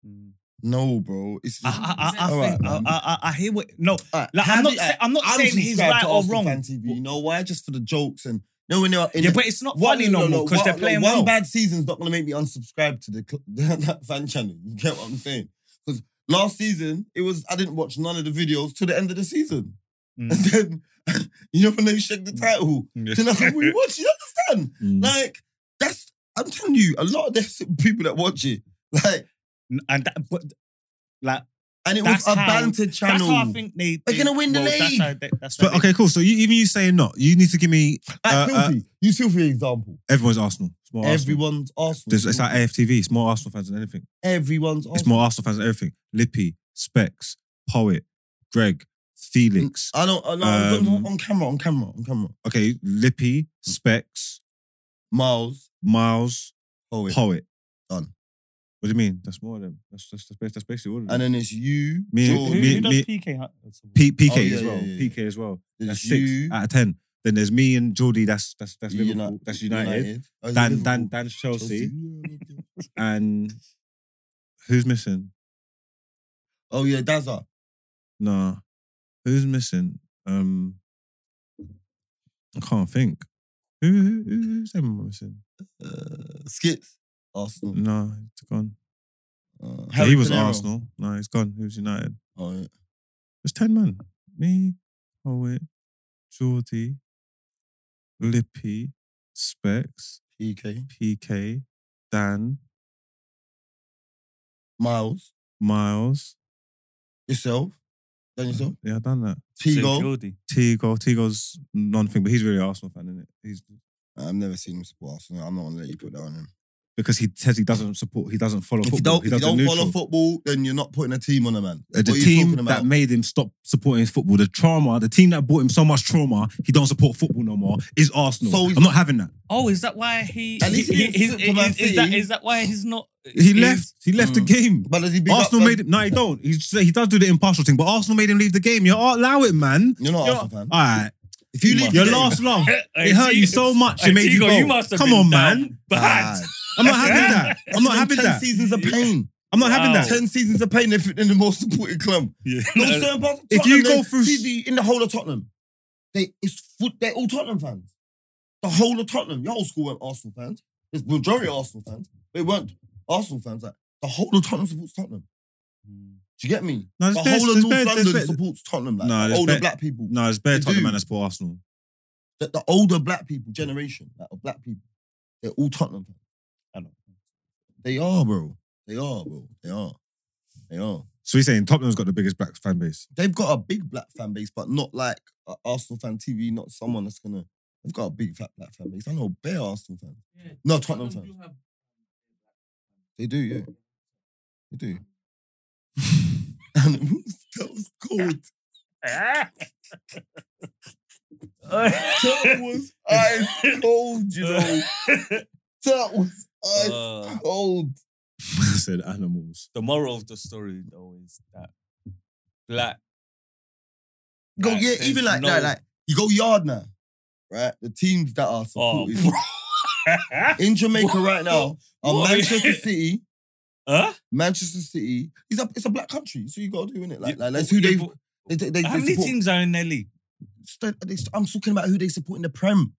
Speaker 2: Mm.
Speaker 1: No, bro. It's
Speaker 2: I, I, I, I,
Speaker 1: All right,
Speaker 2: think, I,
Speaker 1: man.
Speaker 2: I, I I hear what no.
Speaker 1: All right,
Speaker 2: Like,
Speaker 1: how
Speaker 2: I'm not.
Speaker 1: do-
Speaker 2: say- I'm not
Speaker 1: I'm
Speaker 2: saying he's
Speaker 1: subscribed
Speaker 2: right
Speaker 1: to
Speaker 2: or
Speaker 1: Arsenal
Speaker 2: wrong.
Speaker 1: Fan TV, you know why? Just for the jokes and no, when they're in
Speaker 2: Yeah,
Speaker 1: the-
Speaker 2: but it's not
Speaker 1: One-
Speaker 2: funny no more because
Speaker 1: one-
Speaker 2: they're playing
Speaker 1: One [LAUGHS]
Speaker 2: well.
Speaker 1: bad season's not going to make me unsubscribe to the cl- [LAUGHS] that fan channel. You get what I'm saying? Because last season it was I didn't watch none of the videos till the end of the season, [LAUGHS]
Speaker 2: Mm.
Speaker 1: and then [LAUGHS] you know when they shake the title, [LAUGHS] then I we watch. You understand?
Speaker 3: Mm.
Speaker 1: Like that's I'm telling you, a lot of the [LAUGHS] people that watch it, like,
Speaker 2: and that, but like
Speaker 1: and it
Speaker 2: That's
Speaker 1: was a
Speaker 2: how-
Speaker 1: banter
Speaker 2: that's
Speaker 1: channel.
Speaker 2: how I think they.
Speaker 1: They're
Speaker 2: they-
Speaker 1: gonna win the
Speaker 2: well, That's
Speaker 1: league.
Speaker 2: how they, that's how
Speaker 3: But
Speaker 2: they-
Speaker 3: okay, cool. So you, even you saying not, you need to give me
Speaker 1: Like,
Speaker 3: uh, uh,
Speaker 1: filthy. you filthy example.
Speaker 3: everyone's Arsenal. It's more Arsenal.
Speaker 1: Everyone's Arsenal.
Speaker 3: There's, it's like AFTV. It's more Arsenal fans than anything.
Speaker 1: Everyone's
Speaker 3: It's
Speaker 1: Arsenal.
Speaker 3: more Arsenal fans than everything. Lippy, Specs, Poet, Greg, Felix.
Speaker 1: I don't. I know,
Speaker 3: Um,
Speaker 1: on, on camera, on camera, on camera.
Speaker 3: Okay,
Speaker 1: Hmm.
Speaker 3: Lippy, Specs,
Speaker 1: Miles.
Speaker 3: Miles,
Speaker 1: Oh, wait.
Speaker 3: Poet.
Speaker 1: Done.
Speaker 3: What do you mean? That's more of them. That's that's, that's, bas- that's basically all of them.
Speaker 1: And then it's you,
Speaker 3: Me-
Speaker 2: Who,
Speaker 1: George.
Speaker 3: me-
Speaker 2: who does
Speaker 3: me-
Speaker 2: PK? have?
Speaker 3: P- PK
Speaker 1: Oh, yeah,
Speaker 3: as well.
Speaker 1: yeah, yeah, yeah.
Speaker 3: PK as well. That's
Speaker 1: It's
Speaker 3: six
Speaker 1: you.
Speaker 3: out of ten. Then there's me and Jordy. That's that's that's
Speaker 1: Uni-
Speaker 3: Liverpool. that's United.
Speaker 1: Oh, is it
Speaker 3: Dan
Speaker 1: Liverpool?
Speaker 3: Dan Dan's Chelsea. and who's missing?
Speaker 1: Oh yeah, Dazza.
Speaker 3: Nah, who's missing? Um, I can't think. Who, who who- who's everyone missing?
Speaker 1: Uh, Skits. Arsenal.
Speaker 3: Nah, it's gone.
Speaker 1: Uh,
Speaker 3: Mm. Yeah,
Speaker 1: Harry
Speaker 3: he was
Speaker 1: Pinero.
Speaker 3: Arsenal. No, he's gone. Who's United?
Speaker 1: Oh, yeah.
Speaker 3: There's ten man. Me, Owen, Geordie, Lippy, Specs,
Speaker 1: PK.
Speaker 3: PK, Dan,
Speaker 1: Miles.
Speaker 3: Miles.
Speaker 1: Yourself. Dan yourself.
Speaker 3: Yeah, I done that.
Speaker 1: Tigo.
Speaker 3: Tigo, Tigo's non-thing, but he's really an Arsenal fan, isn't it? He's
Speaker 1: I've never seen him support Arsenal. I'm not gonna let you put that on him.
Speaker 3: because he says he doesn't support, he doesn't follow
Speaker 1: If you
Speaker 3: football.
Speaker 1: don't,
Speaker 3: He
Speaker 1: if you
Speaker 3: doesn't
Speaker 1: don't follow
Speaker 3: neutral.
Speaker 1: football, then you're not putting a team on a man.
Speaker 3: Uh, the
Speaker 1: What are you
Speaker 3: team
Speaker 1: talking about?
Speaker 3: that made him stop supporting his football, the trauma, the team that brought him so much trauma, he don't support football no more, is Arsenal.
Speaker 1: So he's-
Speaker 3: I'm not having that.
Speaker 2: Oh, is that why he?
Speaker 1: At least he
Speaker 2: he-
Speaker 1: didn't
Speaker 2: he's-
Speaker 1: sit
Speaker 2: is,
Speaker 1: for Man
Speaker 2: is, that,
Speaker 1: City.
Speaker 2: is that why he's not?
Speaker 3: He
Speaker 2: he's-
Speaker 3: left. He left the
Speaker 1: Mm.
Speaker 3: game.
Speaker 1: but does he big
Speaker 3: Arsenal
Speaker 1: up,
Speaker 3: made him. No, he don't. He he does do the impartial thing, but Arsenal made him leave the game. You allow it, man.
Speaker 1: You're not
Speaker 3: You're-
Speaker 1: Arsenal fan.
Speaker 3: All right,
Speaker 1: If you leave
Speaker 3: your
Speaker 1: the game- [LAUGHS]
Speaker 3: last love.
Speaker 2: [LAUGHS] Hey,
Speaker 3: It hurt you
Speaker 2: Tigo-
Speaker 3: so much. It
Speaker 2: hey,
Speaker 3: made you
Speaker 2: Tigo,
Speaker 3: go.
Speaker 2: you must have
Speaker 3: Come
Speaker 2: been
Speaker 3: on,
Speaker 2: down
Speaker 3: man. Ah.
Speaker 2: bad.
Speaker 3: I'm not having that. I'm not
Speaker 1: It's been
Speaker 3: having
Speaker 1: ten
Speaker 3: that.
Speaker 1: seasons of pain.
Speaker 3: I'm not having
Speaker 2: Wow.
Speaker 3: that.
Speaker 1: Ten seasons of pain if in the most supported club.
Speaker 2: [LAUGHS] Yeah.
Speaker 1: No
Speaker 2: [LAUGHS]
Speaker 1: certain parts of
Speaker 3: If you
Speaker 1: Tottenham,
Speaker 3: go
Speaker 1: they-
Speaker 3: through-
Speaker 1: see the, in the whole of Tottenham, they it's foot, they're all Tottenham fans. The whole of Tottenham, your old school weren't Arsenal fans. The majority are Arsenal fans. They weren't Arsenal fans. Like the whole of Tottenham supports Tottenham.
Speaker 3: Hmm.
Speaker 1: Do you get me?
Speaker 3: No,
Speaker 1: The
Speaker 3: there's bare-
Speaker 1: whole of
Speaker 3: there's
Speaker 1: North
Speaker 3: bare- there's
Speaker 1: London
Speaker 3: bare-
Speaker 1: supports Tottenham. Like
Speaker 3: No,
Speaker 1: the
Speaker 3: there's
Speaker 1: older
Speaker 3: bare-
Speaker 1: black people,
Speaker 3: No, it's bare
Speaker 1: They
Speaker 3: Tottenham
Speaker 1: do.
Speaker 3: man that support Arsenal.
Speaker 1: the, the older black people generation like, of black people, they're all Tottenham fans.
Speaker 2: I know.
Speaker 1: They are, bro. They are, bro. They are. They are.
Speaker 3: So he's saying Tottenham's got the biggest black fan base. [LAUGHS]
Speaker 1: they've got a big black fan base, but not like a Arsenal fan TV, not someone that's gonna. They've got a big fat black fan base. I know bare Arsenal fans. No, Tottenham fans. They do, yeah. [LAUGHS] They do. and that was cold. [LAUGHS] That was ice cold, you know. That was ice
Speaker 2: Uh,
Speaker 1: cold.
Speaker 3: I said animals.
Speaker 2: the moral of the story though is that black
Speaker 1: Go
Speaker 2: Like,
Speaker 1: yeah,
Speaker 2: there's
Speaker 1: even like
Speaker 2: no-
Speaker 1: that, like you go yard now, right? The teams that are
Speaker 2: oh, [LAUGHS]
Speaker 1: supported in Jamaica right now are
Speaker 2: What? [LAUGHS]
Speaker 1: Manchester City.
Speaker 2: huh?
Speaker 1: Manchester City. It's a it's a black country, so you gotta do it. Like,
Speaker 2: Yeah,
Speaker 1: like that's
Speaker 2: yeah,
Speaker 1: who they
Speaker 2: but
Speaker 1: they they, they,
Speaker 2: How
Speaker 1: they
Speaker 2: many
Speaker 1: support.
Speaker 2: teams are in their league?
Speaker 1: St- they- I'm talking about who they support in the Prem.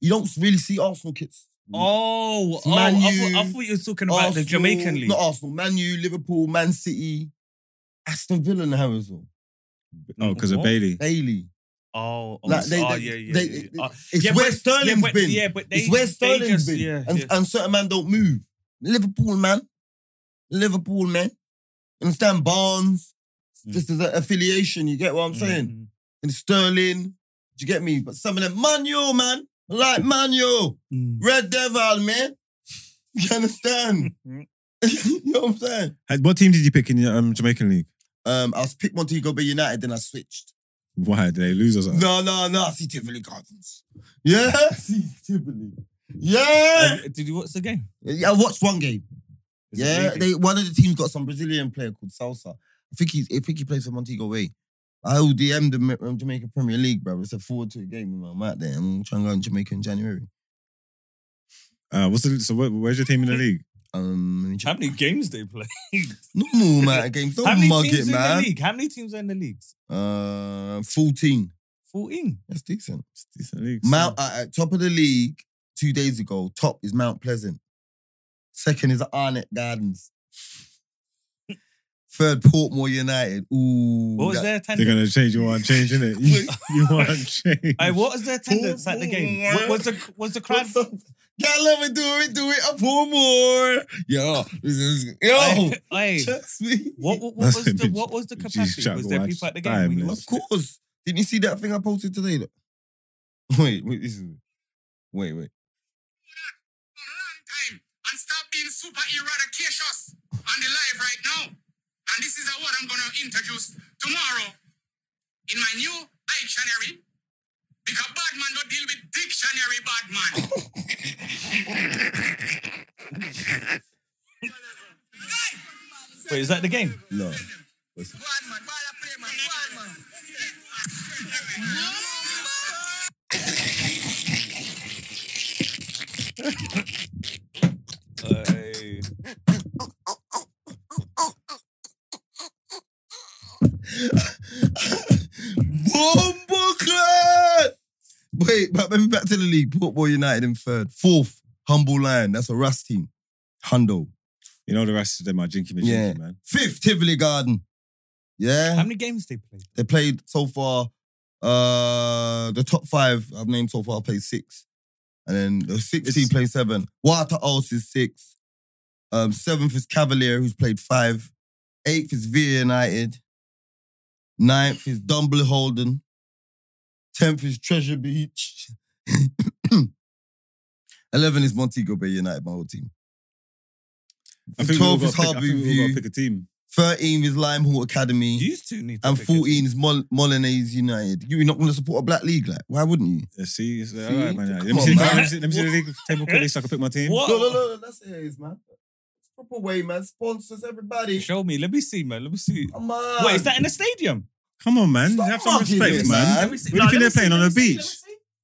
Speaker 1: You don't really see Arsenal kits.
Speaker 2: Oh,
Speaker 1: It's
Speaker 2: oh
Speaker 1: Mm. Man
Speaker 2: I, thought, I
Speaker 1: U,
Speaker 2: thought you were talking about the Jamaican league.
Speaker 1: Not Arsenal, Man U, Liverpool, Man City, Aston Villa, and Harrisville.
Speaker 3: Oh, because of
Speaker 2: What?
Speaker 3: Bailey.
Speaker 1: Bailey.
Speaker 2: Oh, oh,
Speaker 1: Like, they-
Speaker 2: oh
Speaker 1: they-
Speaker 2: yeah, yeah,
Speaker 1: they-
Speaker 2: yeah,
Speaker 1: they-
Speaker 2: Uh,
Speaker 1: It's
Speaker 2: yeah,
Speaker 1: where
Speaker 2: but-
Speaker 1: Sterling's
Speaker 2: yeah, but,
Speaker 1: been.
Speaker 2: Yeah, but they,
Speaker 1: it's where
Speaker 2: they
Speaker 1: Sterling's
Speaker 2: just-
Speaker 1: been.
Speaker 2: Yeah,
Speaker 1: and,
Speaker 2: yeah.
Speaker 1: and certain man don't move. Liverpool, man. Liverpool, man. Understand? Barnes.
Speaker 2: Mm.
Speaker 1: Just as an affiliation, you get what I'm saying?
Speaker 2: Mhm.
Speaker 1: And Sterling. Do you get me? But some of them, Manuel, man. Like Manuel.
Speaker 2: Mm.
Speaker 1: Red Devil, man. [LAUGHS] You understand?
Speaker 2: [LAUGHS]
Speaker 1: [LAUGHS]
Speaker 2: Mhm.
Speaker 1: you know what I'm saying?
Speaker 3: Had- What team did you pick in the um, Jamaican league?
Speaker 1: Um, I was picked Montego Bay United, then I switched.
Speaker 3: Why did they lose or
Speaker 2: Uh.
Speaker 3: something?
Speaker 1: No, no, no. I see Tivoli Gardens. Yeah, I see Tivoli. Yeah.
Speaker 2: Um, Did you watch the game?
Speaker 1: yeah, I watched one game.
Speaker 2: Is it
Speaker 1: yeah,
Speaker 2: really?
Speaker 1: they, one of the teams got some Brazilian player called Salsa. I think he's, I think he plays for Montego Bay. I ODM the Ma- um, Jamaican Premier League, bro. It's a forward to a game when I'm out there. I'm trying to go in Jamaica in January.
Speaker 3: Uh, what's the, so where, where's your team in the league?
Speaker 1: Um, let me
Speaker 2: How
Speaker 1: check.
Speaker 2: many games they play? [LAUGHS]
Speaker 1: normal amount of games.
Speaker 2: How
Speaker 1: Don't
Speaker 2: many
Speaker 1: mug
Speaker 2: teams
Speaker 1: it,
Speaker 2: in the
Speaker 1: man.
Speaker 2: league? How many teams are in the leagues?
Speaker 1: Uh, fourteen.
Speaker 2: Fourteen.
Speaker 1: That's decent.
Speaker 3: It's a decent league.
Speaker 1: Mount uh, at top of the league two days ago. Top is Mount Pleasant. Second is Arnett
Speaker 2: [LAUGHS]
Speaker 1: Gardens. Third, Portmore United. Ooh,
Speaker 2: What was
Speaker 1: that-
Speaker 2: their
Speaker 3: They're
Speaker 2: attendance?
Speaker 3: gonna change. You want change,
Speaker 1: [LAUGHS]
Speaker 3: innit? You, you want change.
Speaker 2: Hey, what was their attendance at the game? What was the was the crowd?
Speaker 1: What's up?
Speaker 2: [LAUGHS]
Speaker 1: Gotta love it, do it, do it. I pour more. Yo, this is, yo,
Speaker 2: Hey,
Speaker 1: trust me.
Speaker 2: what, what, what
Speaker 3: That's
Speaker 2: was
Speaker 3: a
Speaker 2: the
Speaker 3: bit-
Speaker 2: what was the
Speaker 3: Jeez,
Speaker 2: capacity?
Speaker 3: Jack,
Speaker 2: Was there
Speaker 3: watch
Speaker 2: people at the
Speaker 3: time,
Speaker 2: game? When
Speaker 3: man.
Speaker 2: you
Speaker 1: Of
Speaker 2: watched it?
Speaker 1: course. Didn't you see that thing I posted today? [LAUGHS] Look. Wait, wait, this is. Wait, wait.
Speaker 6: for a long time and stop being super eradicacious on the live right now. And this is a word I'm going to introduce tomorrow in my new dictionary. Because bad man don't deal with dictionary bad man.
Speaker 2: Wait, is that the game?
Speaker 1: No.
Speaker 6: Bad man, bad play man, bad man.
Speaker 2: Hey.
Speaker 1: Bumbleclad! Wait, but maybe back to the league. Portmore United in third. Fourth, Humble Lion. That's a Ras team. Hundo.
Speaker 3: You know the rest of them are jinky, jinky
Speaker 1: Yeah.
Speaker 3: man.
Speaker 1: Fifth, Tivoli Garden.
Speaker 2: How
Speaker 1: Yeah.
Speaker 2: many games they played?
Speaker 1: They played so far, uh, the top five I've named so far played six. And then the sixth team
Speaker 3: It's-
Speaker 1: played seven. Waterhouse is six. Um, seventh is Cavalier, who's played five. Eighth is Villa United. Ninth is Dumble Holden. Tenth is Treasure Beach. [COUGHS] Eleven is Montego Bay United, my old team.
Speaker 3: I think we all
Speaker 1: 12
Speaker 3: got
Speaker 1: is
Speaker 3: to pick, I
Speaker 1: Harbour
Speaker 3: think we all got
Speaker 1: View.
Speaker 3: to pick a team.
Speaker 1: Thirteen is Limehall Academy.
Speaker 2: You used to need. To
Speaker 1: and
Speaker 2: pick a team.
Speaker 1: 14 is Mol- Molyneux United. You're not going to support a black league, like why wouldn't you?
Speaker 3: Yeah, see, it's, all
Speaker 1: See?
Speaker 3: right, man. Let
Speaker 1: Come
Speaker 3: me,
Speaker 1: on,
Speaker 3: see the,
Speaker 1: man.
Speaker 3: let, me see, let me see the league table quickly so I can pick my team.
Speaker 2: What?
Speaker 1: No, no, no, no, that's it is, man. It's proper way, man. Sponsors everybody.
Speaker 2: Show me. Let me see, man. Let me see.
Speaker 1: Come on.
Speaker 2: Wait, is that in the stadium?
Speaker 3: Come on, man.
Speaker 1: Stop
Speaker 3: Have some
Speaker 1: mugging
Speaker 3: respect,
Speaker 1: it,
Speaker 3: man.
Speaker 1: man.
Speaker 3: What do you think they're playing on the beach?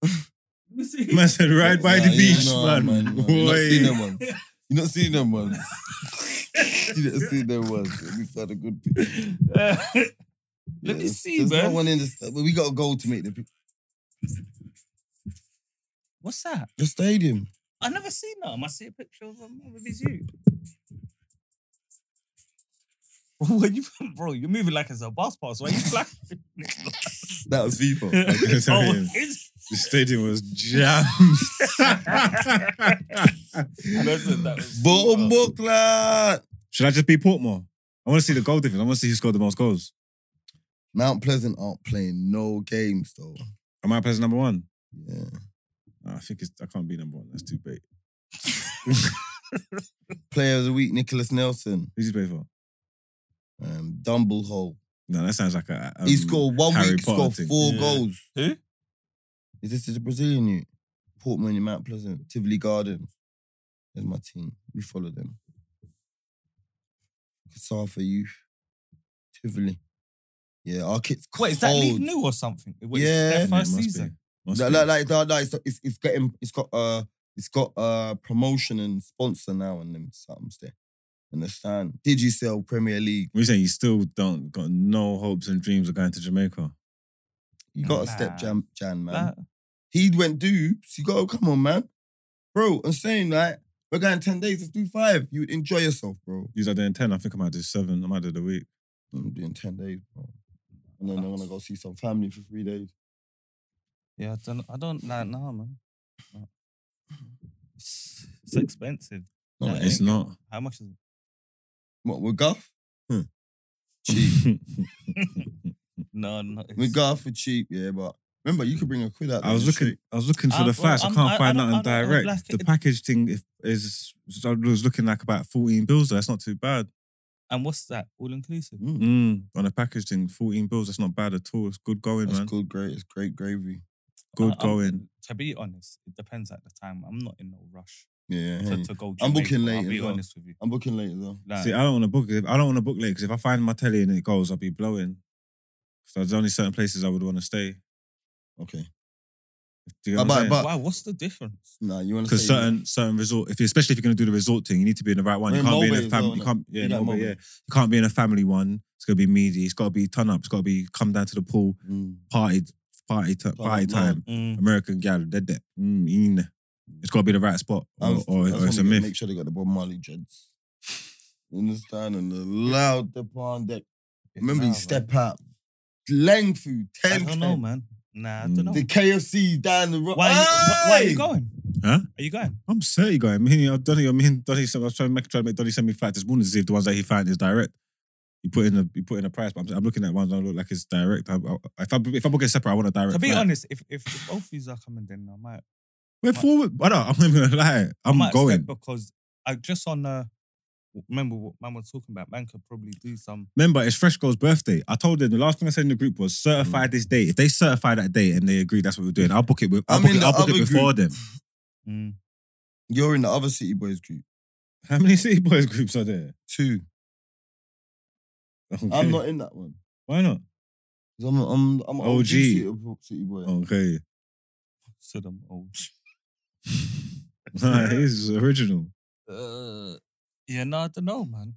Speaker 3: [LAUGHS]
Speaker 6: [LAUGHS]
Speaker 3: Man said, right by the
Speaker 1: Nah, you
Speaker 3: beach,
Speaker 1: know,
Speaker 3: man.
Speaker 1: You're not seeing
Speaker 3: [LAUGHS] Boy.
Speaker 1: them
Speaker 2: [LAUGHS]
Speaker 1: ones. You're not seeing them ones. [LAUGHS] You're not seeing them ones. At least had a good pick.
Speaker 2: Let me
Speaker 1: There's-
Speaker 2: see,
Speaker 1: there's
Speaker 2: man.
Speaker 1: no one in this. Well, we got a goal to make the, [LAUGHS]
Speaker 2: What's that?
Speaker 1: the stadium.
Speaker 2: I never seen that. I see a picture of him with his [LAUGHS] you. What you, [LAUGHS] bro? You're moving like it's a bus pass. Why
Speaker 1: [LAUGHS]
Speaker 2: you flashing?
Speaker 1: That was FIFA.
Speaker 2: oh, is-
Speaker 3: The stadium was jammed.
Speaker 1: [LAUGHS]
Speaker 2: Listen, [LAUGHS] that was
Speaker 1: Bottom booklet.
Speaker 3: Should I just be Portmore? I want to see the goal difference. I want to see who scored the most goals.
Speaker 1: Mount Pleasant aren't playing no games though.
Speaker 3: Am I playing number one?
Speaker 1: Yeah.
Speaker 3: Nah, I think it's, I can't be number one. That's too big.
Speaker 1: Player of the week, Nicholas Nelson.
Speaker 3: Who's he play for?
Speaker 1: Um, Dumble Hole.
Speaker 3: No, that sounds like a. Um,
Speaker 1: he scored one
Speaker 3: Harry
Speaker 1: week, he
Speaker 3: Potter
Speaker 1: scored
Speaker 3: thing.
Speaker 1: four
Speaker 2: Yeah.
Speaker 1: goals.
Speaker 2: Who?
Speaker 1: Is this is a Brazilian unit? Portman in Mount Pleasant, Tivoli Gardens. There's my team. We follow them. Kasafa Youth, Tivoli. Yeah, our kids.
Speaker 2: Wait, is that
Speaker 1: cold.
Speaker 2: league new or something? Wait,
Speaker 1: Yeah.
Speaker 2: yeah, their
Speaker 3: Yeah, it
Speaker 2: first
Speaker 3: must be.
Speaker 2: season.
Speaker 3: Must
Speaker 1: Like,
Speaker 3: be.
Speaker 1: like, like, like, like, it's, it's, it's getting, it's got, uh, it's got uh promotion and sponsor now and them something's there. Understand? Did you sell Premier League?
Speaker 3: What you saying? You still don't got no hopes and dreams of going to Jamaica?
Speaker 1: You got to
Speaker 2: Nah.
Speaker 1: step Jan, Jan man.
Speaker 2: That-
Speaker 1: He went dupes. You go, come on, man. Bro, I'm saying that we're going 10 days, let's do five. You would enjoy yourself, bro.
Speaker 3: You are doing ten. I think I might do seven. I might do the week.
Speaker 1: I'm doing 10 days, bro. And then I'm gonna go see some family for three days.
Speaker 2: yeah, I don't, I don't like nah, man. Nah. It's, it's expensive.
Speaker 1: No,
Speaker 2: Nah,
Speaker 1: it
Speaker 3: It's
Speaker 2: ain't.
Speaker 3: not.
Speaker 2: How much is it?
Speaker 1: What, with Guff?
Speaker 3: Hmm. [LAUGHS]
Speaker 1: Cheap.
Speaker 2: No, no. it's-
Speaker 1: with Guff for cheap, yeah, but remember, you could bring a quid out
Speaker 3: I was
Speaker 1: there,
Speaker 3: looking. I was looking for
Speaker 2: Uh,
Speaker 3: the facts.
Speaker 2: well,
Speaker 3: I can't
Speaker 2: I'm- I-
Speaker 3: find
Speaker 2: I don't-
Speaker 3: nothing
Speaker 2: I don't-
Speaker 3: direct.
Speaker 2: like,
Speaker 3: the
Speaker 2: it-
Speaker 3: package thing if- is. I was looking like about fourteen bills. Though. That's not too bad.
Speaker 2: And what's that? All inclusive.
Speaker 3: Mm, on a package thing, fourteen bills. That's not bad at all. It's good going,
Speaker 1: That's
Speaker 3: man.
Speaker 1: good, great. It's great gravy.
Speaker 3: Good
Speaker 2: I- I'm-
Speaker 3: going.
Speaker 2: To be honest, it depends at the time. I'm not in no rush
Speaker 1: Yeah.
Speaker 2: to,
Speaker 1: hey.
Speaker 2: to go.
Speaker 1: I'm
Speaker 2: Jamaica,
Speaker 1: booking late
Speaker 2: I'll
Speaker 1: as
Speaker 2: be
Speaker 1: well.
Speaker 2: honest with you.
Speaker 1: I'm booking later though.
Speaker 2: Like,
Speaker 3: See, I don't want to book. If, I don't want to book late because if I find my telly and it goes, I'll be blowing. So there's only certain places I would want to stay.
Speaker 1: Okay.
Speaker 3: Do you know
Speaker 1: But-
Speaker 3: what I'm
Speaker 1: but-
Speaker 3: saying?
Speaker 1: but-
Speaker 2: wow, what's the difference?
Speaker 1: Nah, you wanna
Speaker 3: Because
Speaker 1: say
Speaker 3: certain certain resort, if you, especially if you're gonna do the resort thing, you need to be in the right one.
Speaker 1: We're
Speaker 3: You
Speaker 1: in
Speaker 3: can't be in
Speaker 1: Mulberry
Speaker 3: a
Speaker 1: as
Speaker 3: family.
Speaker 1: well,
Speaker 3: you
Speaker 1: innit?
Speaker 3: can't. Yeah,
Speaker 1: We got
Speaker 3: Mulberry, yeah.
Speaker 1: Mulberry.
Speaker 3: You can't be in a family one. It's gonna be meaty. It's gotta be ton up. It's gotta be come down to the pool,
Speaker 1: Mm.
Speaker 3: party, party, t- party
Speaker 1: Party
Speaker 3: time.
Speaker 2: Mm.
Speaker 3: American gal, dead that. Mm, mm. It's gotta be the right spot,
Speaker 1: I
Speaker 3: or,
Speaker 1: was- I
Speaker 3: or,
Speaker 1: just
Speaker 3: or it's
Speaker 1: wanna get-
Speaker 3: a myth.
Speaker 1: Make sure they got the Bob Marley dreads. You understand? And the loud upon deck. Remember,
Speaker 2: Nah,
Speaker 1: you
Speaker 2: man.
Speaker 1: step out. Lang food,
Speaker 2: I
Speaker 1: 10
Speaker 2: don't know, man. Nah, I don't know.
Speaker 1: The KFC down the road.
Speaker 2: Why, are you, why, why are you going?
Speaker 3: Huh?
Speaker 2: Are you going?
Speaker 3: I'm certain guy. I mean, I Donny, I mean, Donny. I was trying to make trying to make Donny send me flight this morning to see if the ones that he found is direct. He put in a he put in a price, but I'm, I'm looking at ones that look like it's direct. I, I, if I if I book it separate, I want a direct.
Speaker 2: To be
Speaker 3: flight.
Speaker 2: honest, if if, if both of you are coming, then I might.
Speaker 3: We're
Speaker 2: Might-
Speaker 3: forward. I don't, [LAUGHS] I'm not even gonna lie.
Speaker 2: I
Speaker 3: I'm
Speaker 2: might step
Speaker 3: going.
Speaker 2: because I just on uh, remember what man was talking about. Man could probably do some.
Speaker 3: Remember, it's Fresh Girl's birthday. I told them the last thing I said in the group was
Speaker 1: Mm.
Speaker 3: certify this date. If they certify that date and they agree that's what we're doing, I'll book it. With, I'll
Speaker 1: I'm
Speaker 3: book,
Speaker 1: in
Speaker 3: it,
Speaker 1: the
Speaker 3: I'll book it
Speaker 1: other
Speaker 3: before
Speaker 1: group.
Speaker 3: them. [LAUGHS]
Speaker 2: Mm.
Speaker 1: You're in the other City Boys group.
Speaker 3: How many City Boys groups are there?
Speaker 1: Two.
Speaker 3: Okay.
Speaker 1: I'm not in that one.
Speaker 3: Why not?
Speaker 1: 'Cause I'm, I'm, I'm an OG
Speaker 3: OG.
Speaker 1: City, City Boy. [LAUGHS]
Speaker 3: Okay. [LAUGHS]
Speaker 2: So them old.
Speaker 3: Nah, it is original.
Speaker 2: [LAUGHS] Uh, yeah, no, I don't know, man.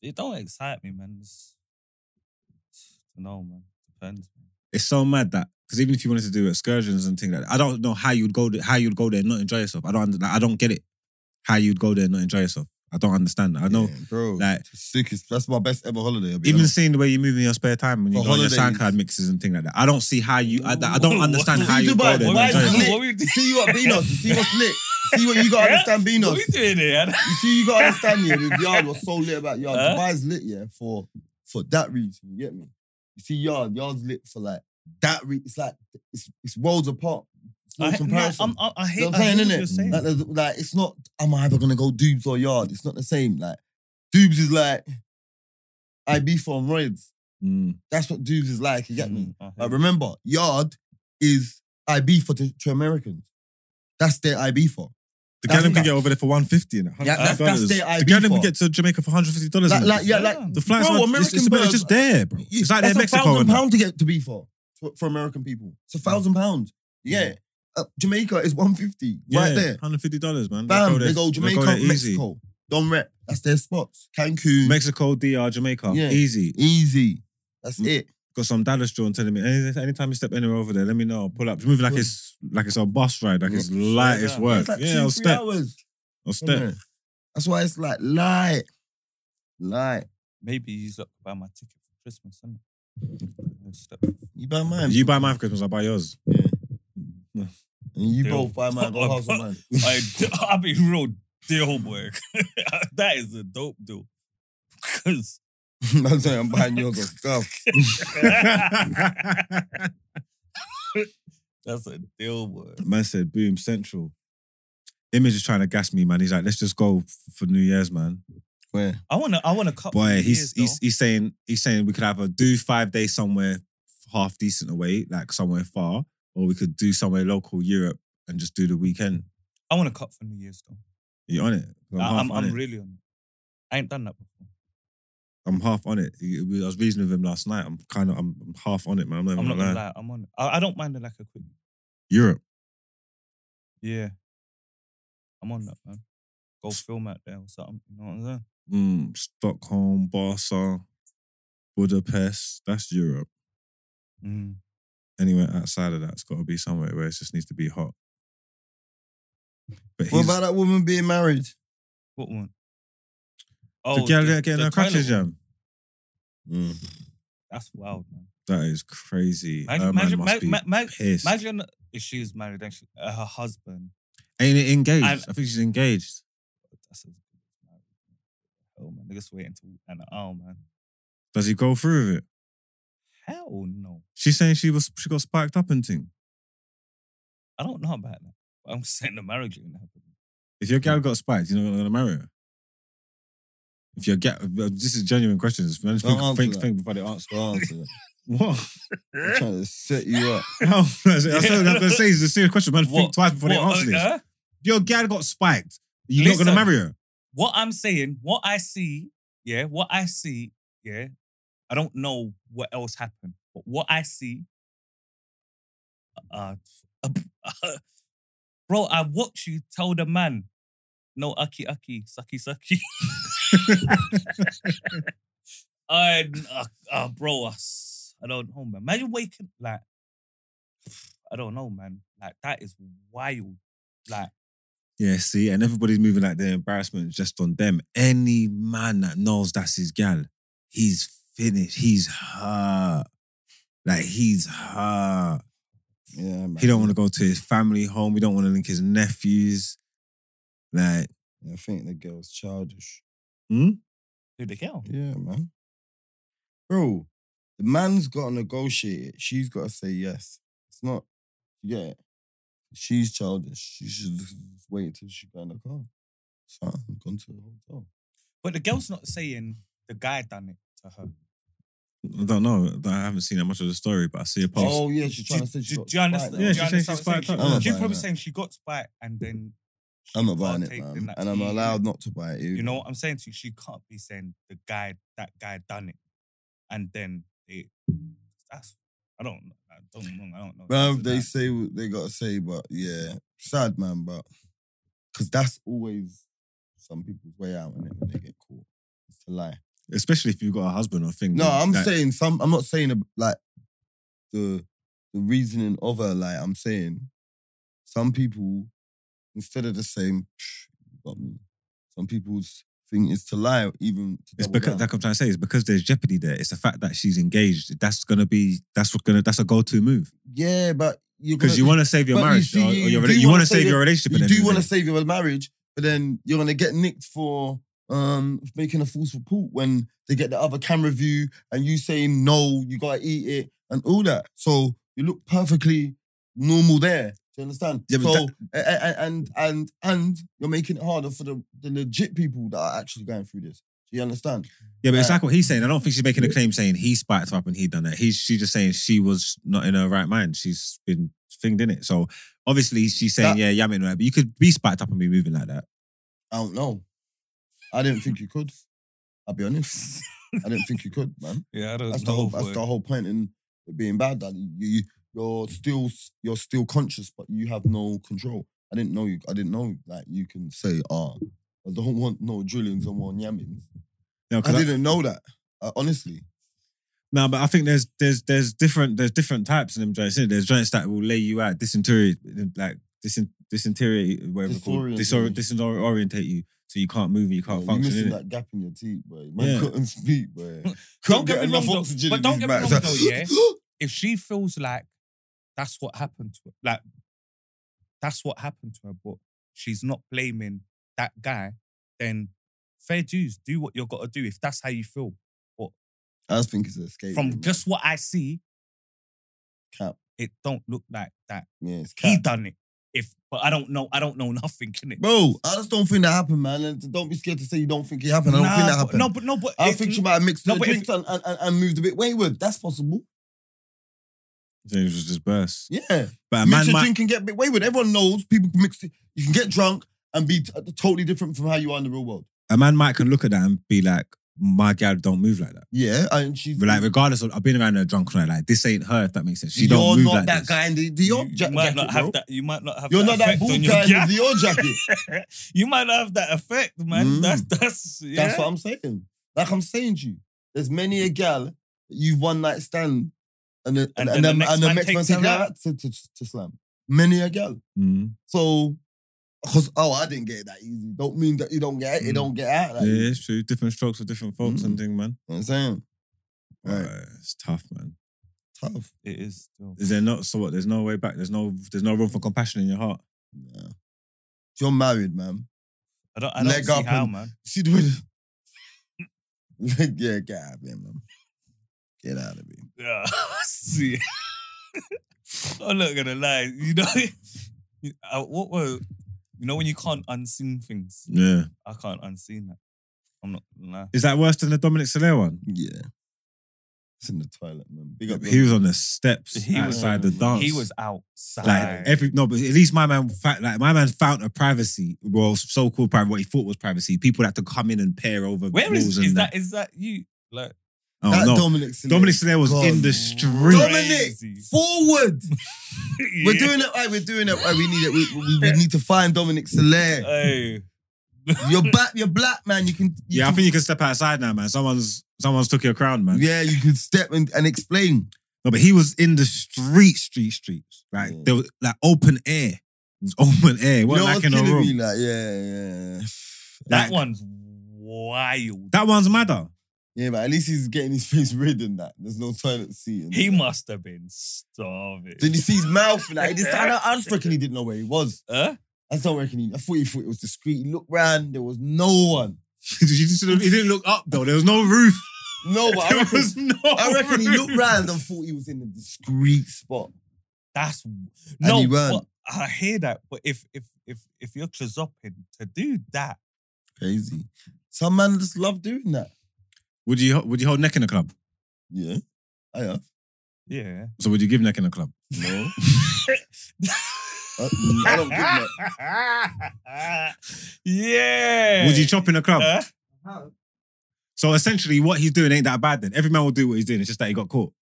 Speaker 2: It don't excite me, man. It's, I don't know, man. Depends. Man.
Speaker 3: It's so mad that because even if you wanted to do excursions and things like that, I don't know how you'd go there, how you'd go there and not enjoy yourself. I don't under- like, I don't get it. How you'd go there and not enjoy yourself. I don't understand that. I know.
Speaker 1: Yeah, bro.
Speaker 3: like-
Speaker 1: it's sickest. That's my best ever holiday. I'll be
Speaker 3: Even
Speaker 1: honest.
Speaker 3: seeing the way you're moving your spare time when you
Speaker 1: For
Speaker 3: go on your
Speaker 1: holidays.
Speaker 3: SoundCloud mixes and things like that, I don't see how you. I, I don't
Speaker 2: What-
Speaker 3: understand
Speaker 2: what-
Speaker 3: how you go
Speaker 1: Dubai,
Speaker 3: there. and
Speaker 1: why
Speaker 3: enjoy
Speaker 1: is
Speaker 3: yourself.
Speaker 1: lit?
Speaker 2: What we do-
Speaker 1: see you at Beanos. You see what's lit. See what you
Speaker 3: [LAUGHS]
Speaker 1: got to
Speaker 2: Yeah?
Speaker 1: understand,
Speaker 2: What
Speaker 1: Beanos.
Speaker 2: we doing here? [LAUGHS]
Speaker 1: You see, you got to understand here. With Yard was so lit about Yard.
Speaker 2: Huh?
Speaker 1: Dubai's lit, yeah, for, for that reason. You get me? You see, Yard, Yard's lit for like that reason. It's like, it's, it's worlds apart. It's no
Speaker 2: I, nah,
Speaker 1: comparison.
Speaker 2: I'm, I, I hate.
Speaker 1: You know what
Speaker 2: I
Speaker 1: I'm
Speaker 2: hate
Speaker 1: saying,
Speaker 2: what
Speaker 1: innit?
Speaker 2: you're saying.
Speaker 1: Like, there's- like, it's not, am I ever going to go Dubes or Yard? It's not the same. Like, Dubes is like, I be from Reds.
Speaker 3: Mm.
Speaker 1: That's what Dubes is like, you get me?
Speaker 2: Mm, I hate
Speaker 1: But
Speaker 2: it.
Speaker 1: remember, Yard is IB for to, to Americans. That's their IB for.
Speaker 3: The
Speaker 1: That's
Speaker 3: gallon can
Speaker 1: not-
Speaker 3: get over there for one fifty and
Speaker 1: Yeah, that's- that's
Speaker 3: $100.
Speaker 1: their
Speaker 3: The
Speaker 1: IB
Speaker 3: gallon can
Speaker 1: for.
Speaker 3: get to Jamaica for hundred fifty dollars.
Speaker 1: Like, like, yeah, like,
Speaker 2: Yeah.
Speaker 3: the flights
Speaker 1: Bro,
Speaker 3: are it's,
Speaker 1: American
Speaker 3: it's, about- it's
Speaker 1: birds-
Speaker 3: just there, bro. It's like they're
Speaker 1: that's a
Speaker 3: Mexico.
Speaker 1: thousand
Speaker 3: and that. Mm.
Speaker 1: pound to get to be for, for for American people. It's a thousand pound. Yeah, uh, Jamaica is one fifty right there.
Speaker 3: hundred fifty dollars, man.
Speaker 1: Bam,
Speaker 3: there-
Speaker 1: they go Jamaica,
Speaker 3: there easy.
Speaker 1: Mexico, Don Rep. That's their spots. Cancun,
Speaker 3: Mexico, DR, Jamaica,
Speaker 1: Yeah.
Speaker 3: easy.
Speaker 1: easy. That's
Speaker 3: Mm.
Speaker 1: it.
Speaker 3: Got some Dallas John telling me any, anytime you step anywhere over there, let me know. I'll pull up. It's moving like
Speaker 1: Good.
Speaker 3: it's like it's a bus ride, like it's
Speaker 1: Yeah.
Speaker 3: light, it's
Speaker 2: Yeah,
Speaker 3: work.
Speaker 1: It's like
Speaker 3: yeah,
Speaker 1: two,
Speaker 3: I'll
Speaker 1: three
Speaker 3: step.
Speaker 1: hours.
Speaker 3: I'll step.
Speaker 1: innit? That's why it's like light, light.
Speaker 2: Maybe you look buy my ticket for Christmas. innit? Let's step- [LAUGHS]
Speaker 1: You buy mine.
Speaker 3: You buy mine for Christmas, I buy yours.
Speaker 1: and you
Speaker 2: Deal.
Speaker 1: both buy mine.
Speaker 3: [LAUGHS]
Speaker 1: Go house on mine. [LAUGHS]
Speaker 2: I, [LAUGHS] I'll be real deal work. [LAUGHS] that is a dope deal. [LAUGHS] Because
Speaker 1: I'm saying I'm buying yours off
Speaker 3: [LAUGHS]
Speaker 1: Gulf.
Speaker 2: [LAUGHS] that's a deal work.
Speaker 3: Man said, boom, central. Image is trying to gas me, man. He's like, let's just go f- for New Year's, man.
Speaker 1: Where?
Speaker 2: I want to. I want to cut.
Speaker 3: Boy,
Speaker 2: for
Speaker 3: he's
Speaker 2: years,
Speaker 3: he's, he's saying he's saying we could either do five days somewhere half decent away, like somewhere far, or we could do somewhere local, Europe, and just do the weekend.
Speaker 2: though. I want to cut for New Year's though.
Speaker 3: You on it? I'm,
Speaker 2: I-
Speaker 3: half
Speaker 2: I'm,
Speaker 3: on
Speaker 2: I'm
Speaker 3: it.
Speaker 2: really on it. I ain't done that before.
Speaker 3: I'm half on it. He- we- I was reasoning with him last night. I'm kind of I'm, I'm half on it, man. I'm not, even
Speaker 2: I'm not
Speaker 3: gonna
Speaker 2: gonna
Speaker 3: lie.
Speaker 2: lie. I'm on. It. I, I don't mind like a quick.
Speaker 3: Europe.
Speaker 2: Yeah, I'm on that man. Go film out there or something. You know what I'm saying?
Speaker 3: Mm, Stockholm, Barca, Budapest. That's Europe.
Speaker 2: Mm.
Speaker 3: Anywhere outside of that's got to be somewhere where it just needs to be hot. But
Speaker 7: What
Speaker 3: he's
Speaker 7: about that woman being married?
Speaker 2: What one?
Speaker 3: the girl that
Speaker 2: Oh, the
Speaker 3: getting her
Speaker 2: toilet
Speaker 3: crutches
Speaker 2: one.
Speaker 3: jam. Mm,
Speaker 2: That's wild, man.
Speaker 3: that is crazy.
Speaker 2: Imagine,
Speaker 3: Her man
Speaker 2: imagine,
Speaker 3: must
Speaker 2: ma-
Speaker 3: be
Speaker 2: ma- ma-
Speaker 3: pissed.
Speaker 2: imagine if she was married and she, uh, her husband.
Speaker 3: Ain't it engaged?
Speaker 2: I'm-
Speaker 3: I think she's engaged.
Speaker 2: That's a, oh man, they just wait until and oh man,
Speaker 3: Does he go through with it?
Speaker 2: hell no.
Speaker 3: She's saying she was she got spiked up and thing.
Speaker 2: I don't know about that. But I'm [LAUGHS] saying the marriage ain't happening.
Speaker 3: [LAUGHS] If your gal got spiked, you're not gonna marry her. If your gal, this is genuine questions. Man,
Speaker 1: Don't
Speaker 3: think,
Speaker 1: answer
Speaker 3: think,
Speaker 1: that.
Speaker 3: think before they answer.
Speaker 1: Don't
Speaker 3: [LAUGHS]
Speaker 1: answer that.
Speaker 3: What?
Speaker 1: I'm trying to set you up.
Speaker 3: No, that's what I'm gonna say it's a serious question. Man,
Speaker 2: What?
Speaker 3: think twice before they
Speaker 2: What,
Speaker 3: answer this.
Speaker 2: uh,
Speaker 3: Your gal got spiked. You're not
Speaker 2: Listen.
Speaker 3: gonna marry her.
Speaker 2: what I'm saying, what I see, yeah, what I see, yeah. I don't know what else happened, but what I see, uh, [LAUGHS] bro, I watch you tell the man, no aki aki, sucky sucky. [LAUGHS] I, uh, uh, bro, I, s- I don't know, man. Imagine waking like, [SIGHS] I don't know, man. Like that is wild. Like
Speaker 3: Yeah, see, and everybody's moving like their embarrassment is just on them. Any man that knows that's his gal, he's finished. He's hurt. Like he's hurt.
Speaker 1: Yeah, man.
Speaker 3: He don't want to go to his family home. He don't want to link his nephews. Like,
Speaker 1: I think the girl's childish.
Speaker 2: who the hell?
Speaker 1: Yeah, man. Bro, the man's got to negotiate it. She's got to say yes. It's not, you get it. She's childish. She should just wait until she got in the car. So I'm gone to the hotel.
Speaker 2: But the girl's not saying the guy done it to her.
Speaker 3: I don't know. I haven't seen that much of the story, but I see a post.
Speaker 1: Oh, yeah, she's trying
Speaker 2: Do-
Speaker 1: to say she
Speaker 2: do-
Speaker 1: got
Speaker 2: do you understand?
Speaker 1: spiked.
Speaker 3: Yeah,
Speaker 2: do
Speaker 3: she
Speaker 2: you
Speaker 3: said
Speaker 2: understand
Speaker 3: she's
Speaker 2: what I'm saying?
Speaker 3: spiked
Speaker 1: up. I'm not
Speaker 2: She's
Speaker 1: buying
Speaker 2: probably
Speaker 1: that.
Speaker 2: saying she got spiked and then. she
Speaker 1: I'm not buying it,
Speaker 2: partaked in
Speaker 1: man.
Speaker 2: that
Speaker 1: And I'm
Speaker 2: tea.
Speaker 1: allowed not to buy it.
Speaker 2: You know what I'm saying to you? She can't be saying the guy, that guy done it. And then it. That's. I don't know. I don't know. I don't know.
Speaker 1: Bruv,
Speaker 2: This and
Speaker 1: they
Speaker 2: that.
Speaker 1: say what they gotta say, but yeah, sad man, but because that's always some people's way out in it when they get caught. It's a lie.
Speaker 3: Especially if you've got a husband or thing.
Speaker 1: No,
Speaker 3: that-
Speaker 1: I'm
Speaker 3: that-
Speaker 1: saying some. I'm not saying like the the reasoning of her. Like I'm saying, some people instead of the same, got me. Some people's thing is to lie, even to
Speaker 3: It's
Speaker 1: double
Speaker 3: because
Speaker 1: down.
Speaker 3: like I'm trying to say, it's because there's jeopardy there. It's the fact that she's engaged. That's gonna be that's what gonna that's a go-to move.
Speaker 1: yeah, but you're
Speaker 3: Because
Speaker 1: gonna-
Speaker 3: you want to save your
Speaker 1: but you
Speaker 3: marriage
Speaker 1: see,
Speaker 3: or, or
Speaker 1: you
Speaker 3: your
Speaker 1: do
Speaker 3: rela- you
Speaker 1: wanna
Speaker 3: want to
Speaker 1: save
Speaker 3: save
Speaker 1: your-
Speaker 3: your relationship.
Speaker 1: you
Speaker 3: at the end
Speaker 1: do
Speaker 3: of
Speaker 1: want
Speaker 3: the
Speaker 1: to
Speaker 3: day.
Speaker 1: save your marriage, but then you're gonna get nicked for um making a false report when they get the other camera view and you saying no, you gotta eat it and all that. So you look perfectly normal there. Do you understand?
Speaker 3: Yeah, but
Speaker 1: so a- a- a- and and and you're making it harder for the, the legit people that are actually going through this. Do you understand?
Speaker 3: Yeah, but it's
Speaker 1: Right.
Speaker 3: like what he's saying. I don't think she's making a claim saying he spiked her up and he done that. He's she's just saying she was not in her right mind. She's been thinged in it. So obviously she's saying,
Speaker 1: That-
Speaker 3: yeah, yeah, I'm in right. But you could be spiked up and be moving like that.
Speaker 1: I don't know. I didn't think you could. I'll be honest. [LAUGHS] I didn't think you could, man.
Speaker 2: Yeah, I don't
Speaker 1: That's the
Speaker 2: know.
Speaker 1: whole. That's
Speaker 2: boy.
Speaker 1: the whole point in it being bad. That you, you you're still you're still conscious, but you have no control. I didn't know you. I didn't know that you can say, "Ah, I don't want no drillings. I want yammings."
Speaker 3: No,
Speaker 1: I
Speaker 3: 'cause I-
Speaker 1: didn't know that. Uh, honestly,
Speaker 3: No, but I think there's there's there's different there's different types in them joints. Isn't it? There's joints that will lay you out, disinterior like disin disinterior whatever it's called, disor-
Speaker 1: Disorient-
Speaker 3: disorientate you, so you can't move and you can't
Speaker 1: Bro,
Speaker 3: function.
Speaker 1: you missing
Speaker 3: innit?
Speaker 1: that gap in your teeth, boy. Man
Speaker 3: Yeah.
Speaker 1: couldn't speak,
Speaker 2: [LAUGHS]
Speaker 1: boy.
Speaker 2: Don't
Speaker 1: Couldn't
Speaker 2: get me wrong,
Speaker 1: enough
Speaker 2: though,
Speaker 1: oxygen
Speaker 2: but
Speaker 1: in
Speaker 2: don't
Speaker 1: his
Speaker 2: get me
Speaker 1: back.
Speaker 2: wrong,
Speaker 1: [LAUGHS]
Speaker 2: though, yeah. If she feels like that's what happened to her, like that's what happened to her, but she's not blaming that guy, then fair dues, do what you got to do if that's how you feel.
Speaker 1: I just think it's an escape.
Speaker 2: From
Speaker 1: route, man.
Speaker 2: just what I see,
Speaker 1: Cap.
Speaker 2: it don't look like that.
Speaker 1: yeah, it's
Speaker 2: He
Speaker 1: cap.
Speaker 2: done it. if but I don't know. I don't know [LAUGHS] nothing. Can it?
Speaker 1: Bro, I just don't think that happened, man. And don't be scared to say you don't think it happened. I don't think that happened.
Speaker 2: No, but no, but
Speaker 1: I
Speaker 2: it-
Speaker 1: think she might have mixed
Speaker 2: no,
Speaker 1: the
Speaker 2: but if-
Speaker 1: drinks and, and, and- and moved a bit wayward. That's possible.
Speaker 3: James was just burst.
Speaker 1: Yeah.
Speaker 3: But a
Speaker 1: mix
Speaker 3: man
Speaker 1: your
Speaker 3: might.
Speaker 1: drink and get a bit wayward. Everyone knows people can mix it. You can get drunk and be t- totally different from how you are in the real world.
Speaker 3: a man might can look at that and be like, my gal don't move like that.
Speaker 1: Yeah, and she's
Speaker 3: But like, regardless of, I've been around her drunk night, like, this ain't her, if that makes sense. She
Speaker 1: you're
Speaker 3: don't move
Speaker 1: not
Speaker 3: like
Speaker 1: that
Speaker 3: this.
Speaker 1: guy in the Dior
Speaker 2: you
Speaker 1: ja-
Speaker 2: might
Speaker 1: jacket,
Speaker 2: not have
Speaker 1: bro.
Speaker 2: that. You might not have.
Speaker 1: You're not that
Speaker 2: effect
Speaker 1: bald
Speaker 2: on your
Speaker 1: guy in
Speaker 2: [LAUGHS] gap.
Speaker 1: the Dior jacket.
Speaker 2: you might not have that effect, man.
Speaker 1: Mm.
Speaker 2: That's that's yeah.
Speaker 1: That's what I'm saying. Like I'm saying to you, there's many a gal that you've one night stand and the, and,
Speaker 2: And
Speaker 1: and,
Speaker 2: then
Speaker 1: the, and the next man
Speaker 2: takes
Speaker 1: take
Speaker 2: her
Speaker 1: her out to, to, to slam. Many a gal.
Speaker 3: Mm.
Speaker 1: So, because oh, I didn't get it that easy. Don't mean that you don't get it. You
Speaker 3: Mm.
Speaker 1: don't get out. That easy.
Speaker 3: Yeah, it's true. Different strokes for different folks and thing,
Speaker 1: You
Speaker 3: man.
Speaker 1: know what I'm saying Right.
Speaker 3: Uh, it's tough, man.
Speaker 1: tough.
Speaker 2: It is. Still.
Speaker 3: Is there not so what? There's no way back. There's no there's no room for compassion in your heart.
Speaker 1: Yeah. If you're married, man.
Speaker 2: I don't. I don't
Speaker 1: Leg
Speaker 2: see
Speaker 1: up
Speaker 2: how,
Speaker 1: and-
Speaker 2: man.
Speaker 1: See the [LAUGHS] way. Like, yeah, get out of here, man. Get out of here.
Speaker 2: Yeah. [LAUGHS] see. I'm not gonna lie. You know, [LAUGHS] I, what were you know when you can't unseen things?
Speaker 3: Yeah.
Speaker 2: I can't unseen that. I'm not gonna lie.
Speaker 3: Is that worse than the Dominic Soler one?
Speaker 1: Yeah. It's in the toilet, man. Big up.
Speaker 3: He was on the steps
Speaker 2: He was-
Speaker 3: outside the dance.
Speaker 2: Um, He was outside.
Speaker 3: Like every no, but at least my man, fa- like my man, found a privacy. Well, so called privacy. What he thought was privacy. People had to come in and pair over.
Speaker 2: Where is
Speaker 3: walls and
Speaker 2: is that? Is that you? Like
Speaker 3: Oh
Speaker 1: that
Speaker 3: no,
Speaker 1: Dominic Soler.
Speaker 3: Dominic Soler was
Speaker 1: God.
Speaker 3: in the street.
Speaker 1: Dominic,
Speaker 2: Crazy.
Speaker 1: forward.
Speaker 3: [LAUGHS]
Speaker 2: [LAUGHS]
Speaker 1: We're
Speaker 2: Yeah.
Speaker 1: doing it. Right, we're doing it. Right, we need it. We, we, we need to find Dominic Soler.
Speaker 3: [LAUGHS]
Speaker 2: Hey.
Speaker 1: You're back. You're black, man. You can. you
Speaker 3: Yeah, I
Speaker 1: can-
Speaker 3: think you can step outside now, man. Someone's someone's took your crown, man.
Speaker 1: Yeah, you could step and, and explain.
Speaker 3: No, but he was in the street, street, streets. Like
Speaker 1: Yeah.
Speaker 3: there was like open air. It was open air. It
Speaker 1: You know
Speaker 3: wasn't
Speaker 1: what's
Speaker 3: like in a
Speaker 1: killing
Speaker 3: room.
Speaker 1: me? Like, yeah, yeah, yeah.
Speaker 2: That
Speaker 3: Like-
Speaker 2: one's wild.
Speaker 3: That one's madder. [LAUGHS]
Speaker 1: Yeah, but at least he's getting his [LAUGHS] face rid in that. There's no toilet seat. in
Speaker 2: He
Speaker 1: that.
Speaker 2: must have been starving.
Speaker 1: Did you see his mouth? Like, he just, I, don't- I just reckon he didn't know where he was.
Speaker 3: [LAUGHS]
Speaker 2: Huh?
Speaker 1: I don't reckon he. I thought he thought it was discreet. He looked round. There was no one.
Speaker 3: You just- he didn't look up though. There was no roof.
Speaker 1: No, but I
Speaker 3: [LAUGHS] There
Speaker 1: reckon,
Speaker 2: [LAUGHS]
Speaker 3: was no.
Speaker 1: I reckon he
Speaker 3: roof.
Speaker 1: looked round and thought he was in a discreet spot.
Speaker 2: That's no.
Speaker 1: he weren't.
Speaker 2: but I hear that, but if if if if you're clozopping to do that,
Speaker 1: Crazy. Some man just love doing that.
Speaker 3: Would you would you hold neck in a club?
Speaker 1: Yeah, I have.
Speaker 2: yeah,
Speaker 3: So would you give neck in a club?
Speaker 2: [LAUGHS]
Speaker 1: No. I, Uh, mm, I don't give that.
Speaker 2: yeah.
Speaker 3: Would you chop in a club?
Speaker 2: Huh?
Speaker 4: How?
Speaker 3: So essentially, what he's doing ain't that bad. Then every man will do what he's doing. It's just that he got caught.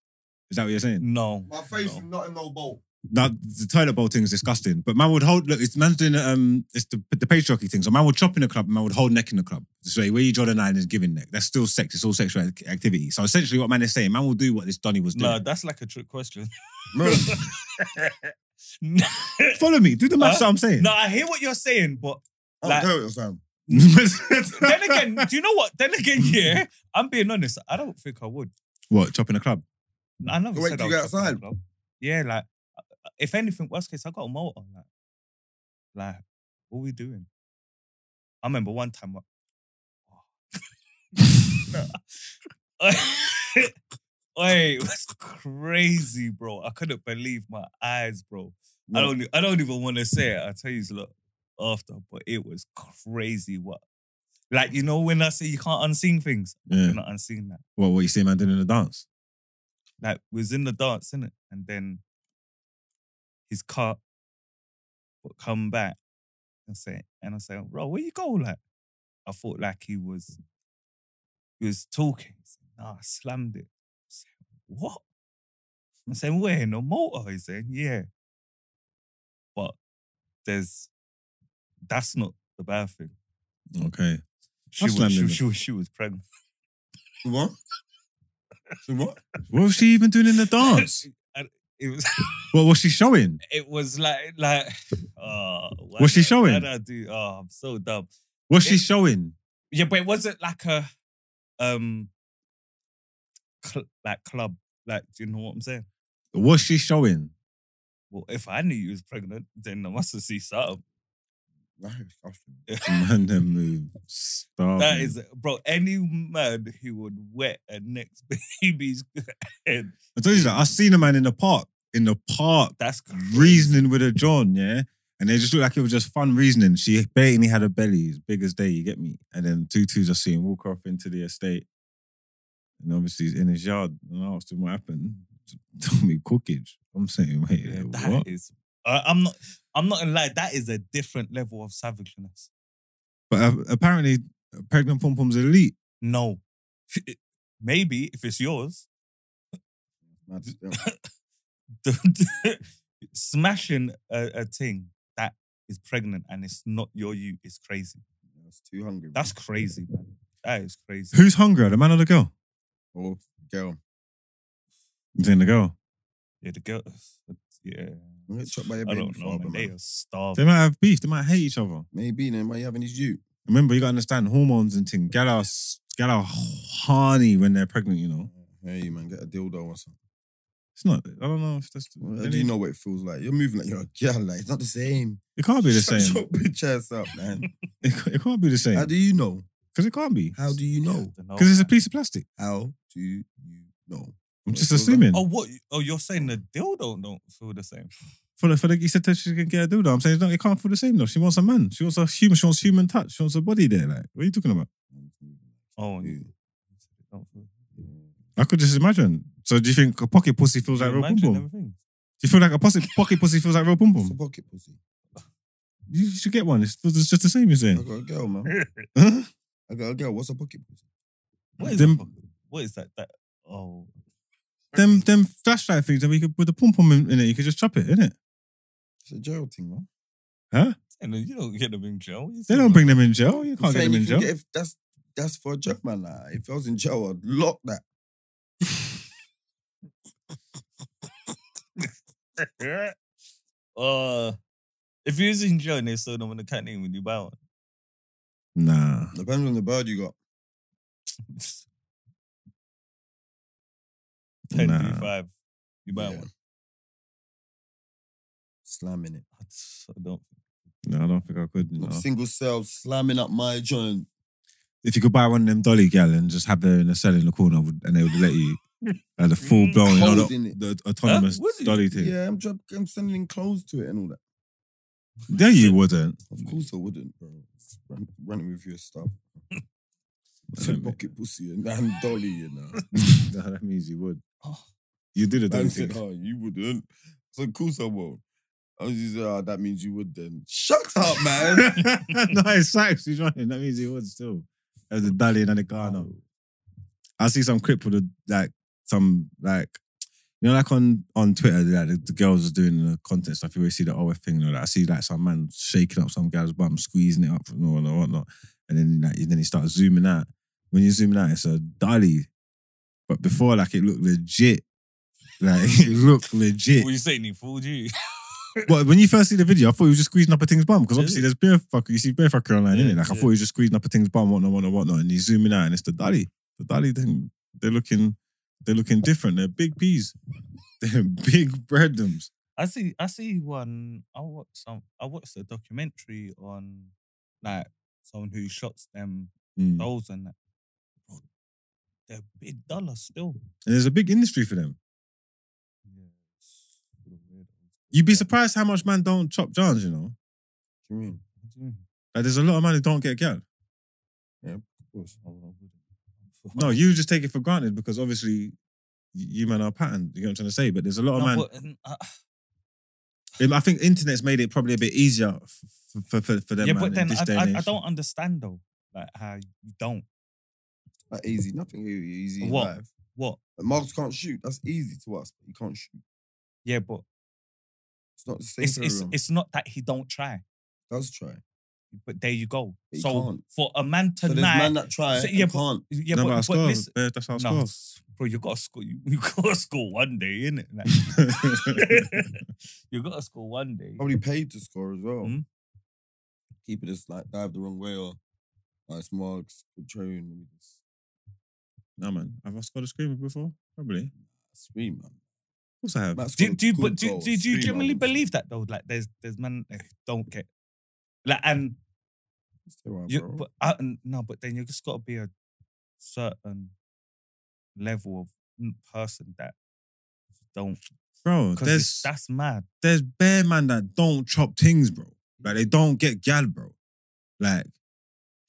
Speaker 3: Is that what you're saying?
Speaker 2: No.
Speaker 1: My face
Speaker 2: No.
Speaker 1: is not in no bowl.
Speaker 3: Now the toilet bowl thing is disgusting. But man would hold. Look, it's man's doing um, it's the the patriarchy thing. So man would chop in a club. and Man would hold neck in a club. So where you draw the line is giving neck. That's still sex. It's all sexual ac- activity. So essentially, what man is saying, man will do what this Donny was doing.
Speaker 2: No, that's like a
Speaker 3: [LAUGHS]
Speaker 2: trick question.
Speaker 1: Bro,
Speaker 2: no,
Speaker 3: Follow me. Do the maths.
Speaker 2: Huh?
Speaker 3: what I'm saying.
Speaker 2: I hear what you're saying, but
Speaker 1: I
Speaker 2: Like-
Speaker 1: don't care what you're saying.
Speaker 3: [LAUGHS]
Speaker 2: then again, do you know what? Then again, yeah, I'm being honest. I don't think I would.
Speaker 3: what chopping a club?
Speaker 2: I never
Speaker 1: Wait
Speaker 2: said
Speaker 1: till
Speaker 2: I
Speaker 1: you
Speaker 2: was
Speaker 1: go
Speaker 2: chopping
Speaker 1: outside.
Speaker 2: a club. Yeah, like uh, if anything, worst case, I got a motor. Like, like what we doing? I remember one time. [LAUGHS] I- [LAUGHS] Oi, it was crazy, bro. I couldn't believe my eyes, bro. I don't, e, I don't even want to say it. I'll tell you look after, but it was crazy. What, like you know when I say you can't unseen things,
Speaker 3: Yeah.
Speaker 2: you're not unseen that
Speaker 3: What what you see a man doing in the dance?
Speaker 2: like we was in the dance, innit? And then his car would come back and say, and I say, bro, where you go? Like, I thought like he was he was talking. He said, nah, I slammed it. I said, what? I'm saying, we're in a motor. He's saying, yeah. But there's that's not the bad thing.
Speaker 3: Okay.
Speaker 2: She
Speaker 3: I
Speaker 2: was,
Speaker 3: slammed
Speaker 2: she,
Speaker 3: him.
Speaker 2: she, was- she was pregnant.
Speaker 1: You What? You What?
Speaker 3: What was she even doing in the dance?
Speaker 2: [LAUGHS] And it was
Speaker 3: what was she showing?
Speaker 2: it was like like [SIGHS] oh why
Speaker 3: What's she
Speaker 2: did I- why
Speaker 3: showing?
Speaker 2: did I do oh I'm so dumb.
Speaker 3: What's she
Speaker 2: It-
Speaker 3: showing?
Speaker 2: Yeah, but it wasn't like a um cl- like club. Like, do you know what I'm saying?
Speaker 3: What's she showing?
Speaker 2: Well, if I knew you was pregnant, then I must have seen something.
Speaker 3: [LAUGHS] Man,
Speaker 2: [LAUGHS]
Speaker 3: them move. Stop.
Speaker 2: That is, bro. Any man who would wet a next [LAUGHS] baby's head,
Speaker 3: I told you that. I seen a man in the park. In the park,
Speaker 2: that's crazy.
Speaker 3: reasoning with a John, yeah. And they just looked like it was just fun reasoning. She blatantly had a belly as big as day, you get me? And then Tutu's I see him walk off into the estate. And obviously he's in his yard. And I asked him what happened. [LAUGHS] Told me cookage. I'm saying, wait,
Speaker 2: Yeah,
Speaker 3: what?
Speaker 2: that is. Uh, I'm not. I'm not gonna lie. That is a different level of savageness.
Speaker 3: But uh, apparently, pregnant pom pom's elite.
Speaker 2: No, [LAUGHS] maybe if it's yours, [LAUGHS] smashing a, a thing that is pregnant and it's not your you is crazy.
Speaker 1: That's too hungry.
Speaker 2: That's crazy, man. That is crazy.
Speaker 3: [LAUGHS] Who's hungrier, the man or the girl?
Speaker 1: Oh, girl.
Speaker 3: I'm saying the girl.
Speaker 2: Yeah, the girl. [SIGHS] Yeah,
Speaker 1: I'm gonna get chopped by your
Speaker 2: I
Speaker 1: baby
Speaker 2: don't know.
Speaker 1: father,
Speaker 2: Man. They
Speaker 1: man.
Speaker 2: are starving.
Speaker 3: They might have beef. They might hate each other.
Speaker 1: Maybe then why you having his you?
Speaker 3: Remember, you gotta understand hormones and thing. Gal are s- gal are horny when they're pregnant. You know,
Speaker 1: Hey man, get a dildo or something.
Speaker 3: it's not. I don't know if that's.
Speaker 1: How do you know what it feels like? You're moving like you're a girl, like it's not the same.
Speaker 3: It can't
Speaker 1: [LAUGHS]
Speaker 3: be the
Speaker 1: Shut
Speaker 3: same.
Speaker 1: your bitch ass up,
Speaker 3: [LAUGHS]
Speaker 1: man.
Speaker 3: It, ca- it can't be the same
Speaker 1: How do you know?
Speaker 3: because it can't be
Speaker 1: How do you know?
Speaker 3: [LAUGHS]
Speaker 2: Oh,
Speaker 3: because it's a piece of plastic.
Speaker 1: How do you know?
Speaker 3: I'm
Speaker 1: It
Speaker 3: just
Speaker 1: feels
Speaker 3: assuming.
Speaker 2: Oh what? Oh, you're saying the dildo don't feel the same?
Speaker 3: For the, for the, he said that she can get a dildo. I'm saying no, it can't feel the same though. She wants a man. She wants a human. She wants human touch. She wants a body there. Like, what are you talking about?
Speaker 2: Oh,
Speaker 1: Yeah.
Speaker 2: don't feel.
Speaker 3: I could just imagine. So, do you think a pocket pussy feels
Speaker 2: Can
Speaker 3: like
Speaker 2: you
Speaker 3: real pom
Speaker 2: imagine
Speaker 3: pom? Do
Speaker 2: everything.
Speaker 3: you feel like a pocket pocket pussy feels like real pom
Speaker 1: It's a
Speaker 2: [LAUGHS]
Speaker 3: pom?
Speaker 1: pocket pussy.
Speaker 3: You should get one. It's, it's just the same. You're
Speaker 1: I
Speaker 3: saying.
Speaker 1: got a girl, man.
Speaker 3: [LAUGHS]
Speaker 1: I got a girl. What's a pocket pussy?
Speaker 2: What is
Speaker 3: Them-
Speaker 2: that? What is that? That oh,
Speaker 3: them them flashlight things that we could put the pom pom in, in it. You could just chop it, innit?
Speaker 1: It's a jail thing, man.
Speaker 2: and you don't get them in jail. You
Speaker 3: They don't bring them in jail. You
Speaker 1: I'm
Speaker 3: can't get
Speaker 1: saying
Speaker 3: them
Speaker 1: you
Speaker 3: in
Speaker 1: can
Speaker 3: jail.
Speaker 1: get- if that's that's for a job, man. Nah. If I was in jail, I'd lock that.
Speaker 2: them. [LAUGHS] uh, if you're in jail and they sold them on the cat name, would you buy one?
Speaker 3: Nah.
Speaker 1: Depends on the bird you got.
Speaker 2: Ten
Speaker 3: Nah.
Speaker 2: thirty five. You buy
Speaker 1: Yeah.
Speaker 2: one.
Speaker 1: Slamming it.
Speaker 2: I just- I don't.
Speaker 3: No, I don't think I could. you
Speaker 1: Not
Speaker 3: know.
Speaker 1: Single cell slamming up my joint.
Speaker 3: If you could buy one of them dolly gal and just have her in a cell in the corner would- and they would let you like the full blown, Oh, you know,
Speaker 1: Holding
Speaker 3: the,
Speaker 1: it.
Speaker 3: the autonomous
Speaker 2: Mm. Huh? Would you?
Speaker 3: dolly thing.
Speaker 1: Yeah, I'm job, I'm sending clothes to it and all that.
Speaker 3: There you wouldn't.
Speaker 1: Of course I wouldn't, bro. It's Run, running with your stuff. It's a pocket pussy and, and dolly, you
Speaker 3: [LAUGHS]
Speaker 1: know.
Speaker 3: No, [LAUGHS] that means you would.
Speaker 2: Oh.
Speaker 3: You do the dolly
Speaker 1: Man said,
Speaker 3: thing.
Speaker 1: oh, you wouldn't. So of course I won't. I was just, oh, that means you would then. Shut
Speaker 3: [LAUGHS]
Speaker 1: up, man.
Speaker 3: no, it's facts. He's running. That means he would still. As a dolly and then a Ghana. I see some crip with a, like some like you know like on on Twitter like the, the girls are doing the content stuff. You always see the OF thing. You know, like I see like some man shaking up some girl's bum, squeezing it up and all and whatnot, and then like then he starts zooming out. When you zoom out, it's a dolly, but before like it looked legit. Like [LAUGHS] it looked legit.
Speaker 2: What you saying? He fooled you.
Speaker 3: Well, when you first see the video, I thought he was just squeezing up a thing's bum because obviously there's beer fucker. You see beer [LAUGHS] fucker online,
Speaker 2: Yeah,
Speaker 3: innit? Like I thought
Speaker 2: yeah.
Speaker 3: he was just squeezing up a thing's bum, whatnot, whatnot, whatnot, and he's zooming out, and it's the dolly. The dolly thing. They're looking, they're looking different. They're big peas. [LAUGHS] They're big breadums.
Speaker 2: [LAUGHS] I see. I see one. I watched some. I watched a documentary on like someone who shots them
Speaker 3: Mm.
Speaker 2: dolls and that. Bro, They're big dollars still.
Speaker 3: And there's a big industry for them.
Speaker 2: Yeah, it's sort of weird.
Speaker 3: You'd be surprised how much man don't chop johns. You know,
Speaker 1: you mean?
Speaker 2: What do you mean?
Speaker 3: like there's a lot of man who don't get gal.
Speaker 2: I wouldn't.
Speaker 3: No, you just take it for granted because obviously. You man are patterned. You get what I'm trying to say, but there's a lot of
Speaker 2: No,
Speaker 3: man.
Speaker 2: but, um, uh, [LAUGHS]
Speaker 3: I think internet's made it probably a bit easier f- for for, for them.
Speaker 2: yeah,
Speaker 3: man,
Speaker 2: but
Speaker 3: in
Speaker 2: then
Speaker 3: this
Speaker 2: I,
Speaker 3: day and
Speaker 2: I, I
Speaker 3: age.
Speaker 2: don't understand though, like how you don't
Speaker 1: That easy. Nothing really easy in
Speaker 2: What?
Speaker 1: life.
Speaker 2: what?
Speaker 1: Like, Marks can't shoot. That's easy to us, but he can't shoot.
Speaker 2: Yeah, but
Speaker 1: It's not the same
Speaker 2: it's
Speaker 1: for
Speaker 2: it's,
Speaker 1: everyone.
Speaker 2: it's not that he don't try,
Speaker 1: does try.
Speaker 2: but there you go.
Speaker 1: But he
Speaker 2: so
Speaker 1: can't.
Speaker 2: for a man
Speaker 1: So
Speaker 2: to
Speaker 1: there's
Speaker 2: not,
Speaker 1: man that try
Speaker 2: So,
Speaker 1: so,
Speaker 2: yeah,
Speaker 1: and
Speaker 2: but-
Speaker 1: can't.
Speaker 2: yeah,
Speaker 3: no,
Speaker 2: but,
Speaker 3: but I
Speaker 2: but
Speaker 3: score.
Speaker 2: listen,
Speaker 3: Yeah, that's how I
Speaker 2: no,
Speaker 3: score.
Speaker 2: s- bro, you gotta score. You, [LAUGHS] you gotta score one day, innit?
Speaker 1: [LAUGHS]
Speaker 2: Like, [LAUGHS]
Speaker 3: [LAUGHS]
Speaker 2: you gotta score one day.
Speaker 1: Probably paid to score as well.
Speaker 2: Hmm?
Speaker 1: Keeper just like dive the wrong way or nice marks, good train. let me just
Speaker 3: No, man. Have I scored a screamer before? Probably. Of
Speaker 1: Scream, man.
Speaker 3: course I have.
Speaker 1: Matt
Speaker 2: Do,
Speaker 1: scored a
Speaker 2: do, you-
Speaker 1: good
Speaker 2: but do,
Speaker 1: goal,
Speaker 2: do, do you
Speaker 1: scream,
Speaker 2: generally
Speaker 1: man.
Speaker 2: believe that though? Like, there's there's men that don't get like, and
Speaker 1: It's alright,
Speaker 2: You,
Speaker 1: bro.
Speaker 2: but I, n- no, but then you just got to be a certain level of n- person that don't
Speaker 3: Bro,
Speaker 2: 'Cause
Speaker 3: there's
Speaker 2: it's- that's mad.
Speaker 3: there's bear man that don't chop things, bro. Like they don't get gal, bro. Like,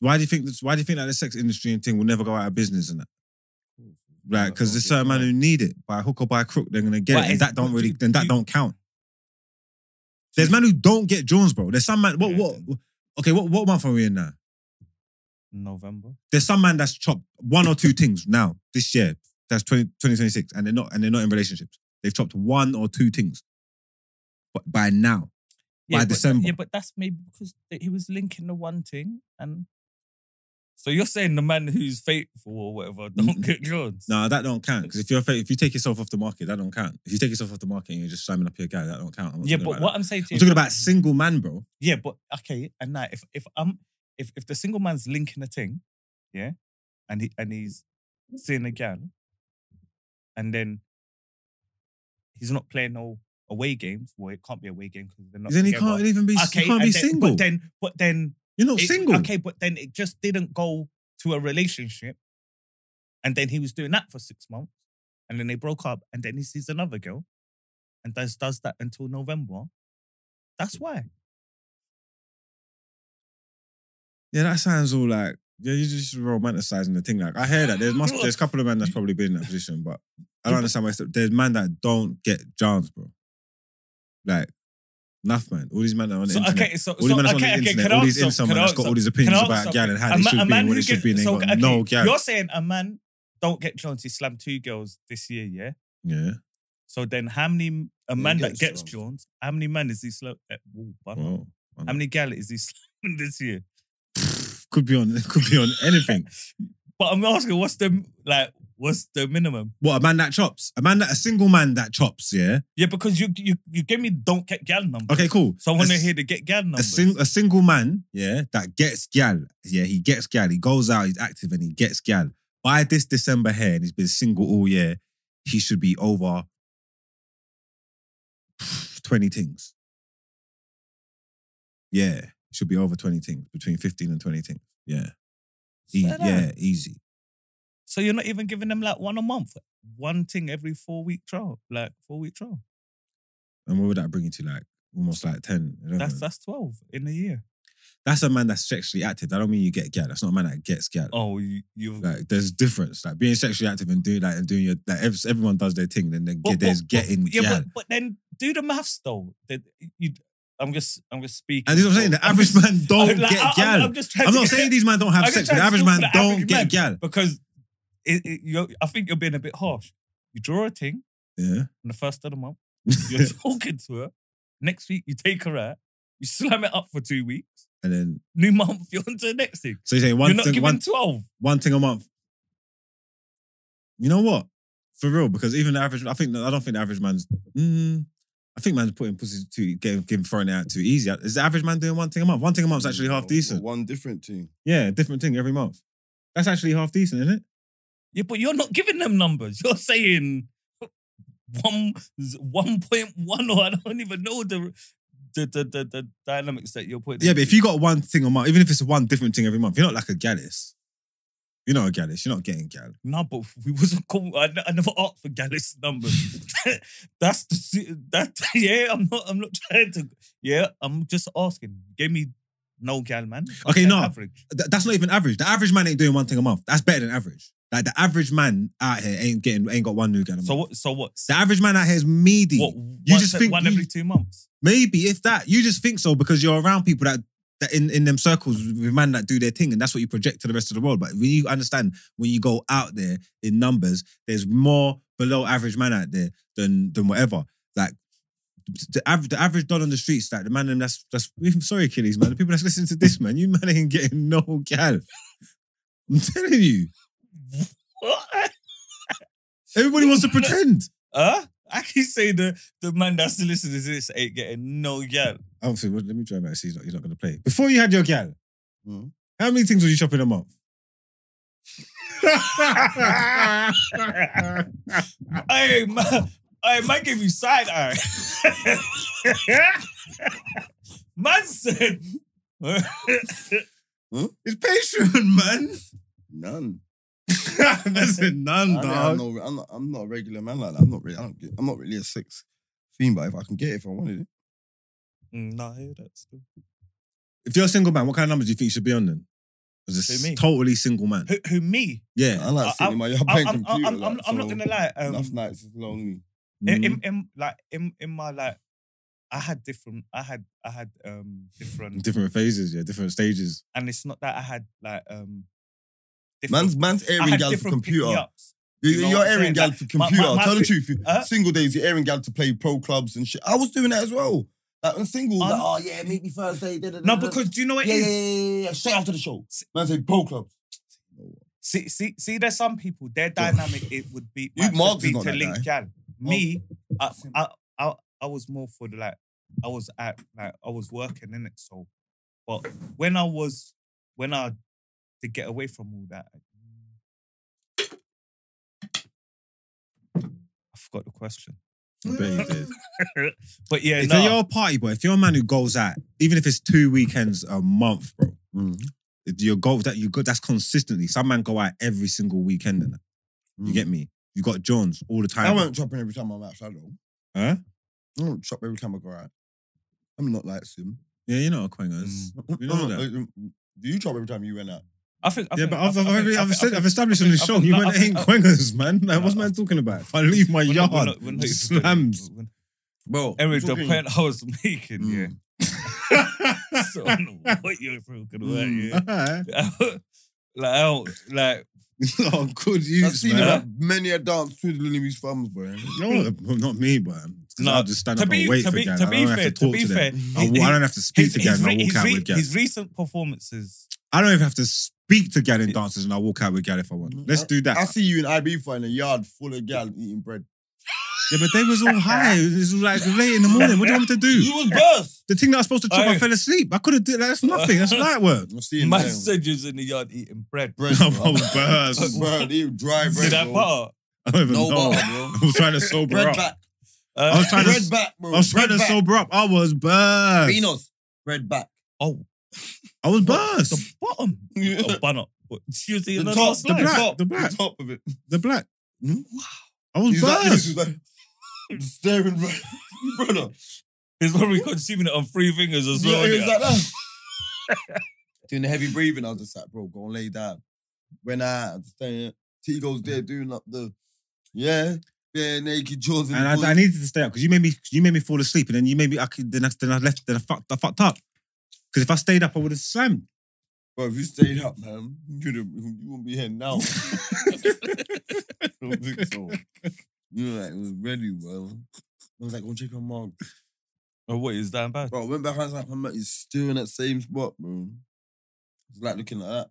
Speaker 3: why do you think this, why do you think that the sex industry and thing will never go out of business and that? Like, because there's certain man who need it by hook or by crook, they're gonna get
Speaker 2: But
Speaker 3: it, and
Speaker 2: it's-
Speaker 3: that don't
Speaker 2: but
Speaker 3: really,
Speaker 2: you-
Speaker 3: then that
Speaker 2: you-
Speaker 3: don't count. There's man who don't get Jones, bro. There's some man. What
Speaker 2: Yeah,
Speaker 3: what? Okay, what what month are we in now?
Speaker 2: November.
Speaker 3: There's some man that's chopped one or two things now this year. That's 20, 2026, and they're not and they're not in relationships. They've chopped one or two things, but by now. By
Speaker 2: but-
Speaker 3: December.
Speaker 2: yeah, but that's maybe because th- he was linking the one thing and. So you're saying the man who's faithful or whatever [LAUGHS] don't
Speaker 3: Mm.
Speaker 2: get Jones?
Speaker 3: No, that don't count. Because if you're fa- if you take yourself off the market, that don't count. If you take yourself off the market and you're just slamming up your guy, that don't count. I'm not
Speaker 2: Yeah,
Speaker 3: talking
Speaker 2: but
Speaker 3: about
Speaker 2: what
Speaker 3: that.
Speaker 2: I'm saying to
Speaker 3: I'm
Speaker 2: you,
Speaker 3: talking about single man, bro.
Speaker 2: yeah, but okay, and now if if I'm if if the single man's linking a thing, yeah, and he and he's seeing a gal, and then he's not playing no away games. Well, it can't be away game because they're not.
Speaker 3: Then he
Speaker 2: together.
Speaker 3: can't even be. he can't
Speaker 2: and
Speaker 3: be
Speaker 2: then-
Speaker 3: single.
Speaker 2: But then, but then
Speaker 3: you're not
Speaker 2: It-
Speaker 3: Oh, single.
Speaker 2: Okay, but then it just didn't go to a relationship. And then he was doing that for six months. And then they broke up. And then he sees another girl and does, does that until November. That's why.
Speaker 3: Yeah, that sounds all like yeah. You're just romanticizing the thing. Like I hear that. There's must. There's a couple of men that's probably been in that position, but I don't understand why. it's- There's man that don't get jams, bro. Like enough, man. All these men that are on the
Speaker 2: So,
Speaker 3: internet.
Speaker 2: okay, so,
Speaker 3: all
Speaker 2: so
Speaker 3: these men that's on
Speaker 2: okay,
Speaker 3: the
Speaker 2: okay,
Speaker 3: internet.
Speaker 2: can
Speaker 3: all
Speaker 2: I
Speaker 3: these
Speaker 2: answer?
Speaker 3: in someone
Speaker 2: Can I
Speaker 3: that's got
Speaker 2: answer?
Speaker 3: all these
Speaker 2: Can
Speaker 3: opinions
Speaker 2: I
Speaker 3: about
Speaker 2: answer?
Speaker 3: gal and how
Speaker 2: A
Speaker 3: they
Speaker 2: ma-
Speaker 3: should
Speaker 2: a
Speaker 3: be
Speaker 2: man
Speaker 3: and what
Speaker 2: who
Speaker 3: they should
Speaker 2: get-
Speaker 3: be. And they
Speaker 2: so,
Speaker 3: got
Speaker 2: okay,
Speaker 3: no gal.
Speaker 2: You're saying a man don't get Jones, he slammed two girls this year, yeah?
Speaker 3: Yeah.
Speaker 2: So then how many, a
Speaker 5: he
Speaker 2: man that
Speaker 5: gets
Speaker 2: gets
Speaker 5: Jones.
Speaker 2: Jones, how many men is he slamming? How
Speaker 3: Well,
Speaker 2: many gal is he [LAUGHS] slamming this year?
Speaker 3: could be on. [LAUGHS] Could be on anything.
Speaker 2: But I'm asking, what's the, like, what's the minimum?
Speaker 3: What a man that chops. A man that a single man that chops. Yeah.
Speaker 2: Yeah, because you you you gave me don't get gal number.
Speaker 3: Okay. Cool.
Speaker 2: So I want
Speaker 3: A
Speaker 2: to
Speaker 3: s-
Speaker 2: hear the get gal number.
Speaker 3: A, sing, a single man, yeah, that gets gal. Yeah, he gets gal. He goes out, he's active, and he gets gal. By this December here, and he's been single all year, he should be over [SIGHS] 20 things. Yeah, should be over 20 things, between 15 and 20 things. Yeah. E-
Speaker 2: Fair
Speaker 3: yeah, easy.
Speaker 2: so you're not even giving them like one a month, one thing every four week trial, like four week trial.
Speaker 3: And what would that bring you to? Like almost like 10. 11?
Speaker 2: That's that's twelve in a year.
Speaker 3: That's a man that's sexually active. That don't mean you get gal. That's not a man that gets gal.
Speaker 2: Oh, you you.
Speaker 3: Like there's difference. Like being sexually active and doing that and doing your like ev- everyone does their thing. Then, then
Speaker 2: But-
Speaker 3: get- there's
Speaker 2: but-
Speaker 3: getting
Speaker 2: but, yeah,
Speaker 3: gal.
Speaker 2: But, but then do the maths though. That you, I'm just I'm just speaking.
Speaker 3: and this is what I'm saying. The
Speaker 2: I'm
Speaker 3: average
Speaker 2: just-
Speaker 3: man don't
Speaker 2: like,
Speaker 3: get gal.
Speaker 2: [LAUGHS] I'm,
Speaker 3: I'm,
Speaker 2: I'm just trying to [LAUGHS]
Speaker 3: not
Speaker 2: get-
Speaker 3: saying these men don't have
Speaker 2: I'm just
Speaker 3: sex, but
Speaker 2: trying
Speaker 3: the average
Speaker 2: to talk
Speaker 3: man
Speaker 2: for the
Speaker 3: don't
Speaker 2: average
Speaker 3: get
Speaker 2: man.
Speaker 3: gal.
Speaker 2: because it, it, you're, I think you're being a bit harsh. You draw a thing
Speaker 3: Yeah.
Speaker 2: on the first of the month.
Speaker 3: [LAUGHS]
Speaker 2: You're talking to her. Next week, you take her out. You slam it up for two weeks.
Speaker 3: and then
Speaker 2: New month, [LAUGHS] you're on to the next thing.
Speaker 3: so you're saying
Speaker 2: you're
Speaker 3: one
Speaker 2: not
Speaker 3: thing,
Speaker 2: giving
Speaker 3: one,
Speaker 2: 12.
Speaker 3: one thing a month. You know what? For real, because even the average, I think I don't think the average man's. Mm, I think man's putting pussy too, getting, getting thrown out too easy. Is the average man doing one thing a month? One thing a month's actually half decent.
Speaker 5: One different thing.
Speaker 3: Yeah, different thing every month. That's actually half decent, isn't it?
Speaker 2: Yeah, but you're not giving them numbers. [LAUGHS] You're saying one, 1.1 or I don't even know the, the, the, the, the dynamics that you're putting.
Speaker 3: Yeah, but if you got one thing a month, even if it's one different thing every month, you're not like a Gallus. You're not a Gallus. You're not getting gal.
Speaker 2: No, but we wasn't cool. I, ne- I never asked for Gallus numbers. [LAUGHS] That's the si- that. [LAUGHS] Yeah, I'm not. I'm not trying to. Yeah, I'm just asking. Give me no gal, man.
Speaker 3: Okay,
Speaker 2: Like
Speaker 3: no.
Speaker 2: average.
Speaker 3: Th- that's not even average. The average man ain't doing one thing a month. That's better than average. Like the average man out here ain't getting ain't got one new gal. a
Speaker 2: So
Speaker 3: month.
Speaker 2: what? So what?
Speaker 3: The average man out here is meaty.
Speaker 2: What?
Speaker 3: You
Speaker 2: once
Speaker 3: just
Speaker 2: a-
Speaker 3: think
Speaker 2: one
Speaker 3: you-
Speaker 2: every two months.
Speaker 3: Maybe if that, you just think so because you're around people that that in, in them circles with men that do their thing, and that's what you project to the rest of the world. But when you understand when you go out there in numbers, there's more below average man out there than than whatever. Like the average the average dog on the streets, like the man them that's that's [LAUGHS] I'm sorry, Achilles, man. The people that's listening to this, man, you man ain't getting no gal. [LAUGHS] I'm telling you.
Speaker 2: What?
Speaker 3: Everybody wants to pretend.
Speaker 2: Huh? I can say the the man that's listening to this ain't getting no
Speaker 3: [LAUGHS]
Speaker 2: gal.
Speaker 3: Obviously, well, let me try back. See, he's not, he's not going to play. Before you had your gal,
Speaker 5: Mhm.
Speaker 3: how many things were you chopping a month?
Speaker 2: Hey, man. Hey, man, give you side eye. [LAUGHS] man said. [LAUGHS]
Speaker 3: it's Patreon, [LAUGHS] man.
Speaker 5: None.
Speaker 3: That's a none,
Speaker 5: I mean, I'm [LAUGHS]
Speaker 3: dog. [LAUGHS]
Speaker 5: not, I'm, not, I'm not a regular man like that. I'm not really. I don't. Get, I'm not really a six.
Speaker 1: theme, but if I can get it, if I wanted it.
Speaker 2: Mm, nah, I hear that still.
Speaker 3: If you're a single man, what kind of numbers do you think you should be on then? As a
Speaker 2: Who, me?
Speaker 3: s- totally single man.
Speaker 2: Who, who me?
Speaker 3: Yeah.
Speaker 1: I like
Speaker 2: I-
Speaker 1: sitting in my [LAUGHS]
Speaker 2: I'm,
Speaker 1: bank
Speaker 2: I'm,
Speaker 1: computer.
Speaker 2: I'm, I'm,
Speaker 1: like,
Speaker 2: I'm
Speaker 1: so
Speaker 2: not gonna lie. Um,
Speaker 1: Enough nights is lonely.
Speaker 2: in,
Speaker 3: Mm.
Speaker 2: in, in like in, in my like, I had different. I had I had um different,
Speaker 3: Mm, Different phases, yeah, different stages.
Speaker 2: and it's not that I had like um.
Speaker 1: Man's man's
Speaker 2: [LAUGHS] I
Speaker 1: airing
Speaker 2: had
Speaker 1: gal for
Speaker 2: different
Speaker 1: computer.
Speaker 2: pick-me-ups.
Speaker 1: You-
Speaker 2: You know
Speaker 1: You're
Speaker 2: what I'm
Speaker 1: airing
Speaker 2: saying?
Speaker 1: gal
Speaker 2: Like,
Speaker 1: for
Speaker 2: my- my-
Speaker 1: computer.
Speaker 2: my
Speaker 1: Tell the
Speaker 2: fi-
Speaker 1: truth. you-
Speaker 2: Huh?
Speaker 1: Single days, you're airing gal to play pro clubs and shit. I was doing that as well. Like, I'm single.
Speaker 2: Um,
Speaker 1: like, oh yeah, meet me Thursday. da, da, da,
Speaker 2: No,
Speaker 1: da, da.
Speaker 2: because do you know what it
Speaker 1: yeah,
Speaker 2: is?
Speaker 1: yeah, yeah, yeah, yeah. Straight after the show. Man say pro clubs.
Speaker 2: See, see, see, there's some people, their dynamic it would be
Speaker 1: You
Speaker 2: might just
Speaker 1: Mark's
Speaker 2: be
Speaker 1: is not
Speaker 2: to
Speaker 1: that
Speaker 2: link
Speaker 1: guy.
Speaker 2: gal. Me, I, I, I, I was more for the like, I was at like I was working in it. So, but when I was, when I to get away from all that, I forgot the question.
Speaker 3: I bet you did.
Speaker 2: But yeah,
Speaker 3: if
Speaker 2: no,
Speaker 3: you're a party boy, if you're a man who goes out, even if it's two weekends a month, bro,
Speaker 2: Mm-hmm.
Speaker 3: if your goal that you go that's consistently. Some man go out every single weekend, and that. you
Speaker 1: Mm.
Speaker 3: get me. You got Johns all the
Speaker 1: I
Speaker 3: time.
Speaker 1: won't chop in every time I'm outside though.
Speaker 3: huh?
Speaker 1: I don't chop every time I go out. I'm not like Sim.
Speaker 3: Yeah, you know, Quangers.
Speaker 2: Mm.
Speaker 3: You know that.
Speaker 1: Do you chop every time you went out?
Speaker 2: I think. I
Speaker 3: Yeah,
Speaker 2: think,
Speaker 3: but
Speaker 2: I
Speaker 3: I've,
Speaker 2: think-
Speaker 3: I've,
Speaker 2: I think-
Speaker 3: already-
Speaker 2: I
Speaker 3: I've,
Speaker 2: think-
Speaker 3: said,
Speaker 2: I
Speaker 3: I've
Speaker 2: think-
Speaker 3: established on
Speaker 2: I
Speaker 3: this
Speaker 2: think-
Speaker 3: show, you
Speaker 2: no,
Speaker 3: man
Speaker 2: I think-
Speaker 3: ain't
Speaker 2: I-
Speaker 3: Quangers, man. Like, what's
Speaker 2: No,
Speaker 3: man talking about? If I leave my
Speaker 2: we're
Speaker 3: yard,
Speaker 2: not- we're not- we're
Speaker 3: [LAUGHS]
Speaker 2: not-
Speaker 3: slams.
Speaker 2: we're not-
Speaker 1: Bro,
Speaker 2: [LAUGHS] Anyway,
Speaker 1: I'm
Speaker 2: the
Speaker 1: talking-
Speaker 2: point I was making,
Speaker 1: Mm.
Speaker 2: yeah.
Speaker 3: Mm.
Speaker 2: [LAUGHS]
Speaker 3: [LAUGHS]
Speaker 2: So I don't know what you're talking about,
Speaker 1: Mm.
Speaker 2: yeah. [LAUGHS] like, I don't, like,
Speaker 3: [LAUGHS] oh, good
Speaker 1: I've
Speaker 3: use,
Speaker 1: seen him
Speaker 3: man.
Speaker 1: have many a dance twiddling his thumbs, bro.
Speaker 3: No, not me, but 'cause
Speaker 2: No,
Speaker 3: I'll just stand
Speaker 2: to
Speaker 3: up
Speaker 2: be-
Speaker 3: and wait
Speaker 2: to
Speaker 3: for
Speaker 2: be-
Speaker 3: guys.
Speaker 2: to
Speaker 3: I
Speaker 2: be
Speaker 3: don't have
Speaker 2: fair-
Speaker 3: to
Speaker 2: to
Speaker 3: talk
Speaker 2: be
Speaker 3: to them.
Speaker 2: fair,
Speaker 3: I,
Speaker 2: he-
Speaker 3: I don't have to speak
Speaker 2: his,
Speaker 3: to guys
Speaker 2: his,
Speaker 3: and
Speaker 2: re-
Speaker 3: I walk
Speaker 2: his,
Speaker 3: out
Speaker 2: re-
Speaker 3: with guys.
Speaker 2: his recent performances.
Speaker 3: I don't even have to speak to Gallon dancers and I walk out with Gal if I want. Let's do that.
Speaker 1: I see you in IB for in a yard full of gal eating bread.
Speaker 3: Yeah, but they was all high. It was like late in the morning. What do you want me to do?
Speaker 2: [LAUGHS]
Speaker 1: You was burst.
Speaker 3: The thing that I was supposed to chop, I
Speaker 2: Aye.
Speaker 3: fell asleep. I could have did That's nothing. That's light
Speaker 2: [LAUGHS]
Speaker 3: work.
Speaker 1: I'm seeing
Speaker 2: Man
Speaker 1: them.
Speaker 2: said you was in the yard eating
Speaker 3: [LAUGHS]
Speaker 2: bread.
Speaker 1: bread.
Speaker 3: I'm on burst.
Speaker 1: bro, they dry bread.
Speaker 2: See
Speaker 1: [LAUGHS]
Speaker 2: that
Speaker 1: bro.
Speaker 2: part?
Speaker 3: [LAUGHS] I don't even
Speaker 1: No
Speaker 3: know.
Speaker 1: butter, bro.
Speaker 3: [LAUGHS] I was trying to sober
Speaker 1: Bread
Speaker 3: up.
Speaker 1: back.
Speaker 3: I
Speaker 2: Uh,
Speaker 3: was trying to.
Speaker 1: bread back, bro.
Speaker 3: I was trying
Speaker 1: bread
Speaker 3: to
Speaker 1: back.
Speaker 3: sober up. I was burst.
Speaker 1: Beanos. Bread back.
Speaker 2: oh,
Speaker 3: I was
Speaker 2: the
Speaker 3: burst.
Speaker 2: bottom.
Speaker 1: the
Speaker 3: [LAUGHS]
Speaker 2: Oh, bun up. What, you see in the,
Speaker 1: top,
Speaker 2: last
Speaker 1: the
Speaker 2: line?
Speaker 3: black,
Speaker 1: top,
Speaker 3: the black.
Speaker 1: the top of it.
Speaker 3: The black.
Speaker 1: Hmm?
Speaker 3: I was
Speaker 1: He's like, this
Speaker 3: burst.
Speaker 1: is like, staring, bro. [LAUGHS] brother.
Speaker 2: It's probably consuming it on three fingers as well.
Speaker 1: Yeah, he was
Speaker 2: yeah.
Speaker 1: like that. [LAUGHS] doing the heavy breathing. I was just like, bro, go and lay down. When I staying, T goes there
Speaker 3: Mm.
Speaker 1: doing up the yeah, bare naked jaws. in
Speaker 3: And
Speaker 1: the
Speaker 3: I, I
Speaker 1: woods.
Speaker 3: needed to stay up because you made me you made me fall asleep and then you made me I could, then I, then I left then I fucked I fucked up because if I stayed up I would have slammed.
Speaker 1: bro, if you stayed up, man, you'd have, you wouldn't be here
Speaker 2: [LAUGHS]
Speaker 1: now. I don't think so. You know, like, it was ready, bro. I was like, go check on mom.
Speaker 2: Oh, what is that bad?
Speaker 1: Bro, I went back outside, I'm like, he's still in that same spot, bro. It's like looking like that.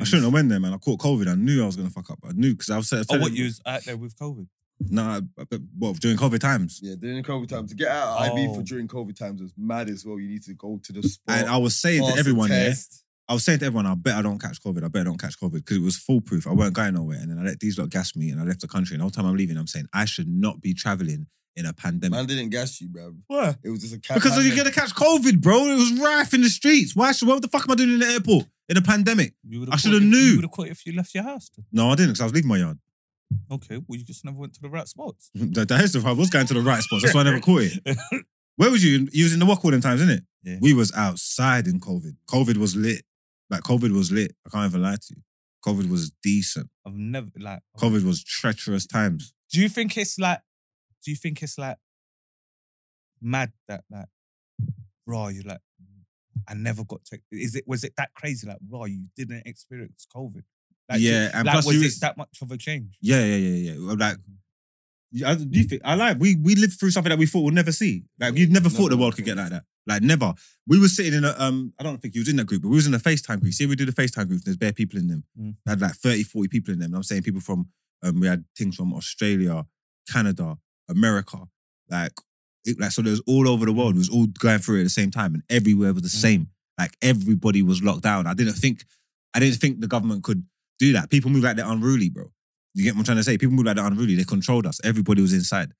Speaker 3: I shouldn't have went there, man. I caught COVID. I knew I was gonna fuck up. I knew because I was.
Speaker 2: Oh, what you was out there with COVID?
Speaker 3: Nah, but- but- well during COVID times,
Speaker 1: Yeah, during the COVID times. To get out of IB
Speaker 2: Oh.
Speaker 1: for during COVID times is mad as well. You need to go to the spot.
Speaker 3: and I was saying
Speaker 1: pass
Speaker 3: to
Speaker 1: the
Speaker 3: everyone, yeah,
Speaker 1: test.
Speaker 3: I was saying to everyone, I bet I don't catch COVID. I bet I don't catch COVID because it was foolproof. I weren't going nowhere, and then I let these lot gas me, and I left the country. And the whole time I'm leaving, I'm saying I should not be traveling in a pandemic
Speaker 1: Man didn't gas you, bro.
Speaker 2: What?
Speaker 1: It was just a cat.
Speaker 3: because you're gonna catch COVID, bro. It was rife in the streets. Why should? What the fuck am I doing in the airport in a pandemic?
Speaker 2: You would've
Speaker 3: I
Speaker 2: caught
Speaker 3: shoulda
Speaker 2: it-
Speaker 3: knew.
Speaker 2: You would have caught it if you left your house. then.
Speaker 3: No, I didn't because I was leaving my yard. [LAUGHS]
Speaker 2: Okay, well, you just never went to the right spots.
Speaker 3: That, that is the problem. I was going to the right spots. That's why I never caught it.
Speaker 2: [LAUGHS]
Speaker 3: Where was you? You was in the walk all them times, innit?
Speaker 2: Yeah.
Speaker 3: We was outside in COVID. COVID was lit. Like COVID was lit. I can't even lie to you. COVID was decent.
Speaker 2: I've never like.
Speaker 3: COVID was treacherous times.
Speaker 2: Do you think it's like? Do you think it's like mad that like raw? You're like, I never got to. Is it was it that crazy? Like raw, you didn't experience COVID. Like,
Speaker 3: Yeah, and
Speaker 2: like,
Speaker 3: plus
Speaker 2: was
Speaker 3: you
Speaker 2: it
Speaker 3: was-
Speaker 2: that much of a change?
Speaker 3: Yeah, yeah, yeah, yeah. Like, I, do you think I like we we lived through something that we thought we'll never see. Like you'd never thought the world could get like that. Like never. We were sitting in a um, I don't think you was in that group, but we was in a FaceTime group. See, we do the FaceTime groups, there's bare people in them.
Speaker 2: Mm.
Speaker 3: I had like 30, 40 people in them. And I'm saying people from um, we had things from Australia, Canada, America, like it, like so there was all over the world. It was all going through it at the same time, and everywhere was the
Speaker 2: Mm.
Speaker 3: same. Like everybody was locked down. I didn't think I didn't think the government could do that. People move like they're unruly, bro. You get what I'm trying to say? People move like they're unruly. They controlled us. Everybody was inside.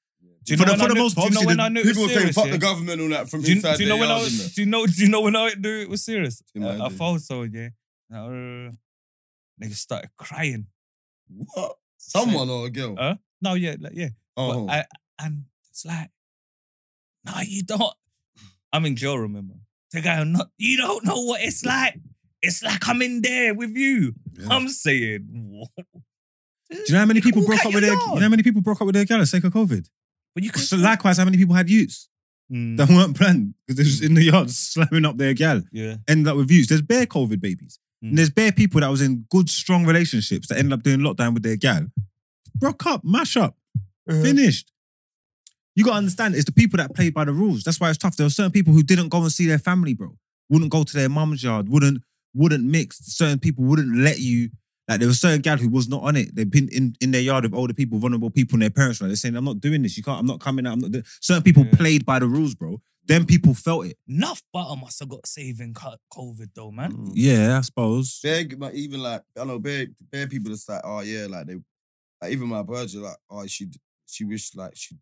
Speaker 2: Do you
Speaker 3: For the-
Speaker 2: know when
Speaker 3: for
Speaker 2: I
Speaker 3: the
Speaker 2: knew-
Speaker 3: most part,
Speaker 2: do you know
Speaker 3: obviously,
Speaker 2: when
Speaker 3: the-
Speaker 2: I knew it
Speaker 1: People were
Speaker 2: was
Speaker 1: saying
Speaker 2: serious?
Speaker 1: fuck
Speaker 2: yeah?
Speaker 1: the government and all
Speaker 3: [LAUGHS]
Speaker 1: that from
Speaker 2: do you,
Speaker 1: inside
Speaker 2: do you know
Speaker 1: their
Speaker 2: when I
Speaker 1: yards,
Speaker 2: was,
Speaker 1: innit?
Speaker 2: do you know do you know when I knew it was serious?
Speaker 1: In my
Speaker 2: I, I
Speaker 1: day.
Speaker 2: felt so yeah. Like, uh, nigga started crying.
Speaker 1: What? Someone or a girl?
Speaker 2: Uh, No, yeah, like yeah.
Speaker 1: oh,
Speaker 2: But I, and it's like No, you don't. I'm in jail, remember? The guy, not, you don't know what it's like. It's like I'm in there with you. I'm saying, "Whoa."
Speaker 3: Do you know how many people
Speaker 2: Who
Speaker 3: broke
Speaker 2: cut
Speaker 3: up with
Speaker 2: your
Speaker 3: their?
Speaker 2: yard?
Speaker 3: You know how many people broke up with their gal at the sake of COVID.
Speaker 2: But you can
Speaker 3: So likewise, how many people had youths
Speaker 2: Mm,
Speaker 3: that weren't planned because they was in the yard [LAUGHS] slamming up their gal,
Speaker 2: yeah.
Speaker 3: ended up with youths. There's bare COVID babies,
Speaker 2: Mm.
Speaker 3: and there's bare people that was in good strong relationships that ended up doing lockdown with their gal, broke up, mash up, finished. You gotta understand, it's the people that played by the rules. That's why it's tough. There were certain people who didn't go and see their family, bro. Wouldn't go to their mum's yard. Wouldn't wouldn't mix. Certain people wouldn't let you. Like there was certain gal who was not on it. They've been in, in their yard with older people, vulnerable people, and their parents. Right? They're saying, "I'm not doing this. You can't. I'm not coming out. I'm not." Doing... Certain people
Speaker 2: Yeah.
Speaker 3: played by the rules, bro. Then people felt it.
Speaker 2: Enough butter must have got saving COVID though, man.
Speaker 3: Mm.
Speaker 1: Hmm.
Speaker 3: Yeah, I suppose.
Speaker 1: Bare, like, even like I know bare, bare people that's like, oh yeah, like they, like, even my birds are like, oh she, d- she wished like she,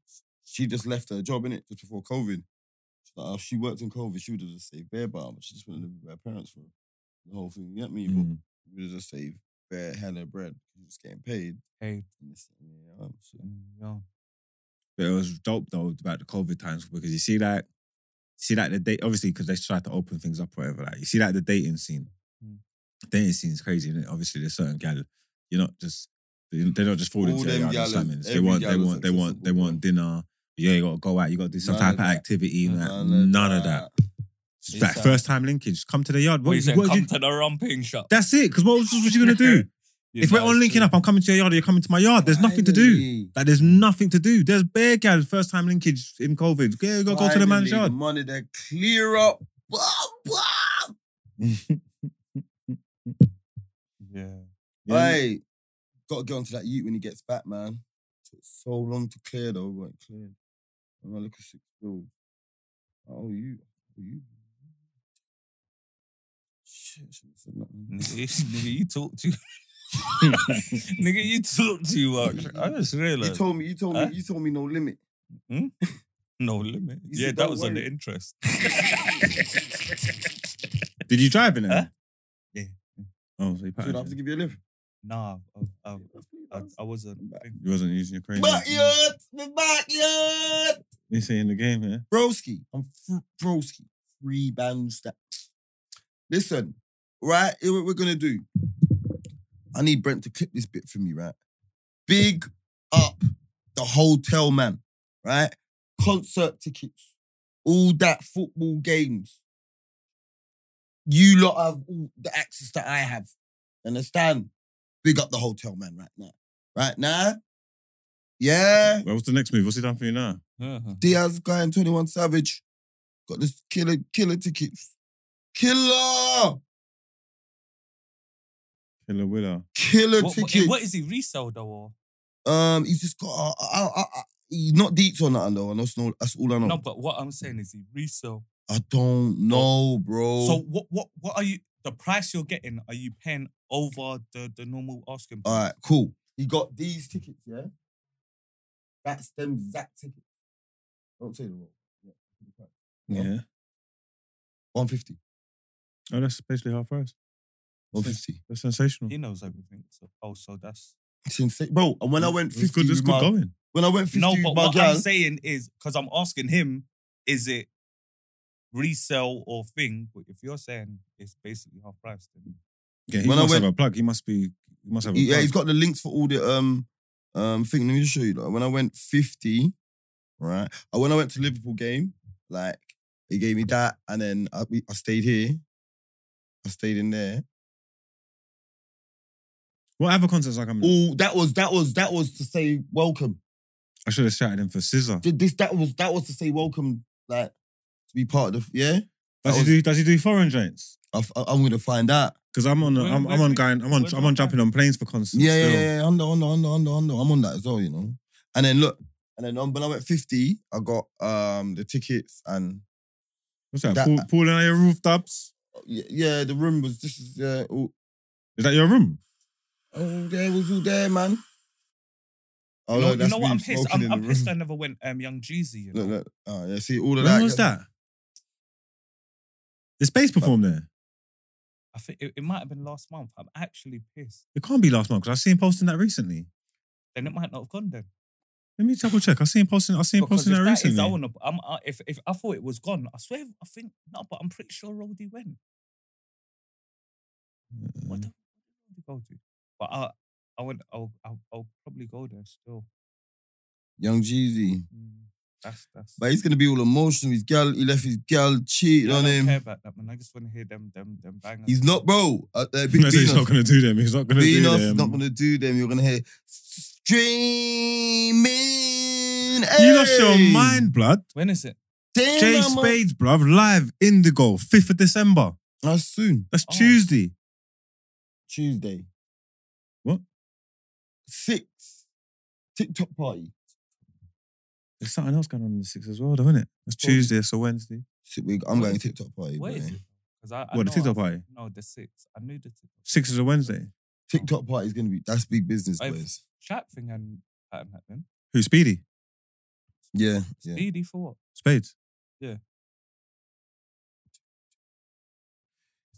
Speaker 1: she just left her job in it just before COVID. She's like, oh, if she worked in COVID, she would have just saved bare bar, but she just wouldn't live with her parents for the whole thing. You get me? But
Speaker 3: Mm.
Speaker 1: you would have just saved bare hella bread. You're just getting paid.
Speaker 2: Hey,
Speaker 1: And this, and that, um, so-
Speaker 2: Mm, yo.
Speaker 3: But it was dope though about the COVID times because you see that, see that the date obviously because they tried to open things up or whatever. Like you see that the dating scene,
Speaker 2: Mm.
Speaker 3: dating scene's crazy. And obviously there's certain gal, you're not just they- they're not just falling
Speaker 1: All
Speaker 3: to their
Speaker 1: them
Speaker 3: yard and
Speaker 1: gallas,
Speaker 3: slamming. They
Speaker 1: every
Speaker 3: want they
Speaker 1: gal is
Speaker 3: want they want they
Speaker 1: accessible,
Speaker 3: want dinner. Yeah, you gotta go out. You gotta do some
Speaker 1: None
Speaker 3: type
Speaker 1: of
Speaker 3: of
Speaker 1: that.
Speaker 3: activity. and that. None, of that. It's like
Speaker 1: It's
Speaker 3: first time linkage. Come to the yard.
Speaker 2: What
Speaker 3: What,
Speaker 2: you
Speaker 3: you-
Speaker 2: saying?
Speaker 3: what
Speaker 2: Come
Speaker 3: you,
Speaker 2: to the romping shop.
Speaker 3: that's it. Because what else was you gonna do?
Speaker 2: Yeah,
Speaker 3: if we're
Speaker 2: that
Speaker 3: on
Speaker 2: is
Speaker 3: linking
Speaker 2: true.
Speaker 3: up, I'm coming to your yard. You're coming to my yard. There's nothing to do.
Speaker 1: Finally.
Speaker 3: Like there's nothing to do. There's bare guys first time linkage in COVID. Go, go, go to the man's
Speaker 1: Finally,
Speaker 3: yard.
Speaker 1: Money that clear up. Blah, blah.
Speaker 2: Yeah.
Speaker 1: Hey, gotta get onto that ute when he gets back, man. Took so long to clear though, we weren't cleared. And I look at six bill. Oh, you, oh, you. Shit, should have said nothing.
Speaker 2: Nigga, [LAUGHS] nigga, you talk too. [LAUGHS] nigga, you talk too much.
Speaker 1: [LAUGHS]
Speaker 2: I just
Speaker 1: You
Speaker 2: realized.
Speaker 1: told me, you told me,
Speaker 2: Huh?
Speaker 1: you told me no limit.
Speaker 2: no limit.
Speaker 1: You
Speaker 2: Yeah,
Speaker 1: said,
Speaker 2: that
Speaker 1: "Don't
Speaker 2: was on the
Speaker 1: worry."
Speaker 2: interest.
Speaker 3: Did you drive in it?
Speaker 2: Huh? Yeah.
Speaker 3: Oh, so you
Speaker 1: Should I have
Speaker 3: patted
Speaker 1: to
Speaker 3: it.
Speaker 1: give you a lift?
Speaker 2: Nah, I, I, I, I wasn't.
Speaker 3: You wasn't using your crazy.
Speaker 1: Backyard, the backyard.
Speaker 3: You see in the game, yeah.
Speaker 1: Broski, I'm fr- broski. Three band step. Listen, right? Here what we're gonna do. I need Brent to clip this bit for me, right? Big up the hotel man, right? Concert tickets, all that football games. You lot have all the access that I have. Understand? Big up the hotel man right now. Right now? Yeah.
Speaker 3: Well, what's the next move? What's he done for you now?
Speaker 2: Uh-huh.
Speaker 1: Diaz guy and 21 Savage. Got this killer, killer tickets. Killer!
Speaker 3: Killer Willer.
Speaker 1: Killer
Speaker 2: What, what, eh,
Speaker 1: tickets.
Speaker 2: what is he resell though? Or?
Speaker 1: um, he's just got, uh, uh, uh, uh, he's not deep on nothing though. I know, it's no- that's all I know.
Speaker 2: No, but what I'm saying is he resell.
Speaker 1: I don't know, bro.
Speaker 2: So what what what are you the price you're getting, are you paying over the, the normal asking price?
Speaker 1: all right, cool. He got these tickets, yeah? That's them exact tickets. Don't say the wrong. Yeah.
Speaker 3: Yeah.
Speaker 1: 150.
Speaker 3: Oh, that's basically half price.
Speaker 1: 150.
Speaker 3: That's sensational.
Speaker 2: He knows everything. So oh so that's
Speaker 1: It's insane. Bro, and when I went
Speaker 3: It's
Speaker 1: 50
Speaker 3: good. It's
Speaker 1: with
Speaker 3: good
Speaker 1: my-
Speaker 3: going.
Speaker 1: when I went 50
Speaker 2: No,
Speaker 1: with
Speaker 2: but
Speaker 1: my
Speaker 2: what
Speaker 1: gal,
Speaker 2: I'm saying is because I'm asking him, is it resell or thing? But if you're saying it's basically half price, then
Speaker 3: Yeah, he
Speaker 1: When I
Speaker 3: must
Speaker 1: went-
Speaker 3: have a plug. He must be. He must have a
Speaker 1: Yeah,
Speaker 3: plug.
Speaker 1: he's got the links for all the um um thing. Let me just show you. Like, when I went 50, right? uh, When I went to Liverpool game, like he gave me that, and then I, we- I stayed here. I stayed in there.
Speaker 3: What other concerts are coming?
Speaker 1: Oh, that was that was that was to say welcome.
Speaker 3: I should have shouted him for Scissor.
Speaker 1: Did this that was that was to say welcome, like to be part of the yeah.
Speaker 3: Does
Speaker 1: that
Speaker 3: he
Speaker 1: was-
Speaker 3: do? Does he do foreign joints?
Speaker 1: I, am gonna find out.
Speaker 3: Because I'm on.
Speaker 2: Where-
Speaker 3: I'm,
Speaker 2: where
Speaker 3: I'm
Speaker 2: do
Speaker 3: on.
Speaker 2: we-
Speaker 3: Going, I'm on.
Speaker 2: where do
Speaker 3: I'm
Speaker 2: we
Speaker 3: on
Speaker 2: go?
Speaker 3: jumping on planes for concerts.
Speaker 1: Yeah, yeah,
Speaker 3: still.
Speaker 1: yeah, yeah. I know, I know, I know, I know, I know. I'm on that as well, you know. And then look, and then um, when I went 50, I got um the tickets and
Speaker 3: What's that?
Speaker 1: That-
Speaker 3: pool, pool on your rooftops?
Speaker 1: yeah, yeah the room was this is uh, all,
Speaker 3: Is that your room?
Speaker 1: Oh, there was all there, man. Oh,
Speaker 2: you know,
Speaker 1: look,
Speaker 2: you
Speaker 1: that's
Speaker 2: know what?
Speaker 1: me
Speaker 2: I'm pissed.
Speaker 1: smoking in
Speaker 2: I'm,
Speaker 1: the
Speaker 2: I'm pissed. I
Speaker 1: room.
Speaker 2: never went um Young Jeezy. You
Speaker 1: [LAUGHS]
Speaker 2: know?
Speaker 1: Look, look. Oh, yeah, see all of
Speaker 3: When
Speaker 1: that.
Speaker 3: was that? Did Space perform there?
Speaker 2: I think it, it might have been last month. I'm actually pissed.
Speaker 3: It can't be last month because I seen him posting that recently.
Speaker 2: Then it might not have gone. Then
Speaker 3: Let me double check. I seen him posting. I seen him
Speaker 2: Because
Speaker 3: posting
Speaker 2: if
Speaker 3: that
Speaker 2: that is,
Speaker 3: recently.
Speaker 2: I wanna, I'm, I, if, if I thought it was gone, I swear, I think, no, but I'm pretty sure Roddy went.
Speaker 1: Mm.
Speaker 2: What the f- did Roddy go to? But I, I went, I'll, I'll, I'll probably go there still.
Speaker 1: Young Jeezy.
Speaker 2: Mm, that's, that's.
Speaker 1: But he's gonna be all emotional. His gal, he left his gal cheating
Speaker 2: Yeah, I
Speaker 1: on
Speaker 2: don't
Speaker 1: him.
Speaker 2: care about that, man. I just want to hear them, them, them bangers.
Speaker 1: He's not, bro. Uh, uh, Big
Speaker 3: No, so [LAUGHS] he's not
Speaker 1: Beanos.
Speaker 3: gonna do them. He's not gonna do
Speaker 1: Beanos is
Speaker 3: them.
Speaker 1: not gonna do them. You're gonna hear streaming.
Speaker 3: You lost your
Speaker 1: Hey!
Speaker 3: mind, blood.
Speaker 2: When is it?
Speaker 1: Damn,
Speaker 3: Jay
Speaker 1: I'm a-
Speaker 3: Spades, bruv, live Indigo, fifth of December.
Speaker 1: That's soon.
Speaker 3: That's
Speaker 2: Oh.
Speaker 3: Tuesday.
Speaker 1: Tuesday.
Speaker 3: What?
Speaker 1: Six. TikTok party.
Speaker 3: There's something else going on in the sixth as well, though, isn't it? That's
Speaker 1: Well-
Speaker 3: Tuesday, so Wednesday.
Speaker 1: Sick week. I'm
Speaker 2: What
Speaker 1: going
Speaker 2: is it?
Speaker 1: TikTok party.
Speaker 2: What
Speaker 1: boy.
Speaker 2: is it? 'Cause I,
Speaker 3: What
Speaker 2: I
Speaker 3: the
Speaker 2: know
Speaker 3: TikTok
Speaker 2: I-
Speaker 3: party?
Speaker 2: No, the six. I knew the TikTok.
Speaker 3: Six is a Wednesday.
Speaker 1: TikTok party is gonna be that's big business,
Speaker 2: I've-
Speaker 1: boys.
Speaker 2: Chat thing and pattern that then.
Speaker 3: Who? Speedy?
Speaker 1: Yeah, yeah.
Speaker 2: Speedy for what?
Speaker 3: Spades.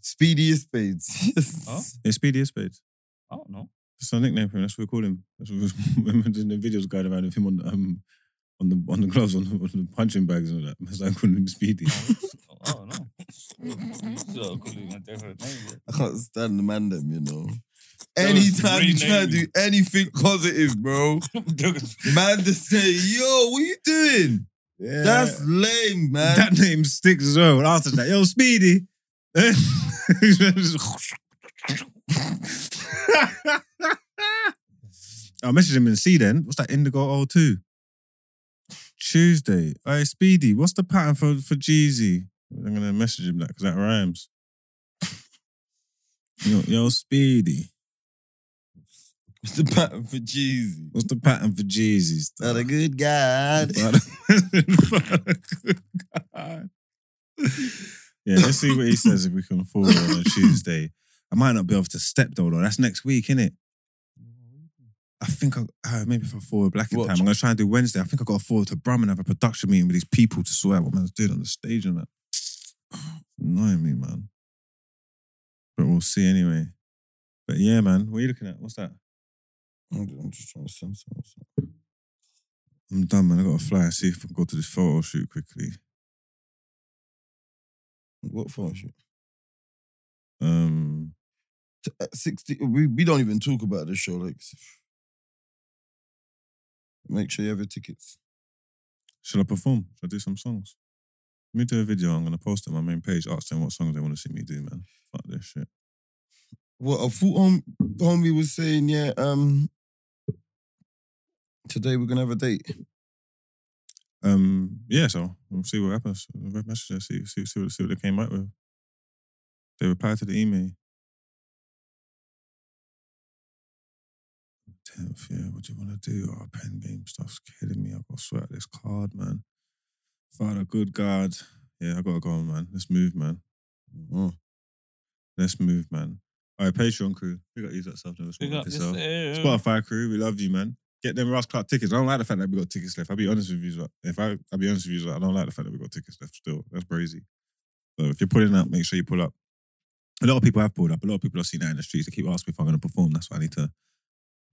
Speaker 1: Speedy is [LAUGHS] spades.
Speaker 2: Huh?
Speaker 3: Yeah, Speedy is Spades.
Speaker 2: I don't know.
Speaker 3: That's our nickname for him. That's what we call him. That's what we [LAUGHS] remember doing the videos going around of him on um on the on the gloves on the, on the punching bags and all that. That's why I called him Speedy.
Speaker 2: I don't know. So I could even different name. yeah.
Speaker 1: I can't stand the man them, you know.
Speaker 2: That was
Speaker 1: Anytime you try to do
Speaker 2: renaming.
Speaker 1: anything positive, bro, man just say, yo, what you doing?
Speaker 3: Yeah.
Speaker 1: That's lame, man.
Speaker 3: that name sticks as well. When I said that, yo, Speedy. [LAUGHS] I messaged him in C then. What's that Indigo 02? Tuesday. Hey, Speedy, what's the pattern for, for Jeezy? I'm going to message him that because that rhymes. [LAUGHS] yo, yo, Speedy,
Speaker 1: What's the pattern for Jeezy?
Speaker 3: what's the pattern for Jeezy's?
Speaker 1: Not a good guy.
Speaker 3: yeah, let's see what he says if we can forward on a Tuesday. I might not be able to step though, though. That's next week, innit? I think I uh, maybe if I forward black in
Speaker 1: Watch.
Speaker 3: time, I'm gonna try and do Wednesday. I think I got to forward to Brum and have a production meeting with these people to sort out what man's doing on the stage and that. [SIGHS] Annoying me, man. But we'll see anyway. But yeah, man, what are you looking at? What's that?
Speaker 1: I'm just trying to send something.
Speaker 3: I'm done, man. I gotta fly and see if I can go to this photo shoot quickly.
Speaker 1: What for? shit?
Speaker 3: Um,
Speaker 1: T- At 60, we, we don't even talk about this show. Like, make sure you have your tickets.
Speaker 3: Shall I perform? Shall I do some songs? Let me do a video. I'm gonna post it on my main page. Ask them what songs they want to see me do, man. Fuck this shit.
Speaker 1: Well, a full hom- homie was saying, yeah, um, today we're gonna have a date.
Speaker 3: Um, yeah. So we'll see what happens. We'll message them, see, see, see what, see what they came up with. They replied to the email. Tenth, yeah. What do you want to do? Oh, pen game stuff's killing me. I got to sweat out this card, man. Father, good God. Yeah, I gotta go, man. Let's move, man. Mm-hmm. Let's move, man. All right, Patreon crew. We got to use that stuff. Never
Speaker 2: Big
Speaker 3: spoken
Speaker 2: up
Speaker 3: to yourself.
Speaker 2: yourself.
Speaker 3: Spotify crew, we love you, man. Get them Ross Clark tickets. I don't like the fact that we got tickets left. I'll be honest with you. Zwa- If I, I'll be honest with you, Zwa, I don't like the fact that we got tickets left. Still, that's crazy. So if you're pulling up, make sure you pull up. A lot of people have pulled up. A lot of people have seen that in the streets. They keep asking me if I'm going to perform. That's why I need to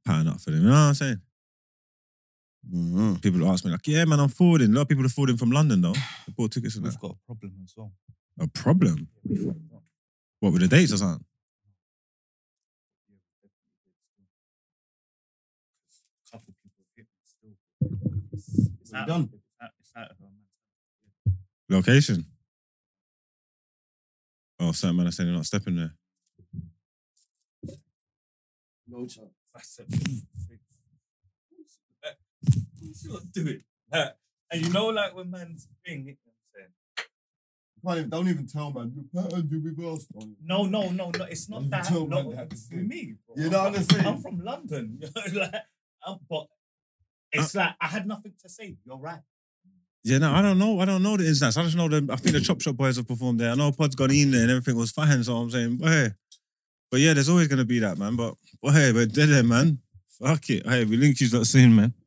Speaker 3: pattern up for them. You know what I'm saying? People ask me like, "Yeah, man, I'm forwarding." A lot of people are forwarding from London though. They bought tickets. And that.
Speaker 2: We've got a problem as well.
Speaker 3: A problem?
Speaker 2: We fucked up.
Speaker 3: What with the dates or something?
Speaker 2: Couple people hit me still. It's out of- it's out- it's out of our minds.
Speaker 3: Location. Oh, certain man are saying they're not stepping there.
Speaker 4: No chance.
Speaker 2: That's it. Who's not doing that? And you know, like when man's thing, it-
Speaker 1: Don't even tell, man. You [LAUGHS] patterned you with us.
Speaker 2: no, no, no, no, it's not
Speaker 1: You
Speaker 2: that.
Speaker 1: told
Speaker 2: No,
Speaker 1: man that to
Speaker 2: it's
Speaker 1: say.
Speaker 2: me. Bro.
Speaker 1: You know what I'm saying?
Speaker 2: I'm from London. [LAUGHS] like, I'm, but it's like I had nothing to say. You're right.
Speaker 3: Yeah, no, I don't know. I don't know the instance. I just know the. I think the Chop Shop Boys have performed there. I know Pod's gone in there and everything was fine. So I'm saying, but hey, but yeah, there's always gonna be that man. But but hey, we're dead there, man. Fuck it. Hey, we link you's not soon, man.